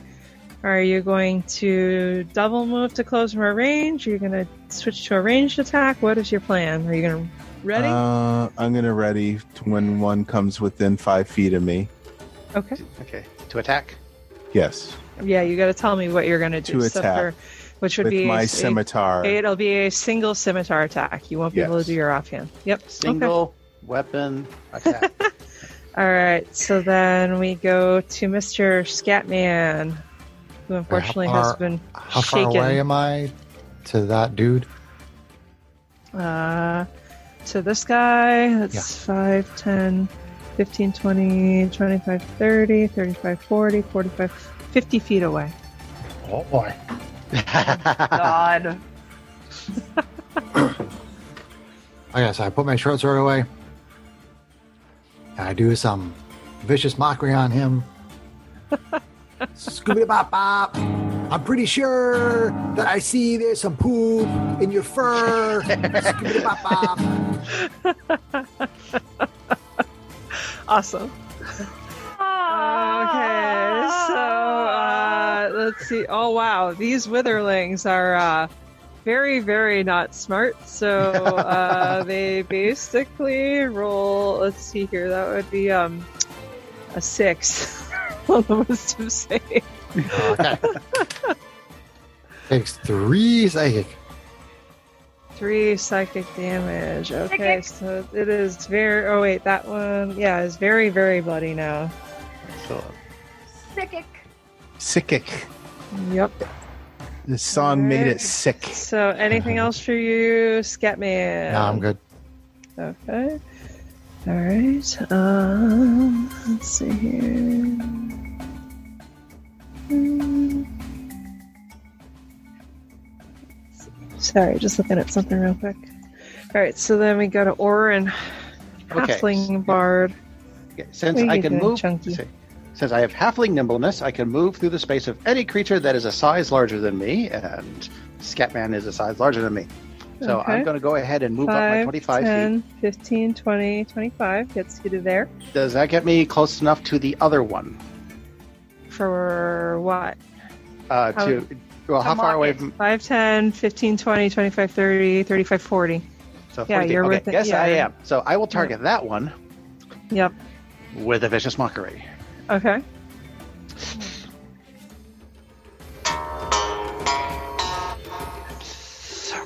Are you going to double move to close from a range? You're going to switch to a ranged attack? What is your plan? Are you going to. Ready? Uh, I'm going to ready to when one comes within five feet of me. okay. Okay, to attack. Yes. Yeah, you got to tell me what you're going to do. To attack which would With be. my a- scimitar. It'll be a single scimitar attack. You won't be able to Yes. do your offhand. Yep. Okay. Single weapon attack. All right, so then we go to Mr. Scatman, who unfortunately how has far- been How far away shaken am I to that dude? uh, to this guy. That's five, ten, fifteen, twenty, twenty-five, thirty, thirty-five, forty, Oh, forty-five, fifty 5, 10, 15, 20, 25, 30, 35, 40, 45, 50 feet away. Oh boy. God. Okay, so I put my short sword away. I do some vicious mockery on him. Scooby bop bop. I'm pretty sure that I see there's some poop in your fur. Scooby bop bop. Awesome. Ah. Okay, so uh, let's see. Oh wow, these witherlings are uh, very, very not smart. So uh, they basically roll. Let's see here. That would be um, a six on the wisdom save. Okay. Takes three psychic. Three psychic damage. Okay, Psychic. so it is very. Oh wait, that one. Yeah, is very, very bloody now. So Psychic. Sickic. Yep. The song made it sick. So anything else for you, Scatman? No, I'm good. Okay. All right. Um, let's see here. Hmm. Sorry, just looking at something real quick. All right, so then we go to Orin, Okay. Halfling Bard. Okay, Since What are I you can doing, move, Chunky? si- since I have halfling nimbleness, I can move through the space of any creature that is a size larger than me, and Scatman is a size larger than me. So Okay. I'm going to go ahead and move up my 5, 25 10, 15, 20, 25 gets you to there. feet. Does that get me close enough to the other one? For what? Uh, How- to well, how I'm far on away it. from? 5, 10, 15, 20, 25, 30, 35, 40. So Yeah, 40 feet. you're okay. within- Yes, I yeah. am. So I will target that one Yep. with a vicious mockery. Okay.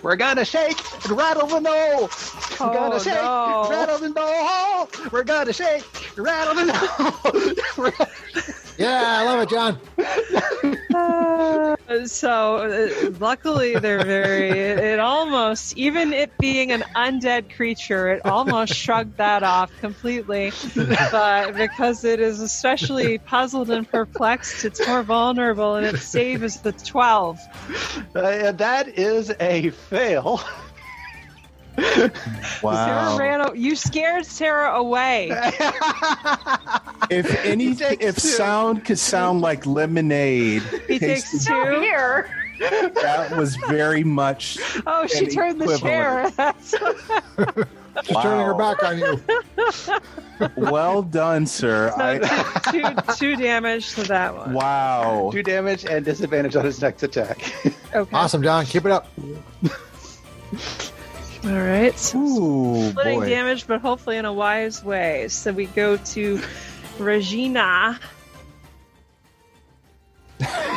We're gonna shake and rattle the knoll. We're Oh, gonna shake, no. rattle the knoll. We're gonna shake, rattle the knoll. We're gonna- Yeah, I love it, John. Uh, so uh, luckily they're very it, it almost even it being an undead creature it almost shrugged that off completely but because it is especially puzzled and perplexed it's more vulnerable and its save is the 12 Uh, that is a fail. sarah ran o- you scared sarah away If any, takes if two. sound could sound like lemonade, he takes two. Here. that was very much. Oh, she an turned the chair equivalent. That's- She's turning her Wow. back on you. Well done, sir. I, two, two damage to that one wow. Two damage and disadvantage on his next attack. okay Awesome, John. Keep it up. all right so Ooh, splitting boy. damage, but hopefully in a wise way. So we go to Regina.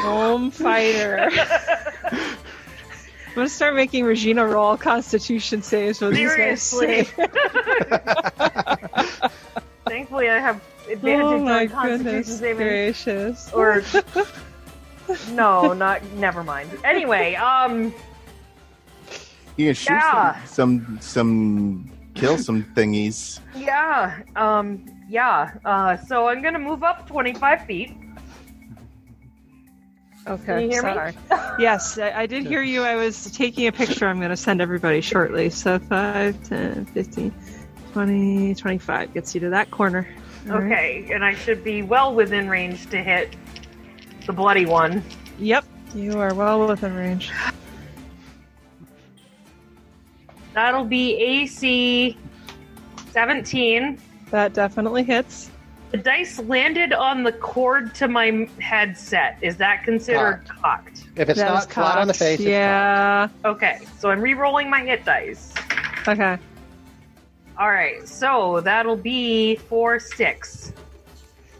Gnome fighter. I'm gonna start making Regina roll Constitution saves with these guys. Seriously. save. Thankfully, I have advantage Oh my on Constitution goodness saving. gracious! Or no, not. Never mind. Anyway, um, You can shoot Yeah. some, some, some, kill some thingies. yeah, um, yeah. Uh, so I'm gonna move up 25 feet. Okay, Can you hear me? sorry. yes, I, I did hear you. I was taking a picture. I'm gonna send everybody shortly. So 5, 10, 15, 20, 25 gets you to that corner. All right. Okay, and I should be well within range to hit the bloody one. Yep, you are well within range. That'll be AC 17. That definitely hits. The dice landed on the cord to my m- headset. Is that considered cocked? if it's That was not flat on the cocked. face, it's Yeah. Okay, so I'm re-rolling my hit dice. Okay. All right, so that'll be four six.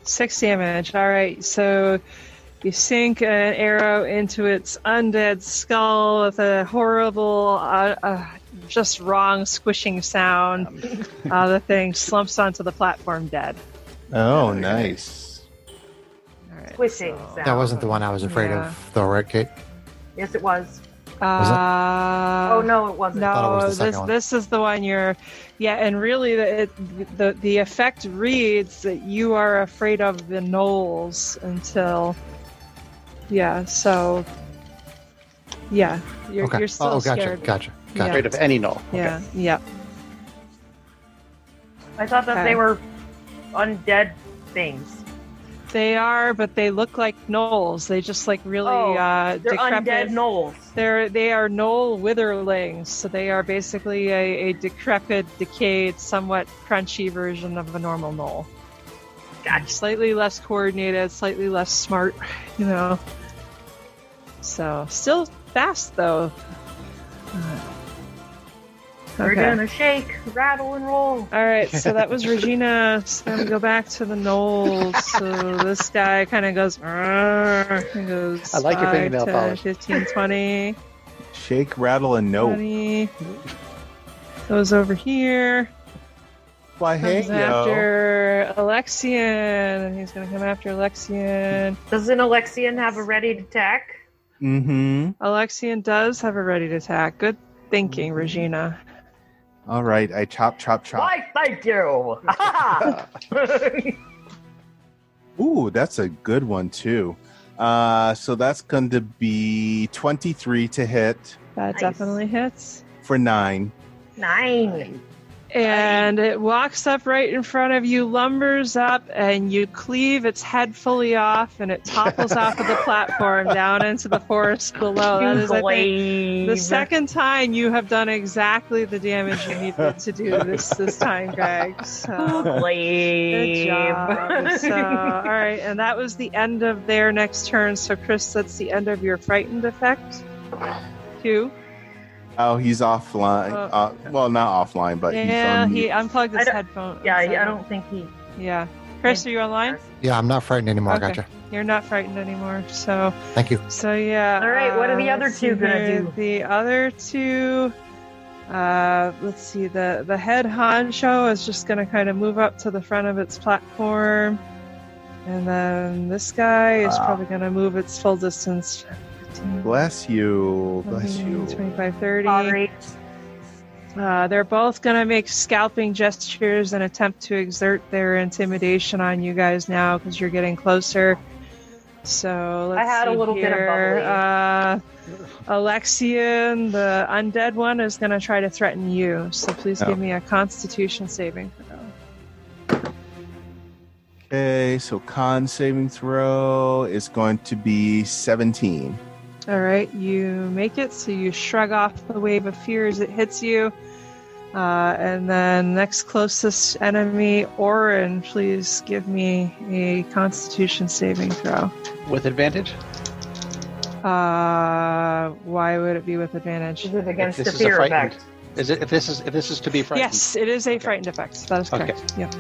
Six damage. All right. So you sink an arrow into its undead skull with a horrible, uh, uh, just wrong squishing sound. Um. uh, the thing slumps onto the platform dead. Oh, nice. All right. Swishing sound. That wasn't the one I was afraid Yeah. of, though, right, Kate? Yes, it was. it? Uh, Oh no, it wasn't. thought it No, was the this second one. this is the one you're, yeah, and really the it, the the effect reads that you are afraid of the gnolls until, yeah, so Yeah, you're, okay. you're still oh, gotcha, scared. gotcha, gotcha. Afraid of any null. Yeah, yeah. I thought that Okay. they were undead things. They are, but they look like gnolls. They just like really Oh, uh, They're decrepit. undead gnolls. They're they are knoll witherlings, so they are basically a, a decrepit, decayed, somewhat crunchy version of a normal knoll. Gotcha. Slightly less coordinated, slightly less smart, you know. So still fast though. We're Okay. gonna shake, rattle, and roll. All right, so that was Regina. So then we go back to the Knowles. So this guy kind of goes, "Arr," he goes, I like your five, fingernail 10, polish. 15, 20, Shake, rattle, and no. 20. Goes over here. Why, hey, Comes yo. after Alexian, and he's going to come after Alexian. Doesn't Alexian have a ready attack? Mm-hmm. Alexian does have a ready attack. Good thinking, Regina. All right, I chop, chop, chop. Why, thank you. Ooh, that's a good one too. Uh, so that's going to be 23 to hit That Nice. definitely hits. for nine. Nine. And it walks up right in front of you, lumbers up, and you cleave its head fully off, and it topples off of the platform down into the forest below. That is, I think, the second time you have done exactly the damage you needed to do this this time, Greg. Oh, So. Good job. so, all right, and that was the end of their next turn. So, Chris, that's the end of your frightened effect. Two. Oh, he's offline. Oh. Uh, well, not offline, but yeah, he's on he mute. unplugged I his don't- headphone. yeah, I so- I don't think he. Yeah. Chris, are you online? Yeah, I'm not frightened anymore. Okay. Gotcha. You're not frightened anymore. So, Thank you. so yeah. All right, what are the uh, other let's see two gonna here. do? The other two. Uh, let's see. The the head honcho is just gonna kind of move up to the front of its platform, and then this guy is Ah. probably gonna move its full distance. 15, Bless you. Bless 20, you. 25, 30. Sorry. Uh, they're both going to make scalping gestures and attempt to exert their intimidation on you guys now because you're getting closer. So let's I had a see little bit of here. bubbly. Uh, Alexian, the undead one, is going to try to threaten you. So please Oh. give me a Constitution saving throw. Okay, so con saving throw is going to be 17. All right, you make it. So you shrug off the wave of fear as it hits you. Uh, and then next closest enemy, Orin, please give me a Constitution saving throw. With advantage? Uh, why would it be with advantage? This is against This the is a fear frightened. effect. Is it if this is if this is to be frightened? Yes, it is a Okay. frightened effect. That is Okay. correct. Yep.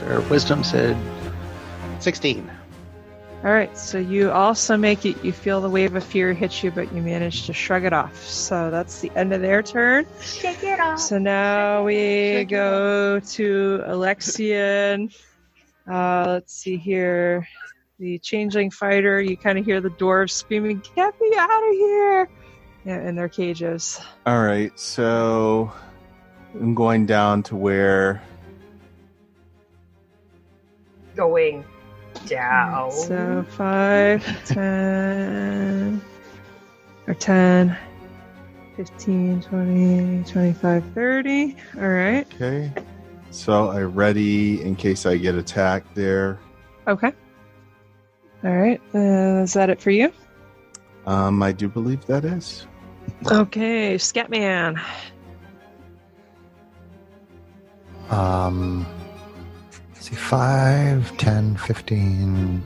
Their wisdom said sixteen. All right, so you also make it. You feel the wave of fear hit you, but you manage to shrug it off. So that's the end of their turn. Shake it off. So now we go to Alexian. Uh, let's see here. The changeling fighter, you kind of hear the dwarves screaming, Get me out of here! Yeah, in their cages. All right, so I'm going down to where. Going Hmm, down. So 5, 10, or 10, 15, 20, 25, 30. All right. Okay. So I ready in case I get attacked there. Okay. All right. Uh, is that it for you? Um, I do believe that is. Okay, Scatman. Um, let's see, 5, 10, 15,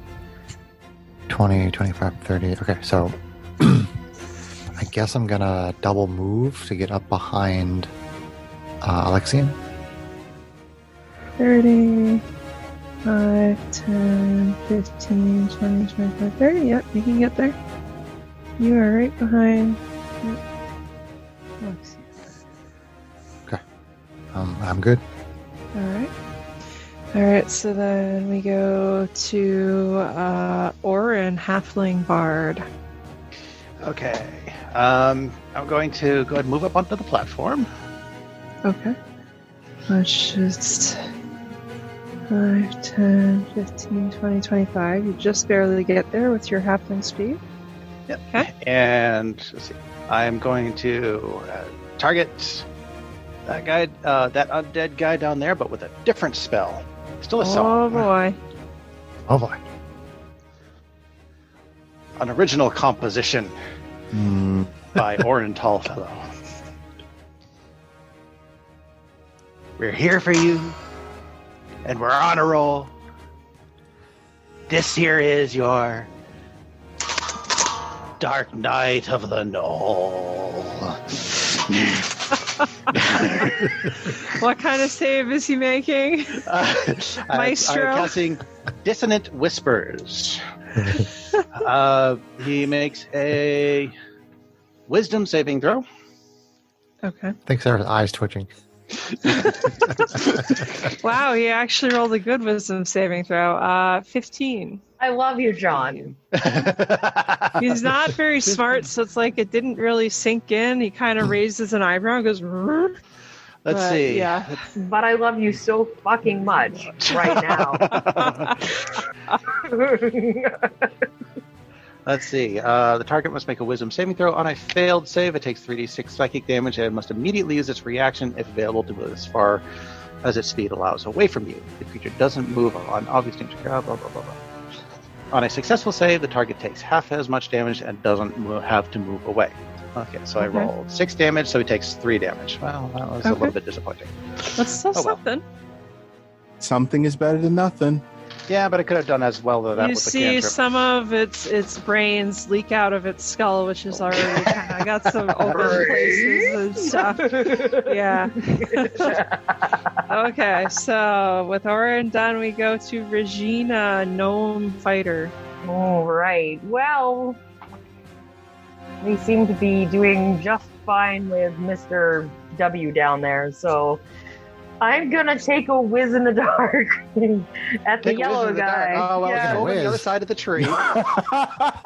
20, 25, 30. Okay, so I guess I'm going to double move to get up behind uh, Alexian. 30, 5, 10, 15, 20, 25, 30. Yep, you can get there. You are right behind. Yep. Looks- Um, I'm good. All right. All right, so then we go to uh, Orin Halfling Bard. Okay. Um, I'm going to go ahead and move up onto the platform. Okay. Let's just. 5, 10, 15, 20, 25. You just barely get there with your halfling speed. and let's see, I'm going to uh, target that guy, uh, that undead guy down there, but with a different spell. Still a Oh song, boy. Oh boy. an original composition Mm, by Orin Tallfellow. We're here for you, and we're on a roll. This here is your Dark Knight of the Knoll. What kind of save is he making? Uh, Maestro. I'm casting Dissonant Whispers. uh, he makes a Wisdom saving throw. Okay. I think Sarah's eyes twitching. Wow, he actually rolled a good wisdom saving throw. Uh, 15. I love you, John. He's not very smart, so it's like it didn't really sink in. He kind of raises an eyebrow and goes, "Rrr." Let's But, see. Yeah. But I love you so fucking much right now. Let's see. Uh, the target must make a Wisdom saving throw. On a failed save, it takes 3d6 psychic damage and must immediately use its reaction if available to move as far as its speed allows away from you. The creature doesn't move on obvious danger. Blah blah blah blah. blah. On a successful save, the target takes half as much damage and doesn't mo- have to move away. Okay, so I Okay. rolled six damage, so he takes three damage. Well, that was a Okay. little bit disappointing. That's still Oh, well. something. something is better than nothing. Yeah, but I could have done as well though. That you was see a cantrip. some of its its brains leak out of its skull, which is already kind of got some open places and stuff. Yeah. okay, so with Aura and Don, we go to Regina, gnome fighter. All right. Well, we seem to be doing just fine with Mr. W down there, so I'm gonna take a whiz in the dark at the Take a whiz yellow in the dark. guy. Oh, well, Yeah. it's over the Whiz. other side of the tree.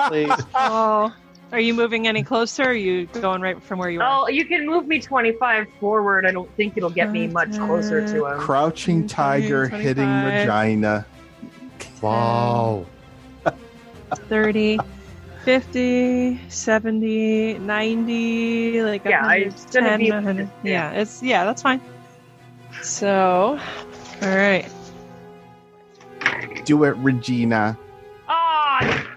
Please. Oh, are you moving any closer? Or are you going right from where you are? Oh, you can move me 25 forward. I don't think it'll get me much closer to him. Crouching tiger, hitting 25. Regina. Wow. 30, 50, 70, 90, like Yeah, I- it's gonna 110, be- 100. Yeah, it's yeah, that's fine. So, all right. Do it, Regina. Ah,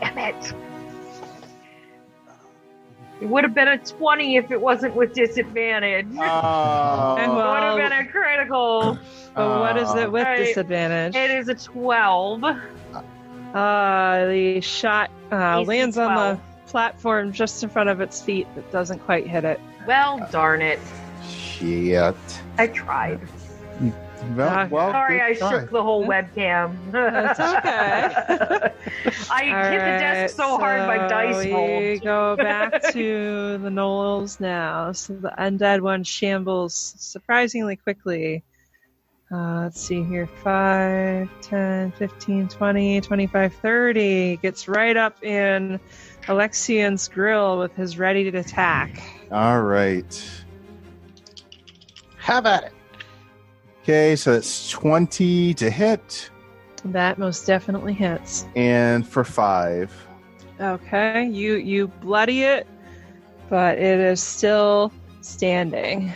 damn it! It would have been a 20 if it wasn't with disadvantage. And Oh, what- would well- have been a critical. But what is it with All right. disadvantage? Uh, It is a 12. Uh, the shot uh, Easy lands on the platform just in front of its feet, but doesn't quite hit it. Well, darn it. shit. I tried. Uh, Well, well, Sorry, I good try. shook the whole webcam. That's okay. I All hit the right, desk so, hard my so dice We rolled. go back to the Knowles now. So the undead one shambles surprisingly quickly. Uh, let's see here 5, 10, 15, 20, 25, 30. Gets right up in Alexian's grill with his ready to attack. All right. Have at it. Okay, so that's 20 to hit That most definitely hits. and for five. Okay, you you bloody it, but it is still standing.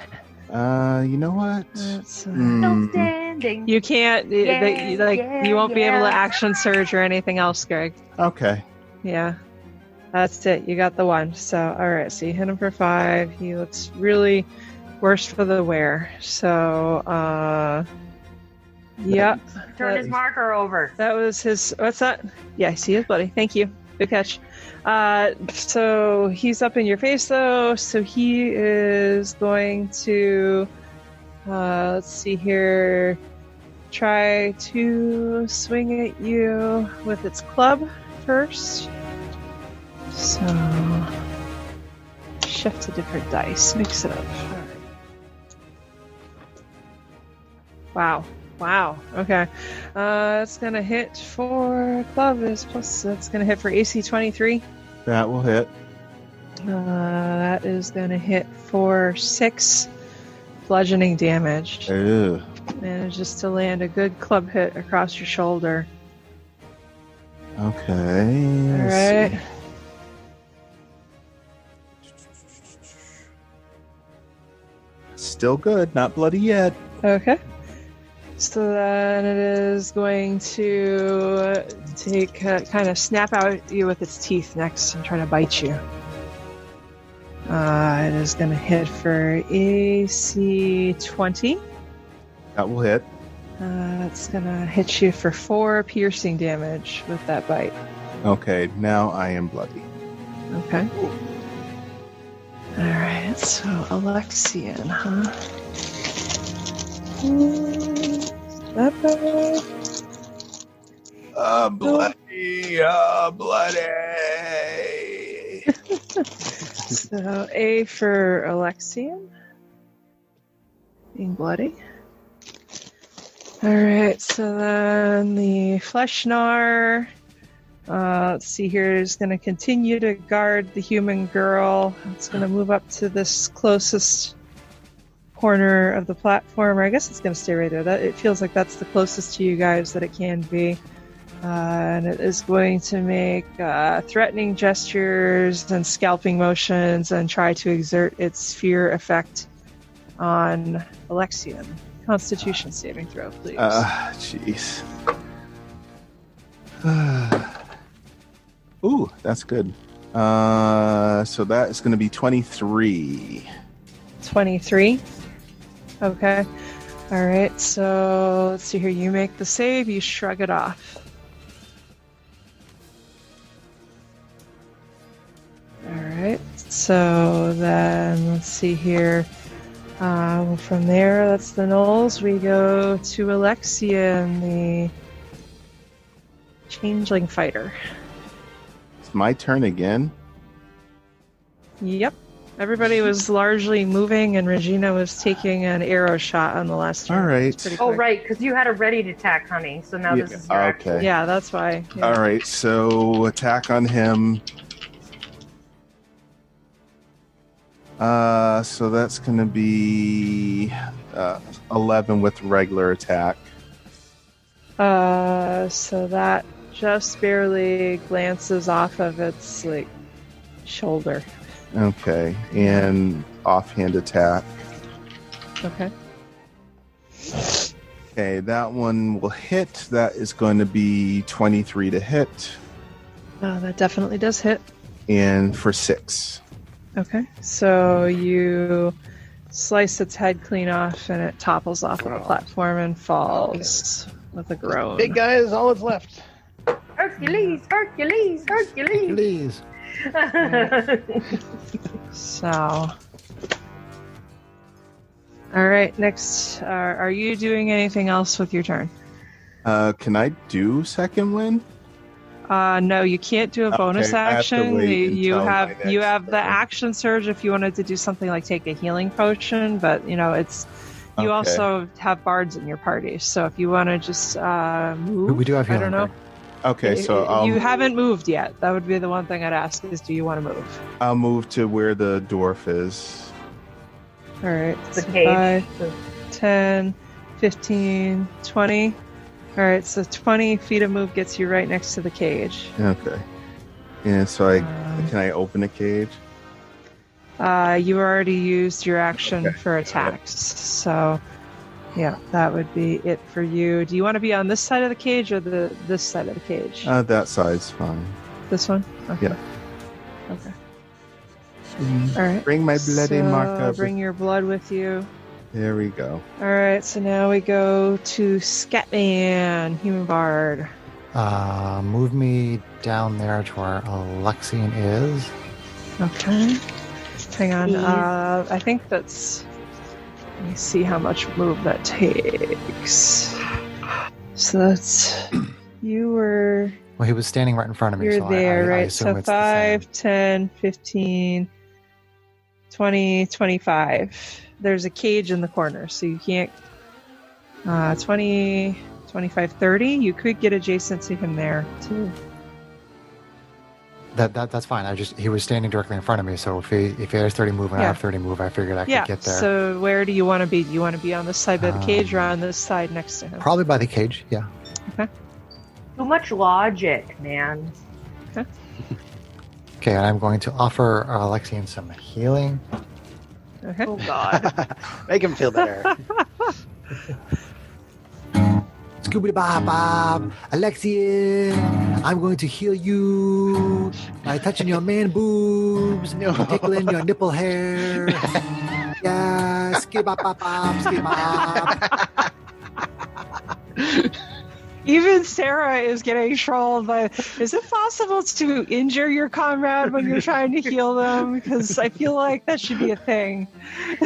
Uh, you know what? That's, uh, Hmm. standing. You can't y- Yeah, they- you- like yeah, you won't be able to yeah. action surge or anything else, Greg. Okay. Yeah. That's it. You got the one. So all right, so you hit him for five. He looks really worse for the wear. So uh Yep. Turn his marker over. That was his. What's that? Yeah, I see his buddy. Thank you. Good catch. Uh, so he's up in your face, though. So he is going to. Uh, let's see here. Try to swing at you with its club first. So. Shift to different dice. Mix it up. All right. Wow. Wow. Okay. Uh, it's gonna hit for club is plus. It's gonna hit for AC twenty three. That will hit. Uh, that is gonna hit for six bludgeoning damage. Ew. manages to land a good club hit across your shoulder. Okay. All let's right. see. Still good. Not bloody yet. Okay. So then it is going to take uh, kind of snap out at you with its teeth next and try to bite you. Uh, it is going to hit for AC 20. That will hit. Uh, it's going to hit you for four piercing damage with that bite. Okay. Now I am bloody. Okay. All right. So Alexian, huh? Hmm, That bad. Uh, bloody. Uh, bloody. So A for Alexian. Being bloody. Alright, so then the Fleshnar. Uh, let's see here is going to continue to guard the human girl. It's going to move up to this closest corner of the platform. Or I guess it's going to stay right there. That, it feels like that's the closest to you guys that it can be. Uh, and it is going to make uh, threatening gestures and scalping motions and try to exert its fear effect on Alexian. Constitution saving throw, please. Uh, jeez. Ooh, that's good. Uh, so that is going to be 23. 23. Okay. All right. So let's see here. You make the save, you shrug it off. All right. So then let's see here. Um, from there, that's the Knolls. We go to Alexian, the changeling fighter. It's my turn again. Yep. Everybody was largely moving, and Regina was taking an arrow shot on the last turn. All right. It's pretty Oh, quick. right, because you had a ready attack, honey. So now this Yeah, is your okay. actual- Yeah, that's why. Yeah. All right, so attack on him. Uh, so that's going to be uh, 11 with regular attack. Uh, so that just barely glances off of its like shoulder. Okay, and offhand attack. Okay. Okay, that one will hit. That is going to be 23 to hit, Uh, that definitely does hit. and for six. Okay. So you slice its head clean off, and it topples off of the platform and falls with a groan. Big guy is all that's left. Hercules, Hercules, Hercules. Please. So. All right. Next, uh, are you doing anything else with your turn? Uh, can I do second win? Uh, no, you can't do a Okay, bonus I have to action. wait You- you until my have you next have the turn. action surge if you wanted to do something like take a healing potion, but you know it's you Okay. also have bards in your party. So if you want to just uh, We, move, we do have I healing. don't know. word. Okay, so you I'll, haven't moved yet. That would be the one thing I'd ask is do you want to move? I'll move to where the dwarf is. All right, The so cage. five, 10, 15, 20. All right, so 20 feet of move gets you right next to the cage. Okay. And so I Um, can I open a cage? Uh, you already used your action Okay. for attacks, so yeah, that would be it for you. Do you want to be on this side of the cage or the this side of the cage? Uh, that side's fine. this one. Okay. yeah. Okay. All right. Bring my bloody so mark up. Bring your blood with you. There we go. All right. So now we go to Scatman, human bard. Uh, move me down there to where Alexian is. Okay. Hang on. Please. Uh, I think that's. Let me see how much move that takes. So that's. You were. Well, he was standing right in front of me. You're so I- there, I, I, right? assume so it's the same. 5, 10, 15, 20, 25. There's a cage in the corner, so you can't. Uh, 20, 25, 30. You could get adjacent to him there, too. That, that that's fine. I just he was standing directly in front of me, so if he if he has thirty move and I Yeah. have thirty move, I figured I could yeah. get there. So where do you want to be? Do you want to be on this side by the cage or Um, on this side next to him? Probably by the cage. Yeah. Too much logic, man. Okay, and I'm going to offer uh, Alexian some healing. Okay. Oh God. Make him feel better. Scooby Bob Bob, Alexian, I'm going to heal you by touching your man boobs, No. tickling your nipple hair. yeah, skibop bop bop, skibop. Even Sarah is getting trolled by. Is it possible to injure your comrade when you're trying to heal them? Because I feel like that should be a thing.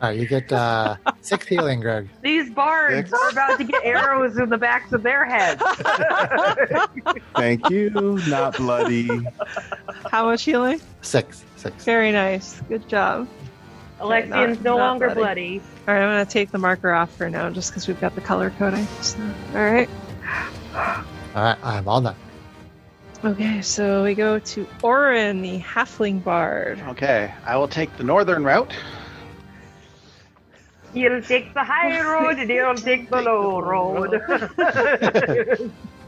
All right, you get uh, six healing, Greg. These bards are about to get arrows in the backs of their heads. Thank you. Not bloody. How much healing? Six, six. Very nice. Good job. Alexian's not- no not longer bloody. bloody. All right, I'm gonna take the marker off for now, just because we've got the color coding. So, all right. All right, I'm all done. Okay, so we go to Orin, the halfling bard. okay, I will take the northern route. He'll take the high road and he'll take the low road.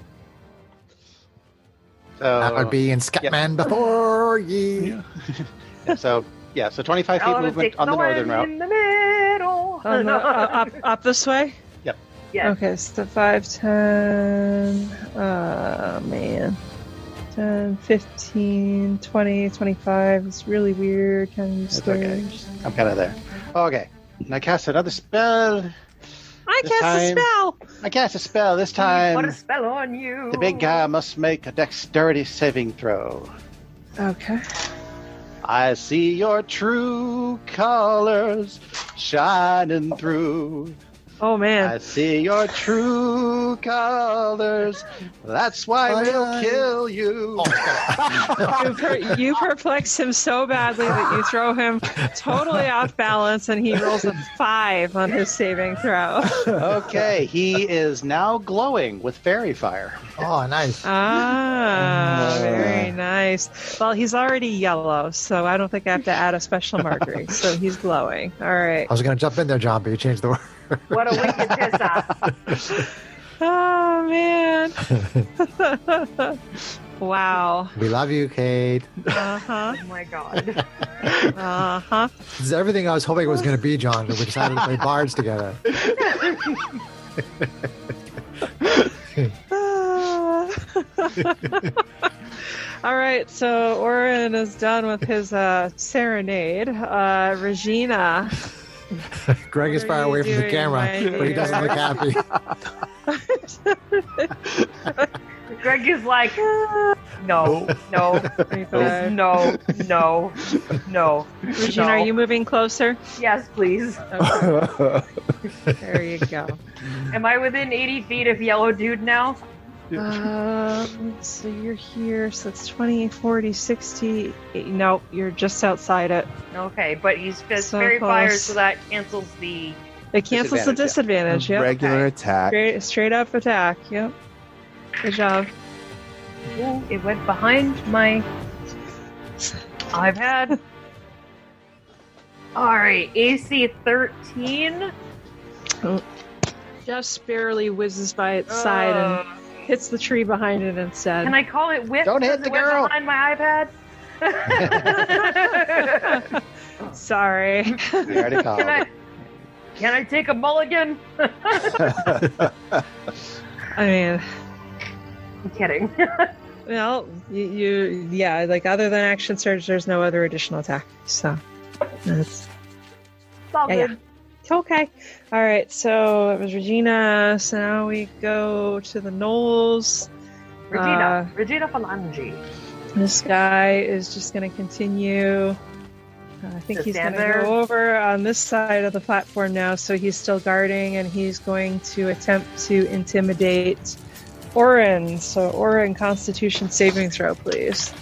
So That would be in Scatman before ye. so yeah, so 25 feet I'll movement take on the one northern route. In the middle. Oh, no, uh, up, up this way? Yes. Okay, so 5, 10, oh man. 10, 15, 20, 25. It's really weird. Kind of That's okay. strange. I'm kind of there. Okay, and I cast another spell. I This cast a time- spell! I cast a spell this Hmm, What a time. spell on you. The big guy must make a dexterity saving throw. Okay. I see your true colors shining through. Oh man. I see your true colors. That's why we'll kill Oh, you. You, per- you perplex him so badly that you throw him totally off balance and he rolls a 5 on his saving throw. Okay, he is now glowing with fairy fire. Oh, nice. Mm, Ah, uh, very nice. Well, he's already yellow, so I don't think I have to add a special marker. so he's glowing. All right. I was going to jump in there, John, but you changed the word. What a wicked piss off. Oh man. wow. we love you, Kate. Uh huh. Oh my god. Uh huh. This is everything I was hoping it was going to be, John, but we decided to play bards together. All right, so Oren is done with his uh, serenade. Uh, Regina, Greg is What far are away you from the doing, camera, my but he doesn't look dear? happy. Greg is like, no, no, Twenty-five. no, no, no. Regina, are you moving closer? Yes, please. Okay, there you go. Am I within 80 feet of yellow dude now? Um, so you're here, so it's 20, 40, 60. eh, No, you're just outside it. Okay, but he's fist So fairy fire, close. so that cancels the. It cancels the disadvantage, yep. Regular attack. Straight, straight up attack, yep. Good job. Ooh, it went behind my. I've had. All right, AC 13. Just barely whizzes by its side and Uh, hits the tree behind it instead. Can I call it whip? Don't hit because the it went girl. Behind my iPad. Sorry. We already called. Can I? Can I take a mulligan? Uh, I mean, I'm kidding. well, you, you, yeah, like other than action surge, there's no other additional attack. So that's It's all Yeah, good. Okay. All right. So it was Regina. So now we go to the Uh, Knowles. Regina. Regina Falangi. This guy is just going to continue. Uh, I think Just he's going stand to there. go over on this side of the platform now. So he's still guarding and he's going to attempt to intimidate Orin. So, Orin, Constitution saving throw, please.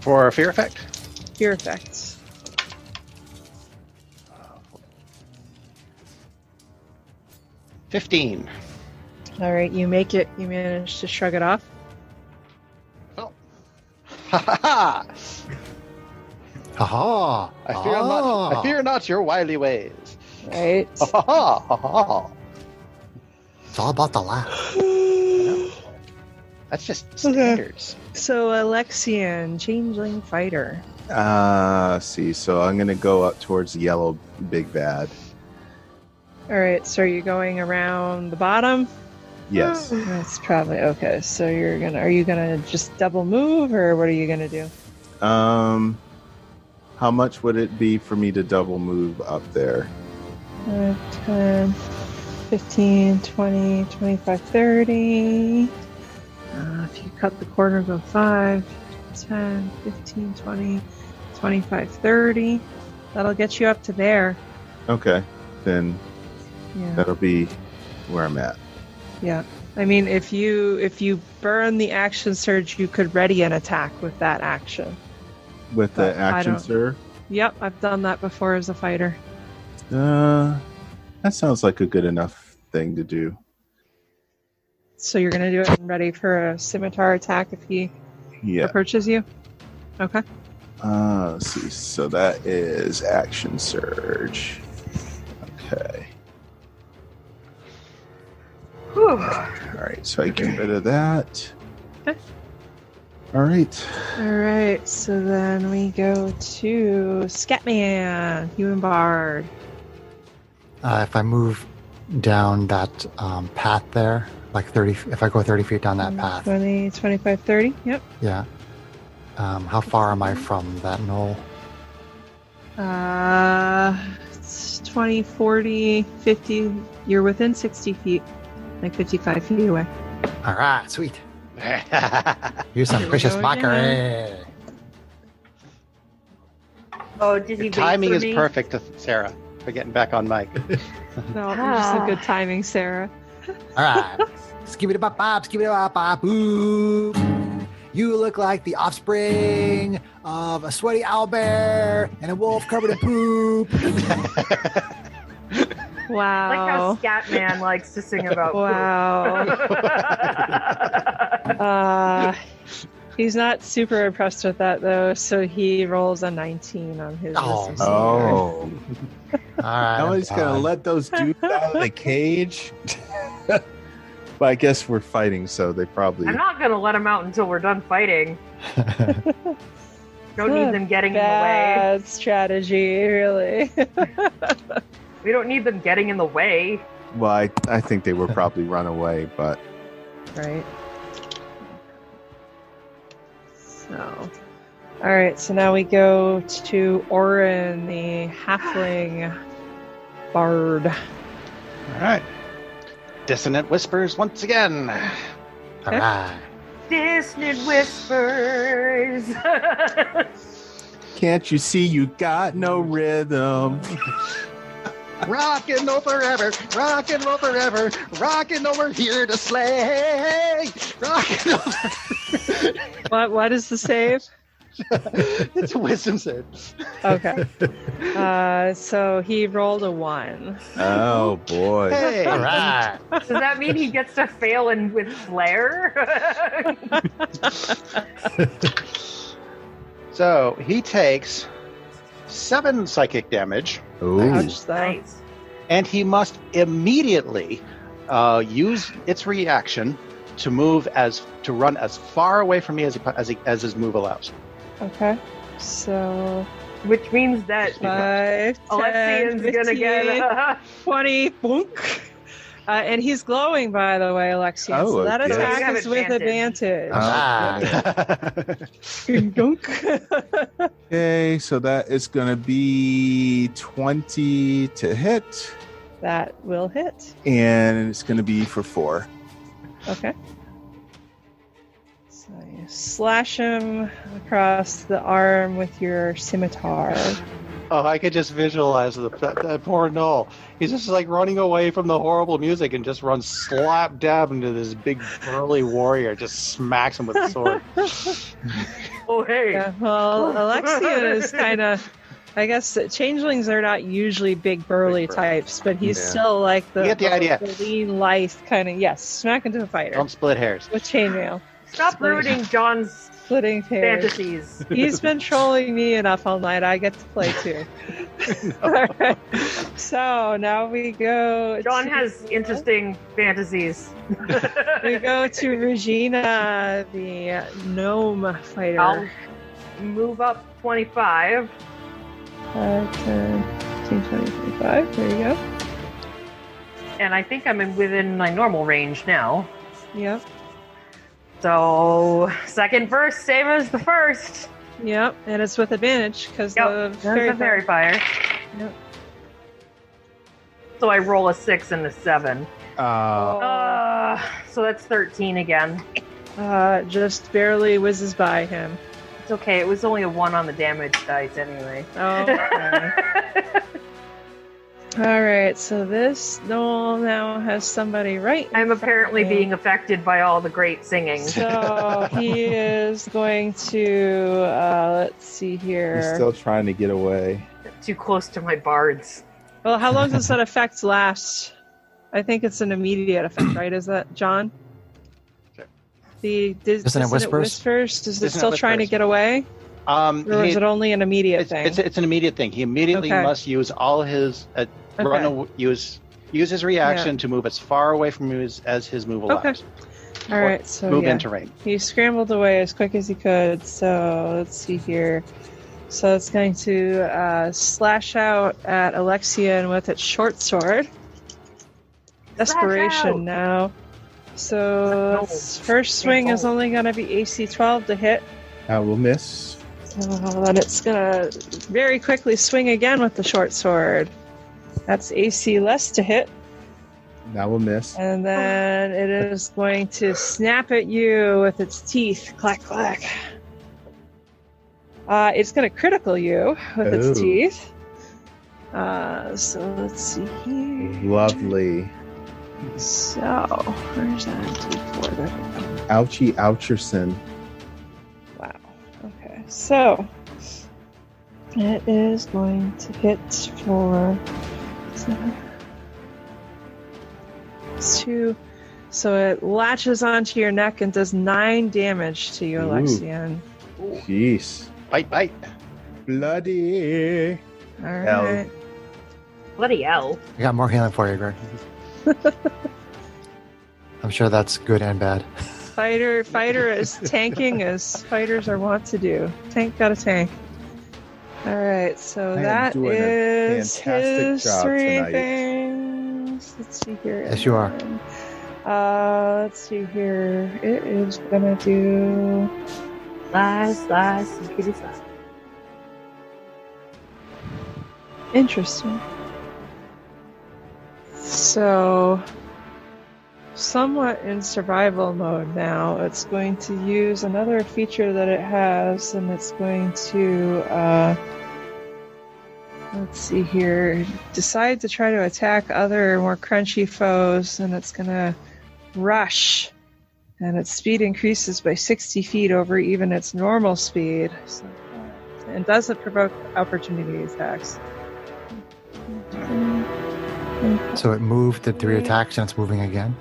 For fear effect? Fear effects. Fifteen. All right. You make it. You manage to shrug it off. Well, ha! Ha ha! I fear not. I Ah. fear not your wily ways. Right? Ha ha ha ha ha! ha. It's all about the laugh. That's just standards. So Alexian, changeling fighter. Ah, see. So I'm going to go up towards the yellow big bad. All right, so you're going around the bottom. Yes. That's probably okay. So you're gonna are you gonna just double move or what are you gonna do? Um, how much would it be for me to double move up there? Uh, 10, 15, 20, 25, 30. Uh, if you cut the corner, go 5, 10, 15, 20, 25, 30. That'll get you up to there. Okay, then Yeah. that'll be where I'm at. Yeah. I mean, if you if you burn the action surge, you could ready an attack with that action. With the Uh, I action, don't- sir. Yep, I've done that before as a fighter. Uh, that sounds like a good enough thing to do. So you're gonna do it and ready for a scimitar attack if he Yeah. approaches you. Okay. Uh, let's see. So that is action surge. Okay. All right. So I get rid of that. Okay. All right. All right, so then we go to Scatman, Human Bard. Uh, if I move down that um, path there, like 30, f- if I go 30 feet down that Ah. path, 20, 25, 30. Yep. yeah. Um, how far am I from that knoll? Uh, it's 20, 40, 50. You're within 60 feet, like 55 feet away. All right, sweet. Ha Use some Here we vicious go mockery. Oh, did he Your wait timing for is me? perfect, Sarah. For getting back on mic. No, it was just a Ah. good timing, Sarah. All right. Skibidi bop bop, skibidi bop bop, boop. You look like the offspring of a sweaty owlbear and a wolf covered in poop. Wow. Like how Scatman likes to sing about. Oh. wow. poop. uh, he's not super impressed with that, though, so he rolls a 19 on his. Oh, wisdom no. save. All Oh. right. Now I'm he's going to done. let those dudes out of the cage. but I guess we're fighting, so they probably. I'm not gonna let him out until we're done fighting. Don't need them getting in the way. Bad strategy, really. We don't need them getting in the way. Well, I, I think they will probably run away, but right. So, all right. So now we go to Orin, the halfling bard. All right. Dissonant whispers once again. All right. Distant whispers. can't you see you got no rhythm? Rock and roll forever, rock and roll forever, rock and roll. We're here to slay. Rock and roll. What? What is the save? it's a wisdom save. Okay. Uh, so he rolled a one. Oh, boy. Hey, All right. Does that mean he gets to fail and with flair? So he takes seven psychic damage, Ooh. Ouch, though. nice. and he must immediately uh, use its reaction to move as to run as far away from me as he, as, he, as his move allows. Okay. So Which means that five, ten, Alexian's gonna get 15, a 20 boonk. Uh, and he's glowing, by the way, Alexian. Oh, so that okay. So you attack have is with advantage. All right. Gunk. Okay, so that is going to be 20 to hit, that will hit. and it's going to be for four. Okay. So you slash him across the arm with your scimitar. Oh, I could just visualize the, that, that poor Noel. He's just like running away from the horrible music and just runs slap dab into this big burly warrior, just smacks him with a sword. oh hey. Yeah, well, Alexian is kind of. I guess that changelings are not usually big burly Big burly. types, but he's Yeah. still like the, You get the idea. the lean, lithe kind of yes, smack into a fighter Don't split hairs. with chainmail. Stop ruining John's splitting hairs. fantasies. He's been trolling me enough all night. I get to play too. All right. So now we go. John to- has interesting fantasies. We go to Regina, the gnome fighter. I'll move up 25. Five, 10, 15, 20, 25. There you go. and I think I'm in within my normal range now. Yep. So second verse, same as the first. Yep. And it's with advantage because Yep, the That's fairy. a fairy fire. Yep. So I roll a six and a seven. Uh, uh, Uh, so that's thirteen again. uh, just barely whizzes by him. It's okay. It was only a one on the damage dice anyway. Oh. okay. All right, so this Noel now has somebody right. in I'm front of apparently him. being affected by all the great singing. So he is going to uh, let's see he's here. still trying to get away. Too close to my bards. well, how long does that effect last? I think it's an immediate effect, right? Is that John? Okay. The dis- Isn't it whispers? whispers? Is it Isn't it still trying to whispers? get away, Um, or he- is it only an immediate it's, thing? it's, it's an immediate thing. He immediately Okay. must use all his uh, Okay. run aw- use use his reaction to move as far away from you as, as his move allows. Okay. All right, so move yeah. into range. He scrambled away as quick as he could. So let's see here. So it's going to uh, slash out at Alexian with its short sword. out. Desperation now. So No. its first swing is only going to be AC 12 to hit. I will miss. So then it's going to very quickly swing again with the short sword. That's AC less to hit. I will miss. Uh, And then it is going to snap at you with its teeth. Clack, clack. Uh, it's going to critical you with its Oh. teeth. Uh, so let's see here. Lovely. So, where's that D4? There we go. Ouchie Oucherson. Wow. Okay. So, it is going to hit for it's two. So it latches onto your neck and does nine damage to you, Ooh. Alexian. Jeez. Bite, bite. Bloody. All right. Bloody hell. I got more healing for you, Greg. I'm sure that's good and bad. Fighter, fighter is tanking as fighters are wont to do. Tank got a tank. All right, so I am that doing a is fantastic his job three tonight. things. Let's see here. Yes, you are. Uh, let's see here. It is gonna do. Lies, lies, and kitty lies. Interesting. So, somewhat in survival mode now, it's going to use another feature that it has, and it's going to, uh, let's see here, decide to try to attack other more crunchy foes, and it's going to rush. And its speed increases by 60 feet over even its normal speed. So, uh, and doesn't provoke opportunity attacks. So it moved, did three attacks, and it's moving again.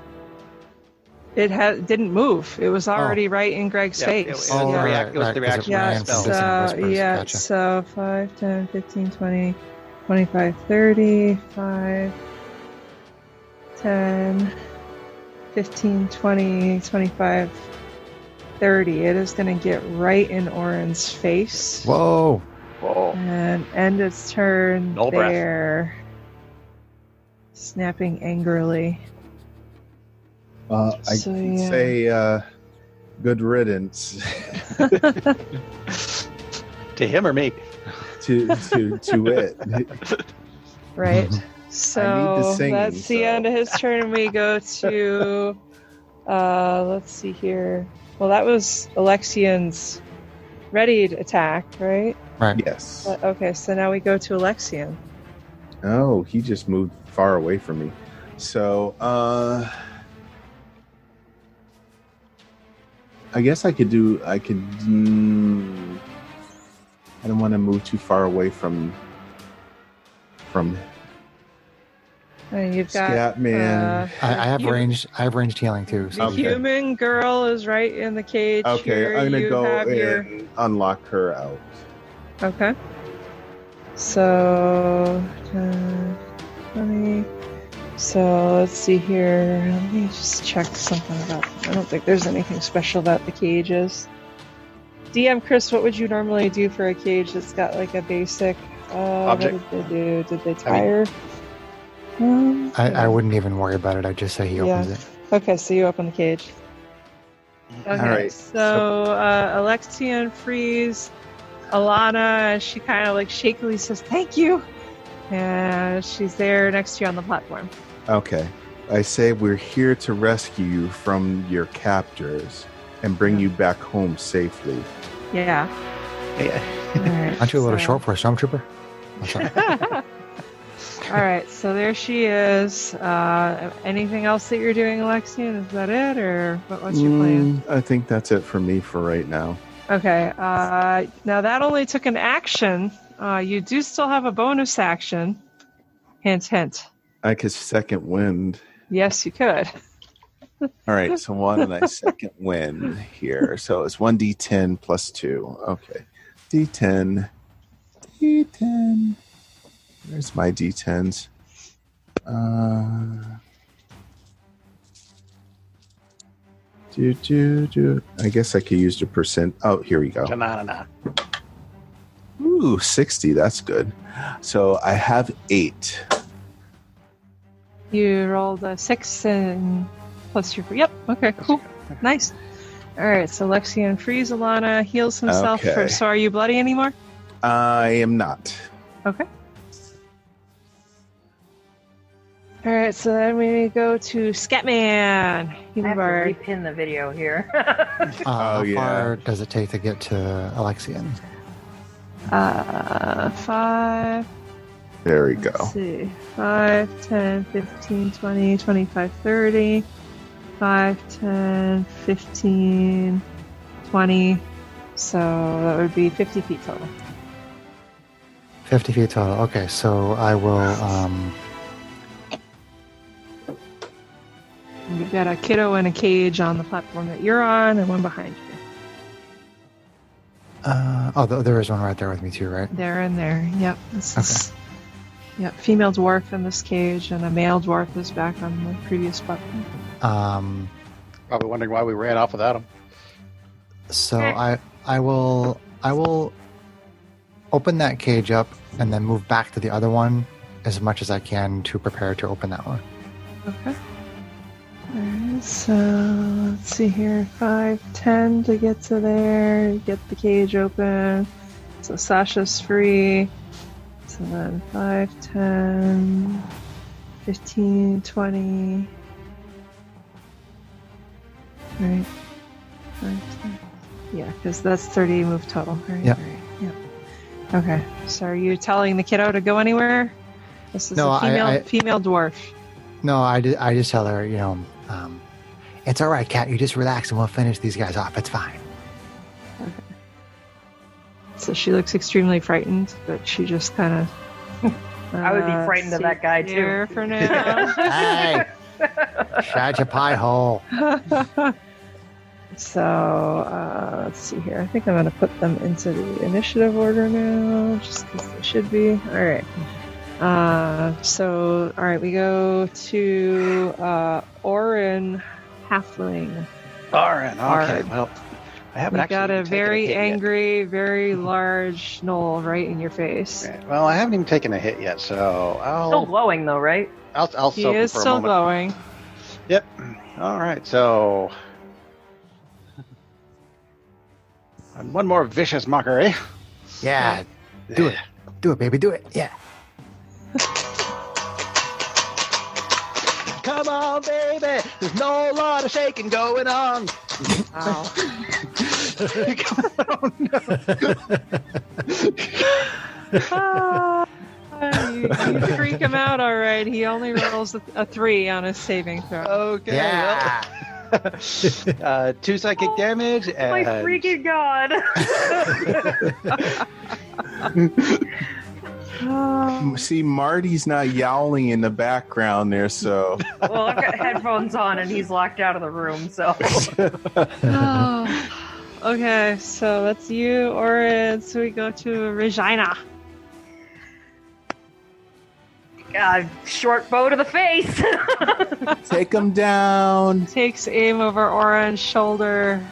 It ha- didn't move. It Oh. was already right in Greg's Yeah, it- it face. was the yeah. uh, reaction react- Oh, it was the 'cause reaction Yeah, ran to the from spell. Distant so, Whispers. yeah, Gotcha. so 5, 10, 15, 20, 25, 30, 5, 10, 15, 20, 25, 30. It is going to get right in Oren's face Whoa! Whoa. and end its turn No breath. there, snapping angrily. Uh, I So, can yeah. say uh, good riddance To him or me? to to to it. Right. Mhm. I need So to sing, that's the so- end of his turn. and We go to, uh, let's see here. Well, that was Alexian's readied attack, right? Yes. But- okay, so now we go to Alexian. Oh, he just moved far away from me. So, uh I guess I could do I could mm, I don't want to move too far away from from And you've got Scat man. uh, I, I have You- Um, ranged. I have ranged healing too. the So Okay. human girl is right in the cage. okay, here. I'm gonna You go have and your- unlock her out. Okay. So, 10, 20. So let's see here. Let me just check something about. I don't think there's anything special about the cages. DM Chris, what would you normally do for a cage that's got like a basic? Uh, what Object. did they do? Did they tire? Um, I, I wouldn't even worry about it. I just say he opens it. Okay, so you open the cage. Okay, right, So uh, Alexian frees Alana. She kind of like shakily says, "Thank you," and she's there next to you on the platform. Okay. I say we're here to rescue you from your captors and bring you back home safely. Yeah. Alright, Aren't you a little so- short for a stormtrooper? I'm sorry. All right, so there she is. Uh, anything else that you're doing, Alexian? Is that it, or what, what's your plan? Mm, I think that's it for me for right now. Okay. Uh, now that only took an action. Uh, you do still have a bonus action. Hint, hint. I could second wind. Yes, you could. All right, so why don't I second win here? So it's one d10 plus two. Okay, d10, d10. Where's my d10s? Uh, do do do. I guess I could use the percent. Oh, here we go. Ta-na-na-na. Ooh, 60. That's good. So I have eight. You rolled a six and plus your. Yep. Okay. Cool. Nice. All right. So Lexian frees Alana, heals himself. Okay. For, so are you bloody anymore? I am not. Okay. All right. So then we go to Scatman. I have to Hubert. repin the video here. Uh, Oh, how yeah. far does it take to get to Alexian? Uh, five. There we Let's go. see. 5, 10, 15, 20, 25, 30. 5, 10, 15, 20. So that would be 50 feet total. 50 feet total. Okay, so I will. Um, And You've got a kiddo in a cage on the platform that you're on and one behind you. uh, oh, th- there is one right there with me too, right? They're in there. Yep. This Okay. is, yep. Female dwarf in this cage and a male dwarf is back on the previous platform. Um, Probably wondering why we ran off without him. so I, I will, I will open that cage up and then move back to the other one as much as I can to prepare to open that one. Okay. Alright, so let's see here. 5, 10 to get to there, get the cage open. So Sasha's free. So then 5, 10, 15, 20. Right. 5, 10. Yeah, because that's 30 move total, right? Yep. Right, yep. Okay. So are you telling the kiddo to go anywhere? This is No, a I- female I- female dwarf. No, I, ju- I just tell her, you know, um, it's all right, Cat. You just relax and we'll finish these guys off. It's fine. So she looks extremely frightened, but she just kind of. I would be frightened of that guy, too. For now. Hey, shut your pie hole. so uh, let's see here. I think I'm going to put them into the initiative order now, just because they should be. All right. Uh, so all right, we go to uh, Orin Halfling. Alright, okay. Alright. Well, I haven't We actually got a even taken very hit yet. angry, very large knoll right in your face. Right. Well, I haven't even taken a hit yet, so Still I'll glowing though, right? I'll, I'll He soak him is for a still moment. glowing. Yep. All right. So, and one more vicious mockery. Yeah, do it, do it, baby, do it. Yeah. Come on, baby. There's no lot of shaking going on. Come on. Ah, you, you freak him out, all right. He only rolls a, a three on his saving throw. Okay. Yeah. well, uh, two psychic damage and My freaking god! Oh, See, Marty's not yowling in the background there, so Well, I've got headphones on and he's locked out of the room, so. Oh. okay, so that's you, Orin. So we go to Regina. Uh, short bow to the face. take him down. Takes aim over Orin's shoulder.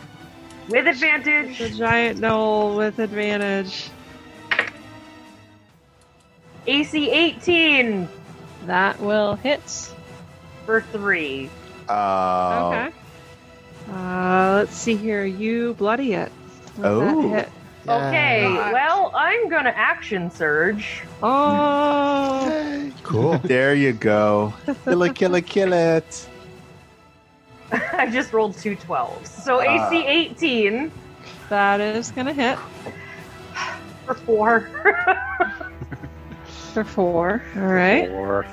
With The advantage, giant knoll with advantage. AC 18 That will hit. for three. Oh, Okay. Uh, let's see here. You bloody it. With that Oh. hit. Okay, Nice. well, I'm gonna action surge. Oh. Cool. there you go. Kill it, kill it, kill it. I just rolled two 12s. So Ah. AC 18 That is going to hit for four. for four. All right. Or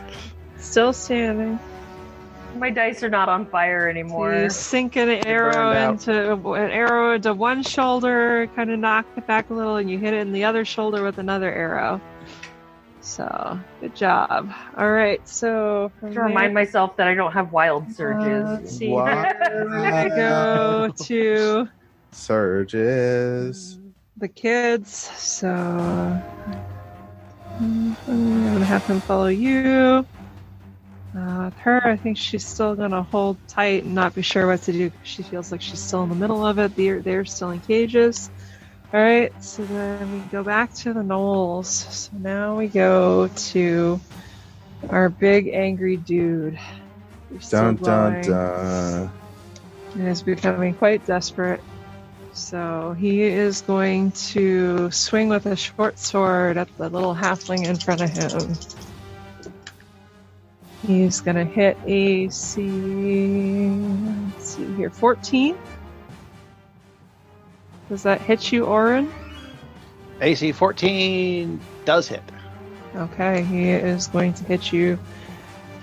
Still standing. My dice are not on fire So anymore. you sink an arrow burned out. into an arrow into one shoulder, kind of knock it back a little, and you hit it in the other shoulder with another arrow. So good job. All right. So from I have to remind myself that I don't have wild there- surges. uh, let's see. Wow. I go to Surges. the kids. So Mhm, I'm gonna have him follow you. Uh, with her, I think she's still gonna hold tight and not be sure what to do. 'cause She feels like she's still in the middle of it. They're they're still in cages. All right, so then we go back to the Knolls. So now we go to our big angry dude. He's still Dun glowing dun dun. and is becoming quite desperate. So he is going to swing with a short sword at the little halfling in front of him. He's going to hit AC. Let's see here, 14. Does that hit you, Orin? AC 14 does hit. Okay, he is going to hit you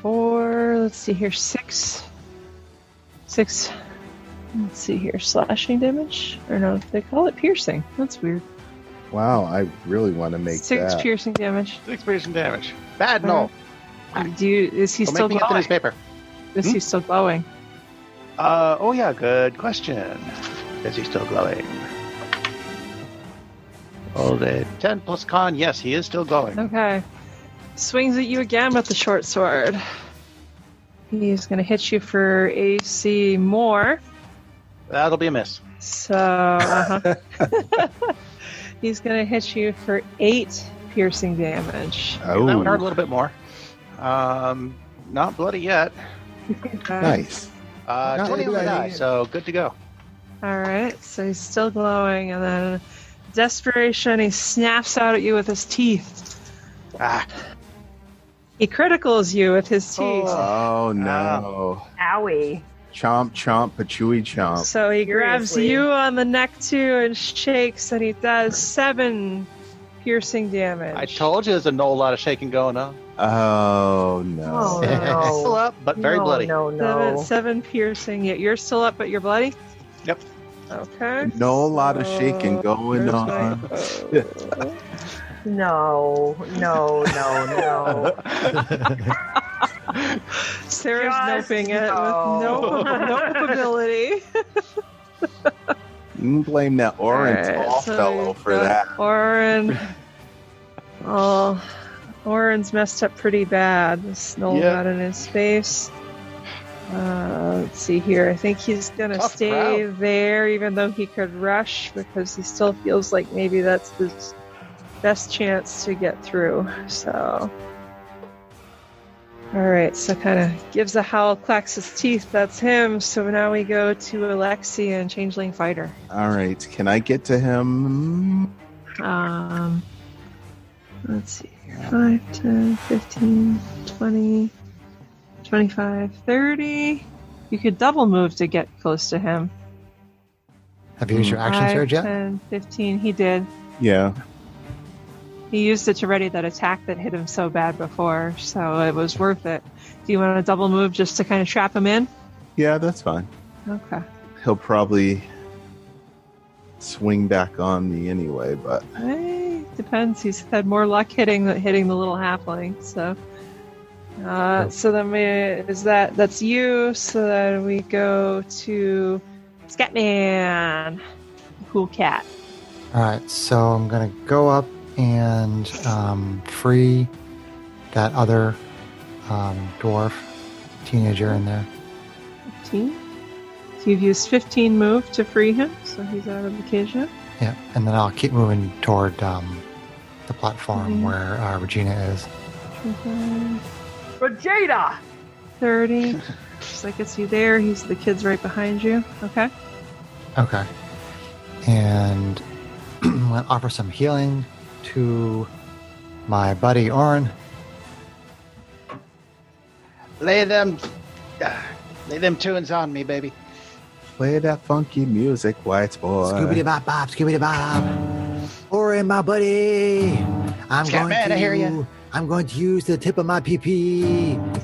for, let's see here, six. Six. Let's see here, slashing damage? Or no, they call it piercing. That's weird. Wow, I really want to make six that. piercing damage. Six piercing damage. Bad no. Do you, is he Ah. Don't still make me get the glowing? newspaper. Is Hmm? he still glowing? Uh, oh yeah, good question. Is he still glowing? Hold it. 10 plus con, yes, he is still glowing. Okay. Swings at you again with the short sword. He's going to hit you for AC more. That'll be a miss. So uh-huh. he's going to hit you for eight piercing damage. Oh, That one hurt a little bit more. Um, not bloody yet. nice. Uh, Not 20 on the bloody die, yet. so good to go. All right, so he's still glowing, and then desperation, he snaps out at you with his teeth. Ah, He criticals you with his teeth. Oh no! Owie. Chomp chomp, patchouli chomp. So he grabs Seriously. you on the neck too and shakes, and he does seven piercing damage. I told you there's a no lot of shaking going on. Oh Oh, no! Still no. up, but very no, bloody. No, seven, no. seven piercing. Yet you're still up, but you're bloody. Yep. Okay. No lot of Oh, So, shaking going there's on. like- oh. No, no, no, no. Sarah's Just noping it no. with no nope ability. Mm, Blame that orange All right, tall so fellow we've for got that. Orin. Oh, Orin's messed up pretty bad. The snow Yeah. got in his face. Uh, let's see here. I think he's gonna Tough stay crowd. there, even though he could rush because he still feels like maybe that's his best chance to get through. So. All right, so kind of gives a howl, clacks his teeth. That's him. So now we go to Alexi and Changeling Fighter. All right, can I get to him? Um, let's see here 5, 10, 15, 20, 25, 30. You could double move to get close to him. Have you used your action Five, surge yet? 10, 15. He did. Yeah. He used it to ready that attack that hit him so bad before, so it was worth it. Do you want to double move just to kind of trap him in? Yeah, that's fine. Okay. He'll probably swing back on me anyway, but Eh, Depends. He's had more luck hitting the, hitting the little halfling. So, uh, so then we is that that's you. So then we go to Scatman, cool cat. All right, so I'm gonna go up and um, free that other um, dwarf teenager in there. 15. So you've used 15 move to free him, so he's out of the cage now. Yeah, and then I'll keep moving toward um, the platform Mhm. where uh, Regina is. Mm-hmm. 25, Rajada! 30. Just like it's you there. He's the kid's right behind you. Okay. Okay, and I'm gonna offer some healing to my buddy Orin. Lay them, ah, lay them tunes on me, baby. Play that funky music, white boy. Scooby bop bop, Scooby bop. Orin, my buddy, I'm Scatman, going to I hear ya. I'm going to use the tip of my PP. I'm going to-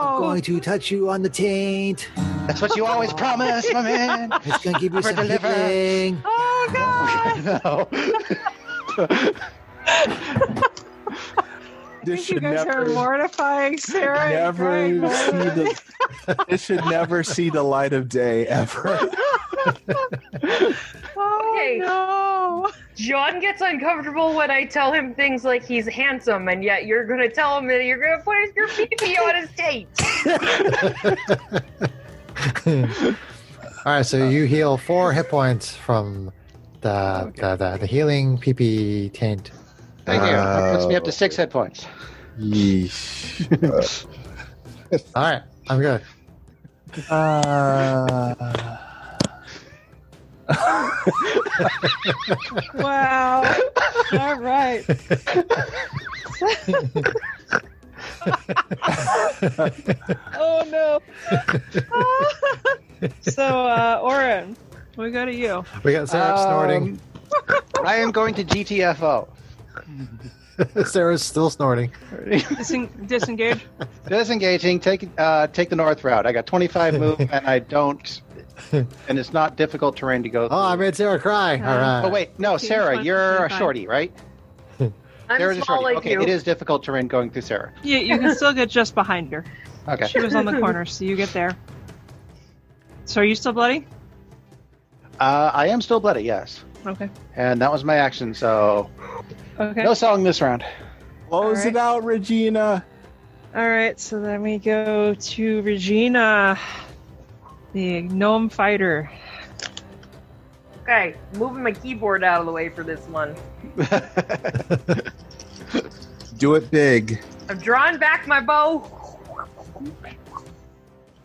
whoa! I'm going to touch you on the taint. That's what you always promise, my man. It's gonna give you Over some deliver. healing. oh god! no. I This think you should guys never, are mortifying Sarah. and never Greg. see the. This should never see the light of day ever. Oh Okay. no! John gets uncomfortable when I tell him things like he's handsome, and yet you're gonna tell him that you're gonna put his, your pee on his date. All right, so you heal four hit points from the the, the, the healing PP taint. Thank you. That puts me up Oh. to six hit points. Yeesh. All right, I'm good. Uh, Wow! All right. oh no! so, uh, Oren, we go to you. We got Sarah snorting. Um, I am going to GTFO. Sarah's still snorting. Disen- disengage. Disengaging. Take uh, take the north route. I got 25 move, and I don't. And it's not difficult terrain to go. Through. Oh, I made Sarah cry. All right. Oh wait, no, Okay, Sarah, fine, you're fine, a fine. shorty, right? I'm Sarah's a small shorty. like okay, you. it is difficult terrain going through Sarah. You, you can still get just behind her. Okay. She was on the corner, so you get there. So, are you still bloody? Uh, I am still bloody, yes. Okay. And that was my action, so Okay. no song this round. close All right. it out, Regina. All right, so then we go to Regina, the gnome fighter. Okay, moving my keyboard out of the way for this one. Do it big. I've drawn back my bow.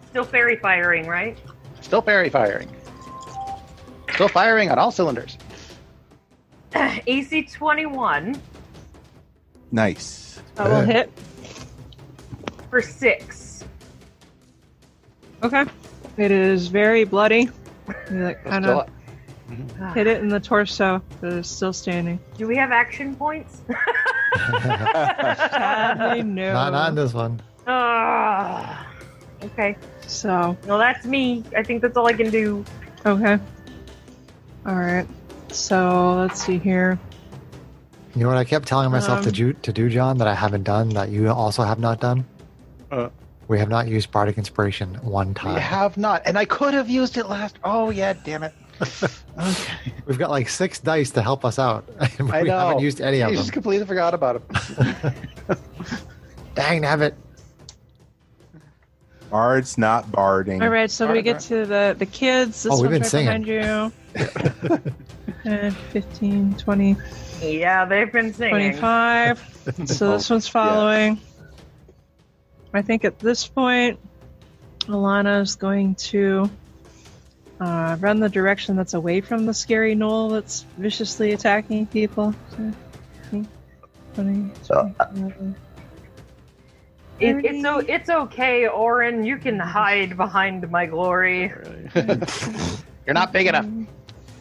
Still fairy firing, right? Still parry firing. Still firing on all cylinders. AC 21 Nice. That will hit. for six. Okay. It is very bloody. You like, kind Still, of hit it in the torso, but it's still standing. Do we have action points? Sadly, no. not not in this one. Ah. okay. So, No, that's me. I think that's all I can do. okay. All right. So, let's see here. You know what I kept telling myself to Um, do to do, John, that I haven't done that you also have not done. Uh. we have not used bardic inspiration one we time. have not, and I could have used it last. Oh yeah, damn it! Okay. We've got like six dice to help us out. and I we haven't know. used any I of just them. completely forgot about him. Dang, nabbit. Bard's not barding. All right, so All we right, get all right. to the the kids. This Oh, we've one's been singing. right behind you. Uh, 15, 20, Yeah, they've been singing. 25. So this one's following. I think at this point, Alana's going to uh, run the direction that's away from the scary knoll that's viciously attacking people. So, 15, 20, So, 25. It, it's, o- it's okay, Orin. You can hide behind my glory. You're not big enough, Mm.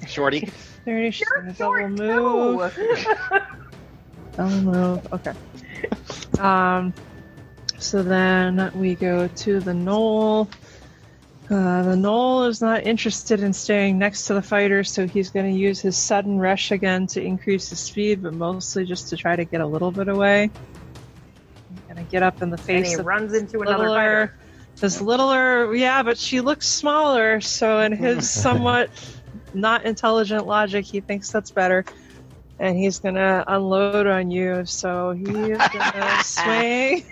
shorty. 30, she's You're gonna double short move. too. Double move. Oh, Okay. Um. So then we go to the knoll, Uh, the knoll is not interested in staying next to the fighter, so he's going to use his sudden rush again to increase his speed, but mostly just to try to get a little bit away. Going to get up in the and face he of runs into another littler. fighter. This littler, yeah, but she looks smaller, so in his somewhat not intelligent logic, he thinks that's better. And he's gonna unload on you, so he is gonna swing.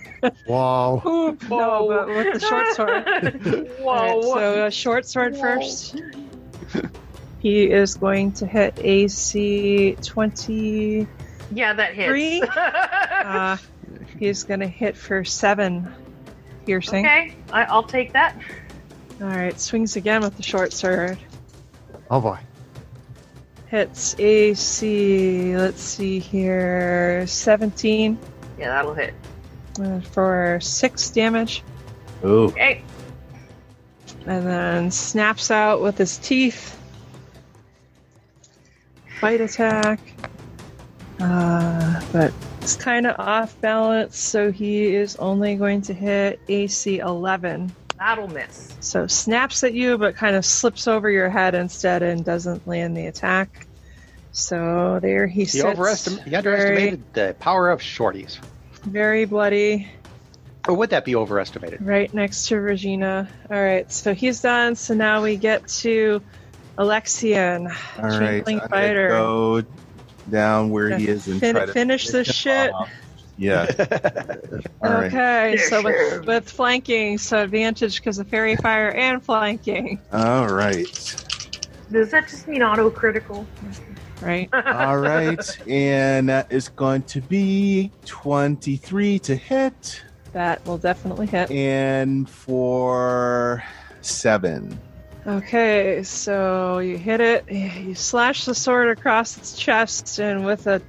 Whoa. Ooh, no, but with the short sword. Whoa! Alright, so uh, a short sword first. He is going to hit AC 20. yeah, that hits. Three? Uh, he's gonna hit for seven piercing. okay, I, I'll take that. All right, swings again with the short sword. Oh boy. Hits AC, let's see here, 17 Yeah, that'll hit. uh, for 6 damage, Ooh. Okay. and then snaps out with his teeth. Bite attack. Uh, but it's kind of off balance, so he is only going to hit AC 11. That'll miss. So snaps at you, but kind of slips over your head instead and doesn't land the attack. So there he He sits. overestimated. He underestimated the power of shorties. very bloody Or would that be overestimated? right next to Regina. All right, so he's done. So now we get to Alexian. All right, Changeling I'm gonna fighter. go down where he is and Fin- try to finish this him shit. off. Yeah. All right. Okay, Yeah, so sure. with, with flanking, so advantage because of fairy fire and flanking, All right. Does that just mean auto critical? right? All right. And that is going to be 23 to hit That will definitely hit. and for 7. Okay, so you hit it, you slash the sword across its chest, and with a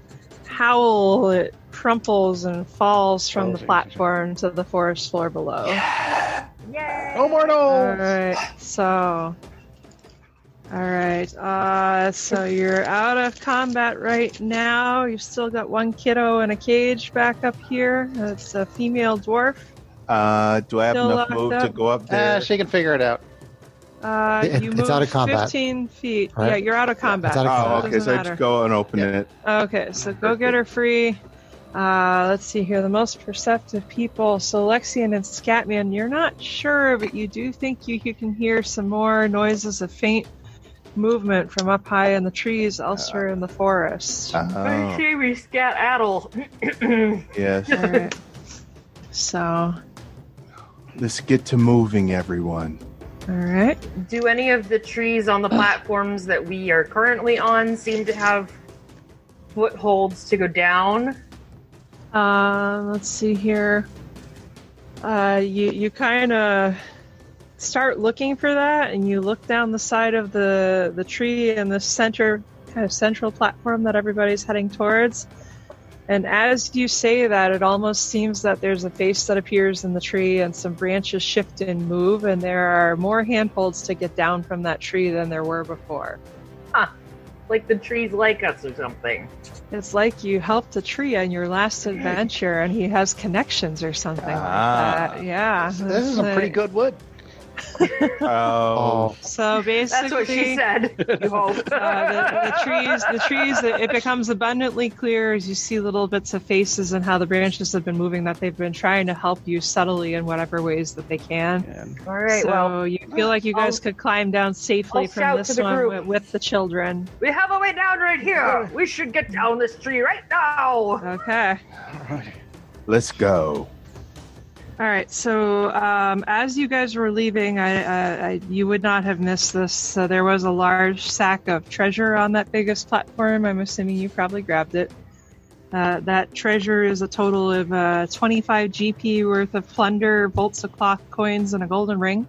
howl, it crumples and falls Oh, from the platform to the forest floor below. Yay! No Uh, mortals. Alright, so. Alright, uh, so you're out of combat right now. You've still got one kiddo in a cage back up here. It's a female dwarf. Uh, do I have Still enough locked move to up? go up there? Ah, she can figure it out. Uh, It- you it's moved out of combat, 15 feet. right? Yeah, you're out of combat. out of oh, combat. okay. Doesn't So I matter. just go and open Yeah. it. Okay, so go get her free. Uh, let's see here. The most perceptive people. So Lexian and Scatman, you're not sure, but you do think you, you can hear some more noises of faint movement from up high in the trees elsewhere in the forest. Oh, Okay, we scat addle. yes. All right. So, all Let's get to moving, everyone. right. Do any of the trees on the platforms that we are currently on seem to have footholds to go down? Um, let's see here. Uh, you you kind of start looking for that, and you look down the side of the the tree and the center kind of central platform that everybody's heading towards. And as you say that, it almost seems that there's a face that appears in the tree, and some branches shift and move, and there are more handholds to get down from that tree than there were before. Like the trees like us or something. It's like you helped a tree on your last adventure, and he has connections or something Ah. like that. Yeah, This is some pretty good wood. Oh, Oh. So basically, That's what she said. You hope. uh, the, the trees, the trees, it it becomes abundantly clear as you see little bits of faces and how the branches have been moving that they've been trying to help you subtly in whatever ways that they can. All right, so well, you feel like you guys I'll- could climb down safely I'll from shout this to the one group. with, with the children. we have a way down right here. We should get down this tree right now. Okay. let's go. All right. So um, as you guys were leaving, I, I, I you would not have missed this. So there was a large sack of treasure on that biggest platform. I'm assuming you probably grabbed it. Uh, that treasure is a total of uh, 25 GP worth of plunder, bolts of clock, coins, and a golden ring.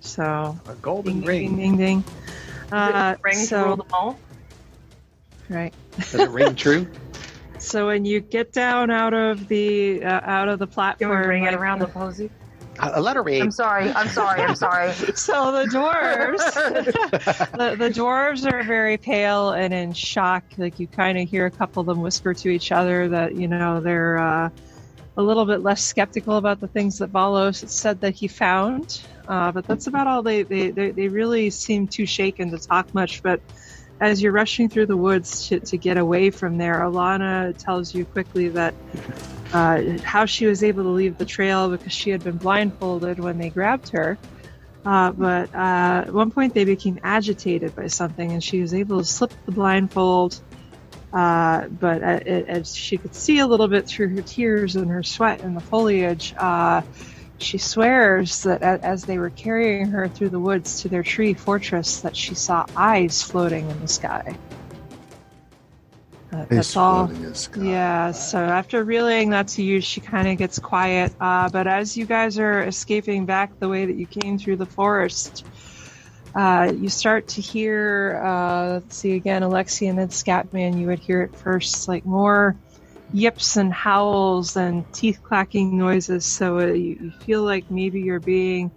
So A ding, golden ding, ring. ding, ding. Uh, Ring to rule so, them all. right. Does it ring true? So when you get down out of the uh, out of the Can platform, we ring it like, around the posy? A a letter I'm ring. sorry. I'm sorry. I'm sorry. So the dwarves, the, the dwarves are very pale and in shock. Like you kind of hear a couple of them whisper to each other that you know they're uh, a little bit less skeptical about the things that Valos said that he found. Uh, but that's about all. They, they, they, they really seem too shaken to talk much. But as you're rushing through the woods to, to get away from there, Alana tells you quickly that uh, how she was able to leave the trail because she had been blindfolded when they grabbed her. Uh, but uh, at one point, they became agitated by something, and she was able to slip the blindfold. Uh, but uh, it, as she could see a little bit through her tears and her sweat and the foliage, uh, she swears that a- as they were carrying her through the woods to their tree fortress, that she saw eyes floating in the sky. Uh, that's all. floating in the sky. Yeah, so after relaying that to you, she kind of gets quiet. Uh, but as you guys are escaping back the way that you came through the forest, uh, you start to hear, uh, let's see again, Alexi and then Scatman, you would hear it first, like more yips and howls and teeth clacking noises. So uh, you, you feel like maybe you're being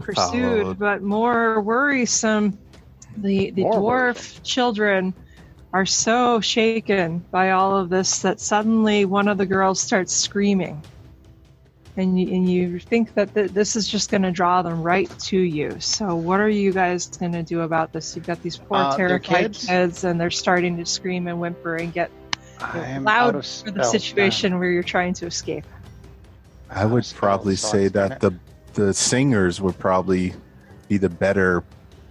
pursued, Followed. but more worrisome. The, the More dwarf children are so shaken by all of this that suddenly one of the girls starts screaming. And you, and you think that th- this is just going to draw them right to you. So, what are you guys going to do about this? You've got these poor, Uh, they're terrified kids? kids? and they're starting to scream and whimper and get I am loud out of for the spell situation where you're trying to escape. I would Spell probably slots, say damn that the the singers would probably be the better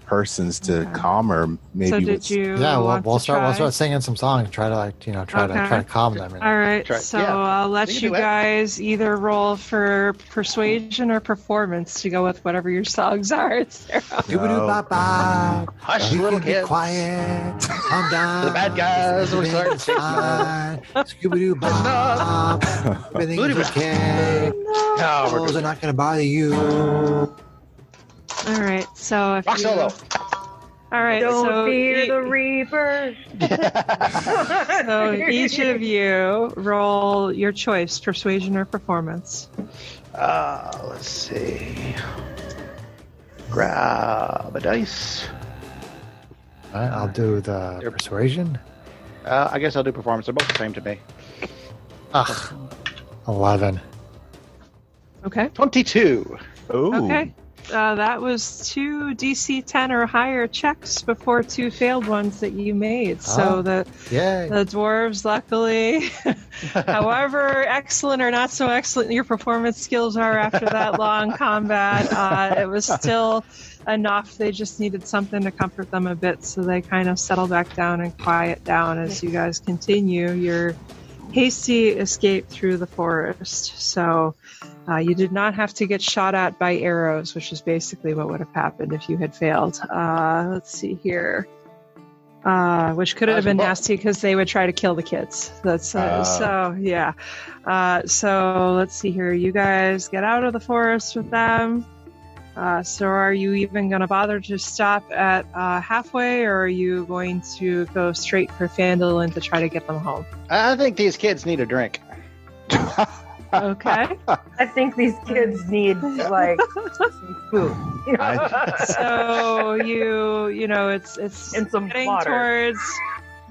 persons to Okay. calm her. Maybe so, with- did you? yeah, we'll, want we'll to start. We'll try? start singing some songs. Try to like you know try to Okay. try to calm them. And, All right, Try- so yeah, I'll we let can you do it. guys either roll for persuasion or performance to go with whatever your songs are. It's their own. Doo-ba-doo-ba-ba. it. Hush, Everything little be kids. quiet. Calm down. The bad guys will start Everything's taking over. fine. Scooby-doo-bop. Everything's Booty-bop. okay. No, we're Those good. are not going to bother you. All right, so if Rock you, solo. All right, Don't so fear e- the reaper. so each of you roll your choice: persuasion or performance. Uh, let's see. Grab a dice. All right, I'll do the Yep. persuasion. Uh, I guess I'll do performance. They're both the same to me. Ugh. 11. Okay. 22. Ooh. Okay. Uh, that was two DC 10 or higher checks before two failed ones that you made. So Ah. the Yay. The dwarves, luckily, however excellent or not so excellent your performance skills are after that long combat, uh, it was still enough. They just needed something to comfort them a bit, so they kind of settle back down and quiet down as you guys continue your hasty escape through the forest. So uh, you did not have to get shot at by arrows, which is basically what would have happened if you had failed. Uh, let's see here. Uh, which could have been Well- nasty because they would try to kill the kids. That's uh, Ah. so yeah. Uh, so let's see here. You guys get out of the forest with them. Uh, so are you even going to bother to stop at uh, halfway, or are you going to go straight for Fandolin to try to get them home? I think these kids need a drink. Okay. I think these kids need like some food so you you know it's it's and some getting water. towards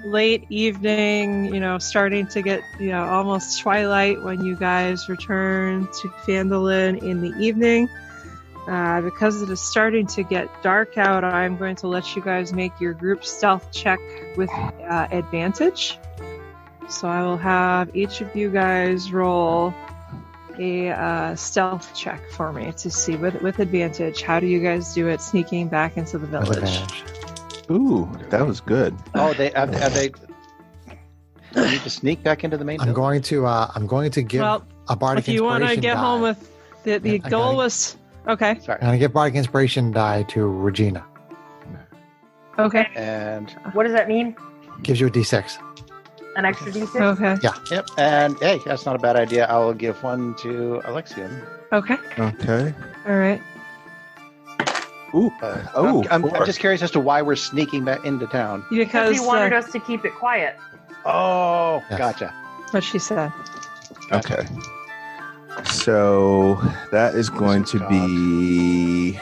late evening, you know, starting to get, you know, almost twilight when you guys return to Fandolin in the evening. Uh, because it is starting to get dark out, I'm going to let you guys make your group stealth check with uh, advantage. So I will have each of you guys roll a uh, stealth check for me to see with, with advantage. How do you guys do it sneaking back into the With village? advantage. Ooh, that was good. Oh, they are, are they. You need to sneak back into the main. I'm building? going to uh, I'm going to give Well, a bardic if you want to inspiration get die. home with the, the Yeah, I goal gotta- was okay I'm Sorry. gonna give bardic inspiration die to Regina. okay And What does that mean? Gives you a d6. An extra decent? okay yep. And hey, that's not a bad idea. I will give one to Alexian. okay Okay. all right Ooh. Uh, Oh, I'm, I'm, four. I'm just curious as to why we're sneaking back into town. Because because he wanted uh, us to keep it quiet. Oh, Yes. gotcha. what she said Okay. So that is going to be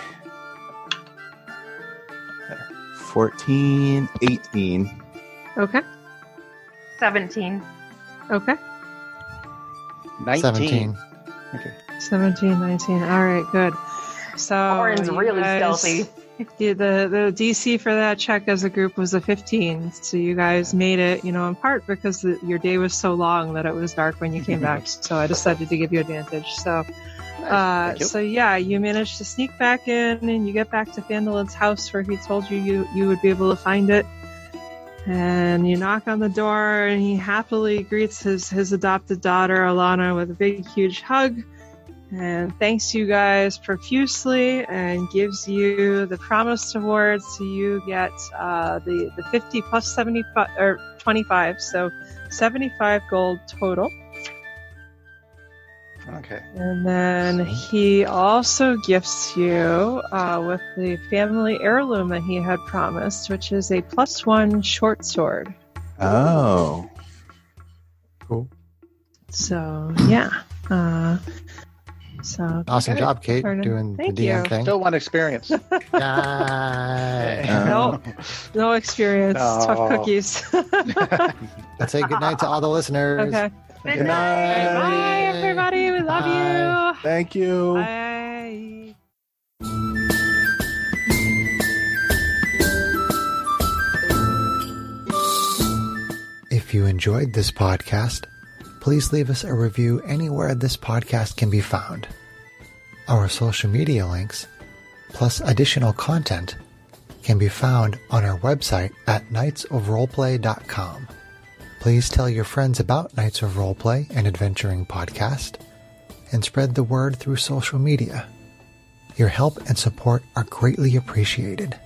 14, 18. okay Seventeen. okay 19. 17. 17, 19. All right, good. So Orin's you really guys- stealthy. Yeah, the the DC for that check as a group was a 15. So you guys made it, you know, in part because the, your day was so long that it was dark when you came back. So I decided to give you advantage. So, uh, Thank you. so yeah, you managed to sneak back in, and you get back to Fandalin's house where he told you you you would be able to find it. And you knock on the door, and he happily greets his his adopted daughter Alana with a big, huge hug and thanks you guys profusely and gives you the promised award so you get uh, the, the 50 plus 75 or 25 so 75 gold total Okay. and then he also gifts you uh, with the family heirloom that he had promised which is a plus one short sword Oh. Cool. so yeah uh, so Awesome job, Kate, Pardon. doing the Thank DM you. thing. Still one experience. Yay. no no experience tough No. cookies Let's say goodnight to all the listeners. okay Good night. Bye, everybody. We love Bye. Thank you. you. Bye. If you enjoyed this podcast, please leave us a review anywhere this podcast can be found. Our social media links, plus additional content, can be found on our website at knightsofroleplay.com. Please tell your friends about Knights of Roleplay and Adventuring Podcast and spread the word through social media. Your help and support are greatly appreciated.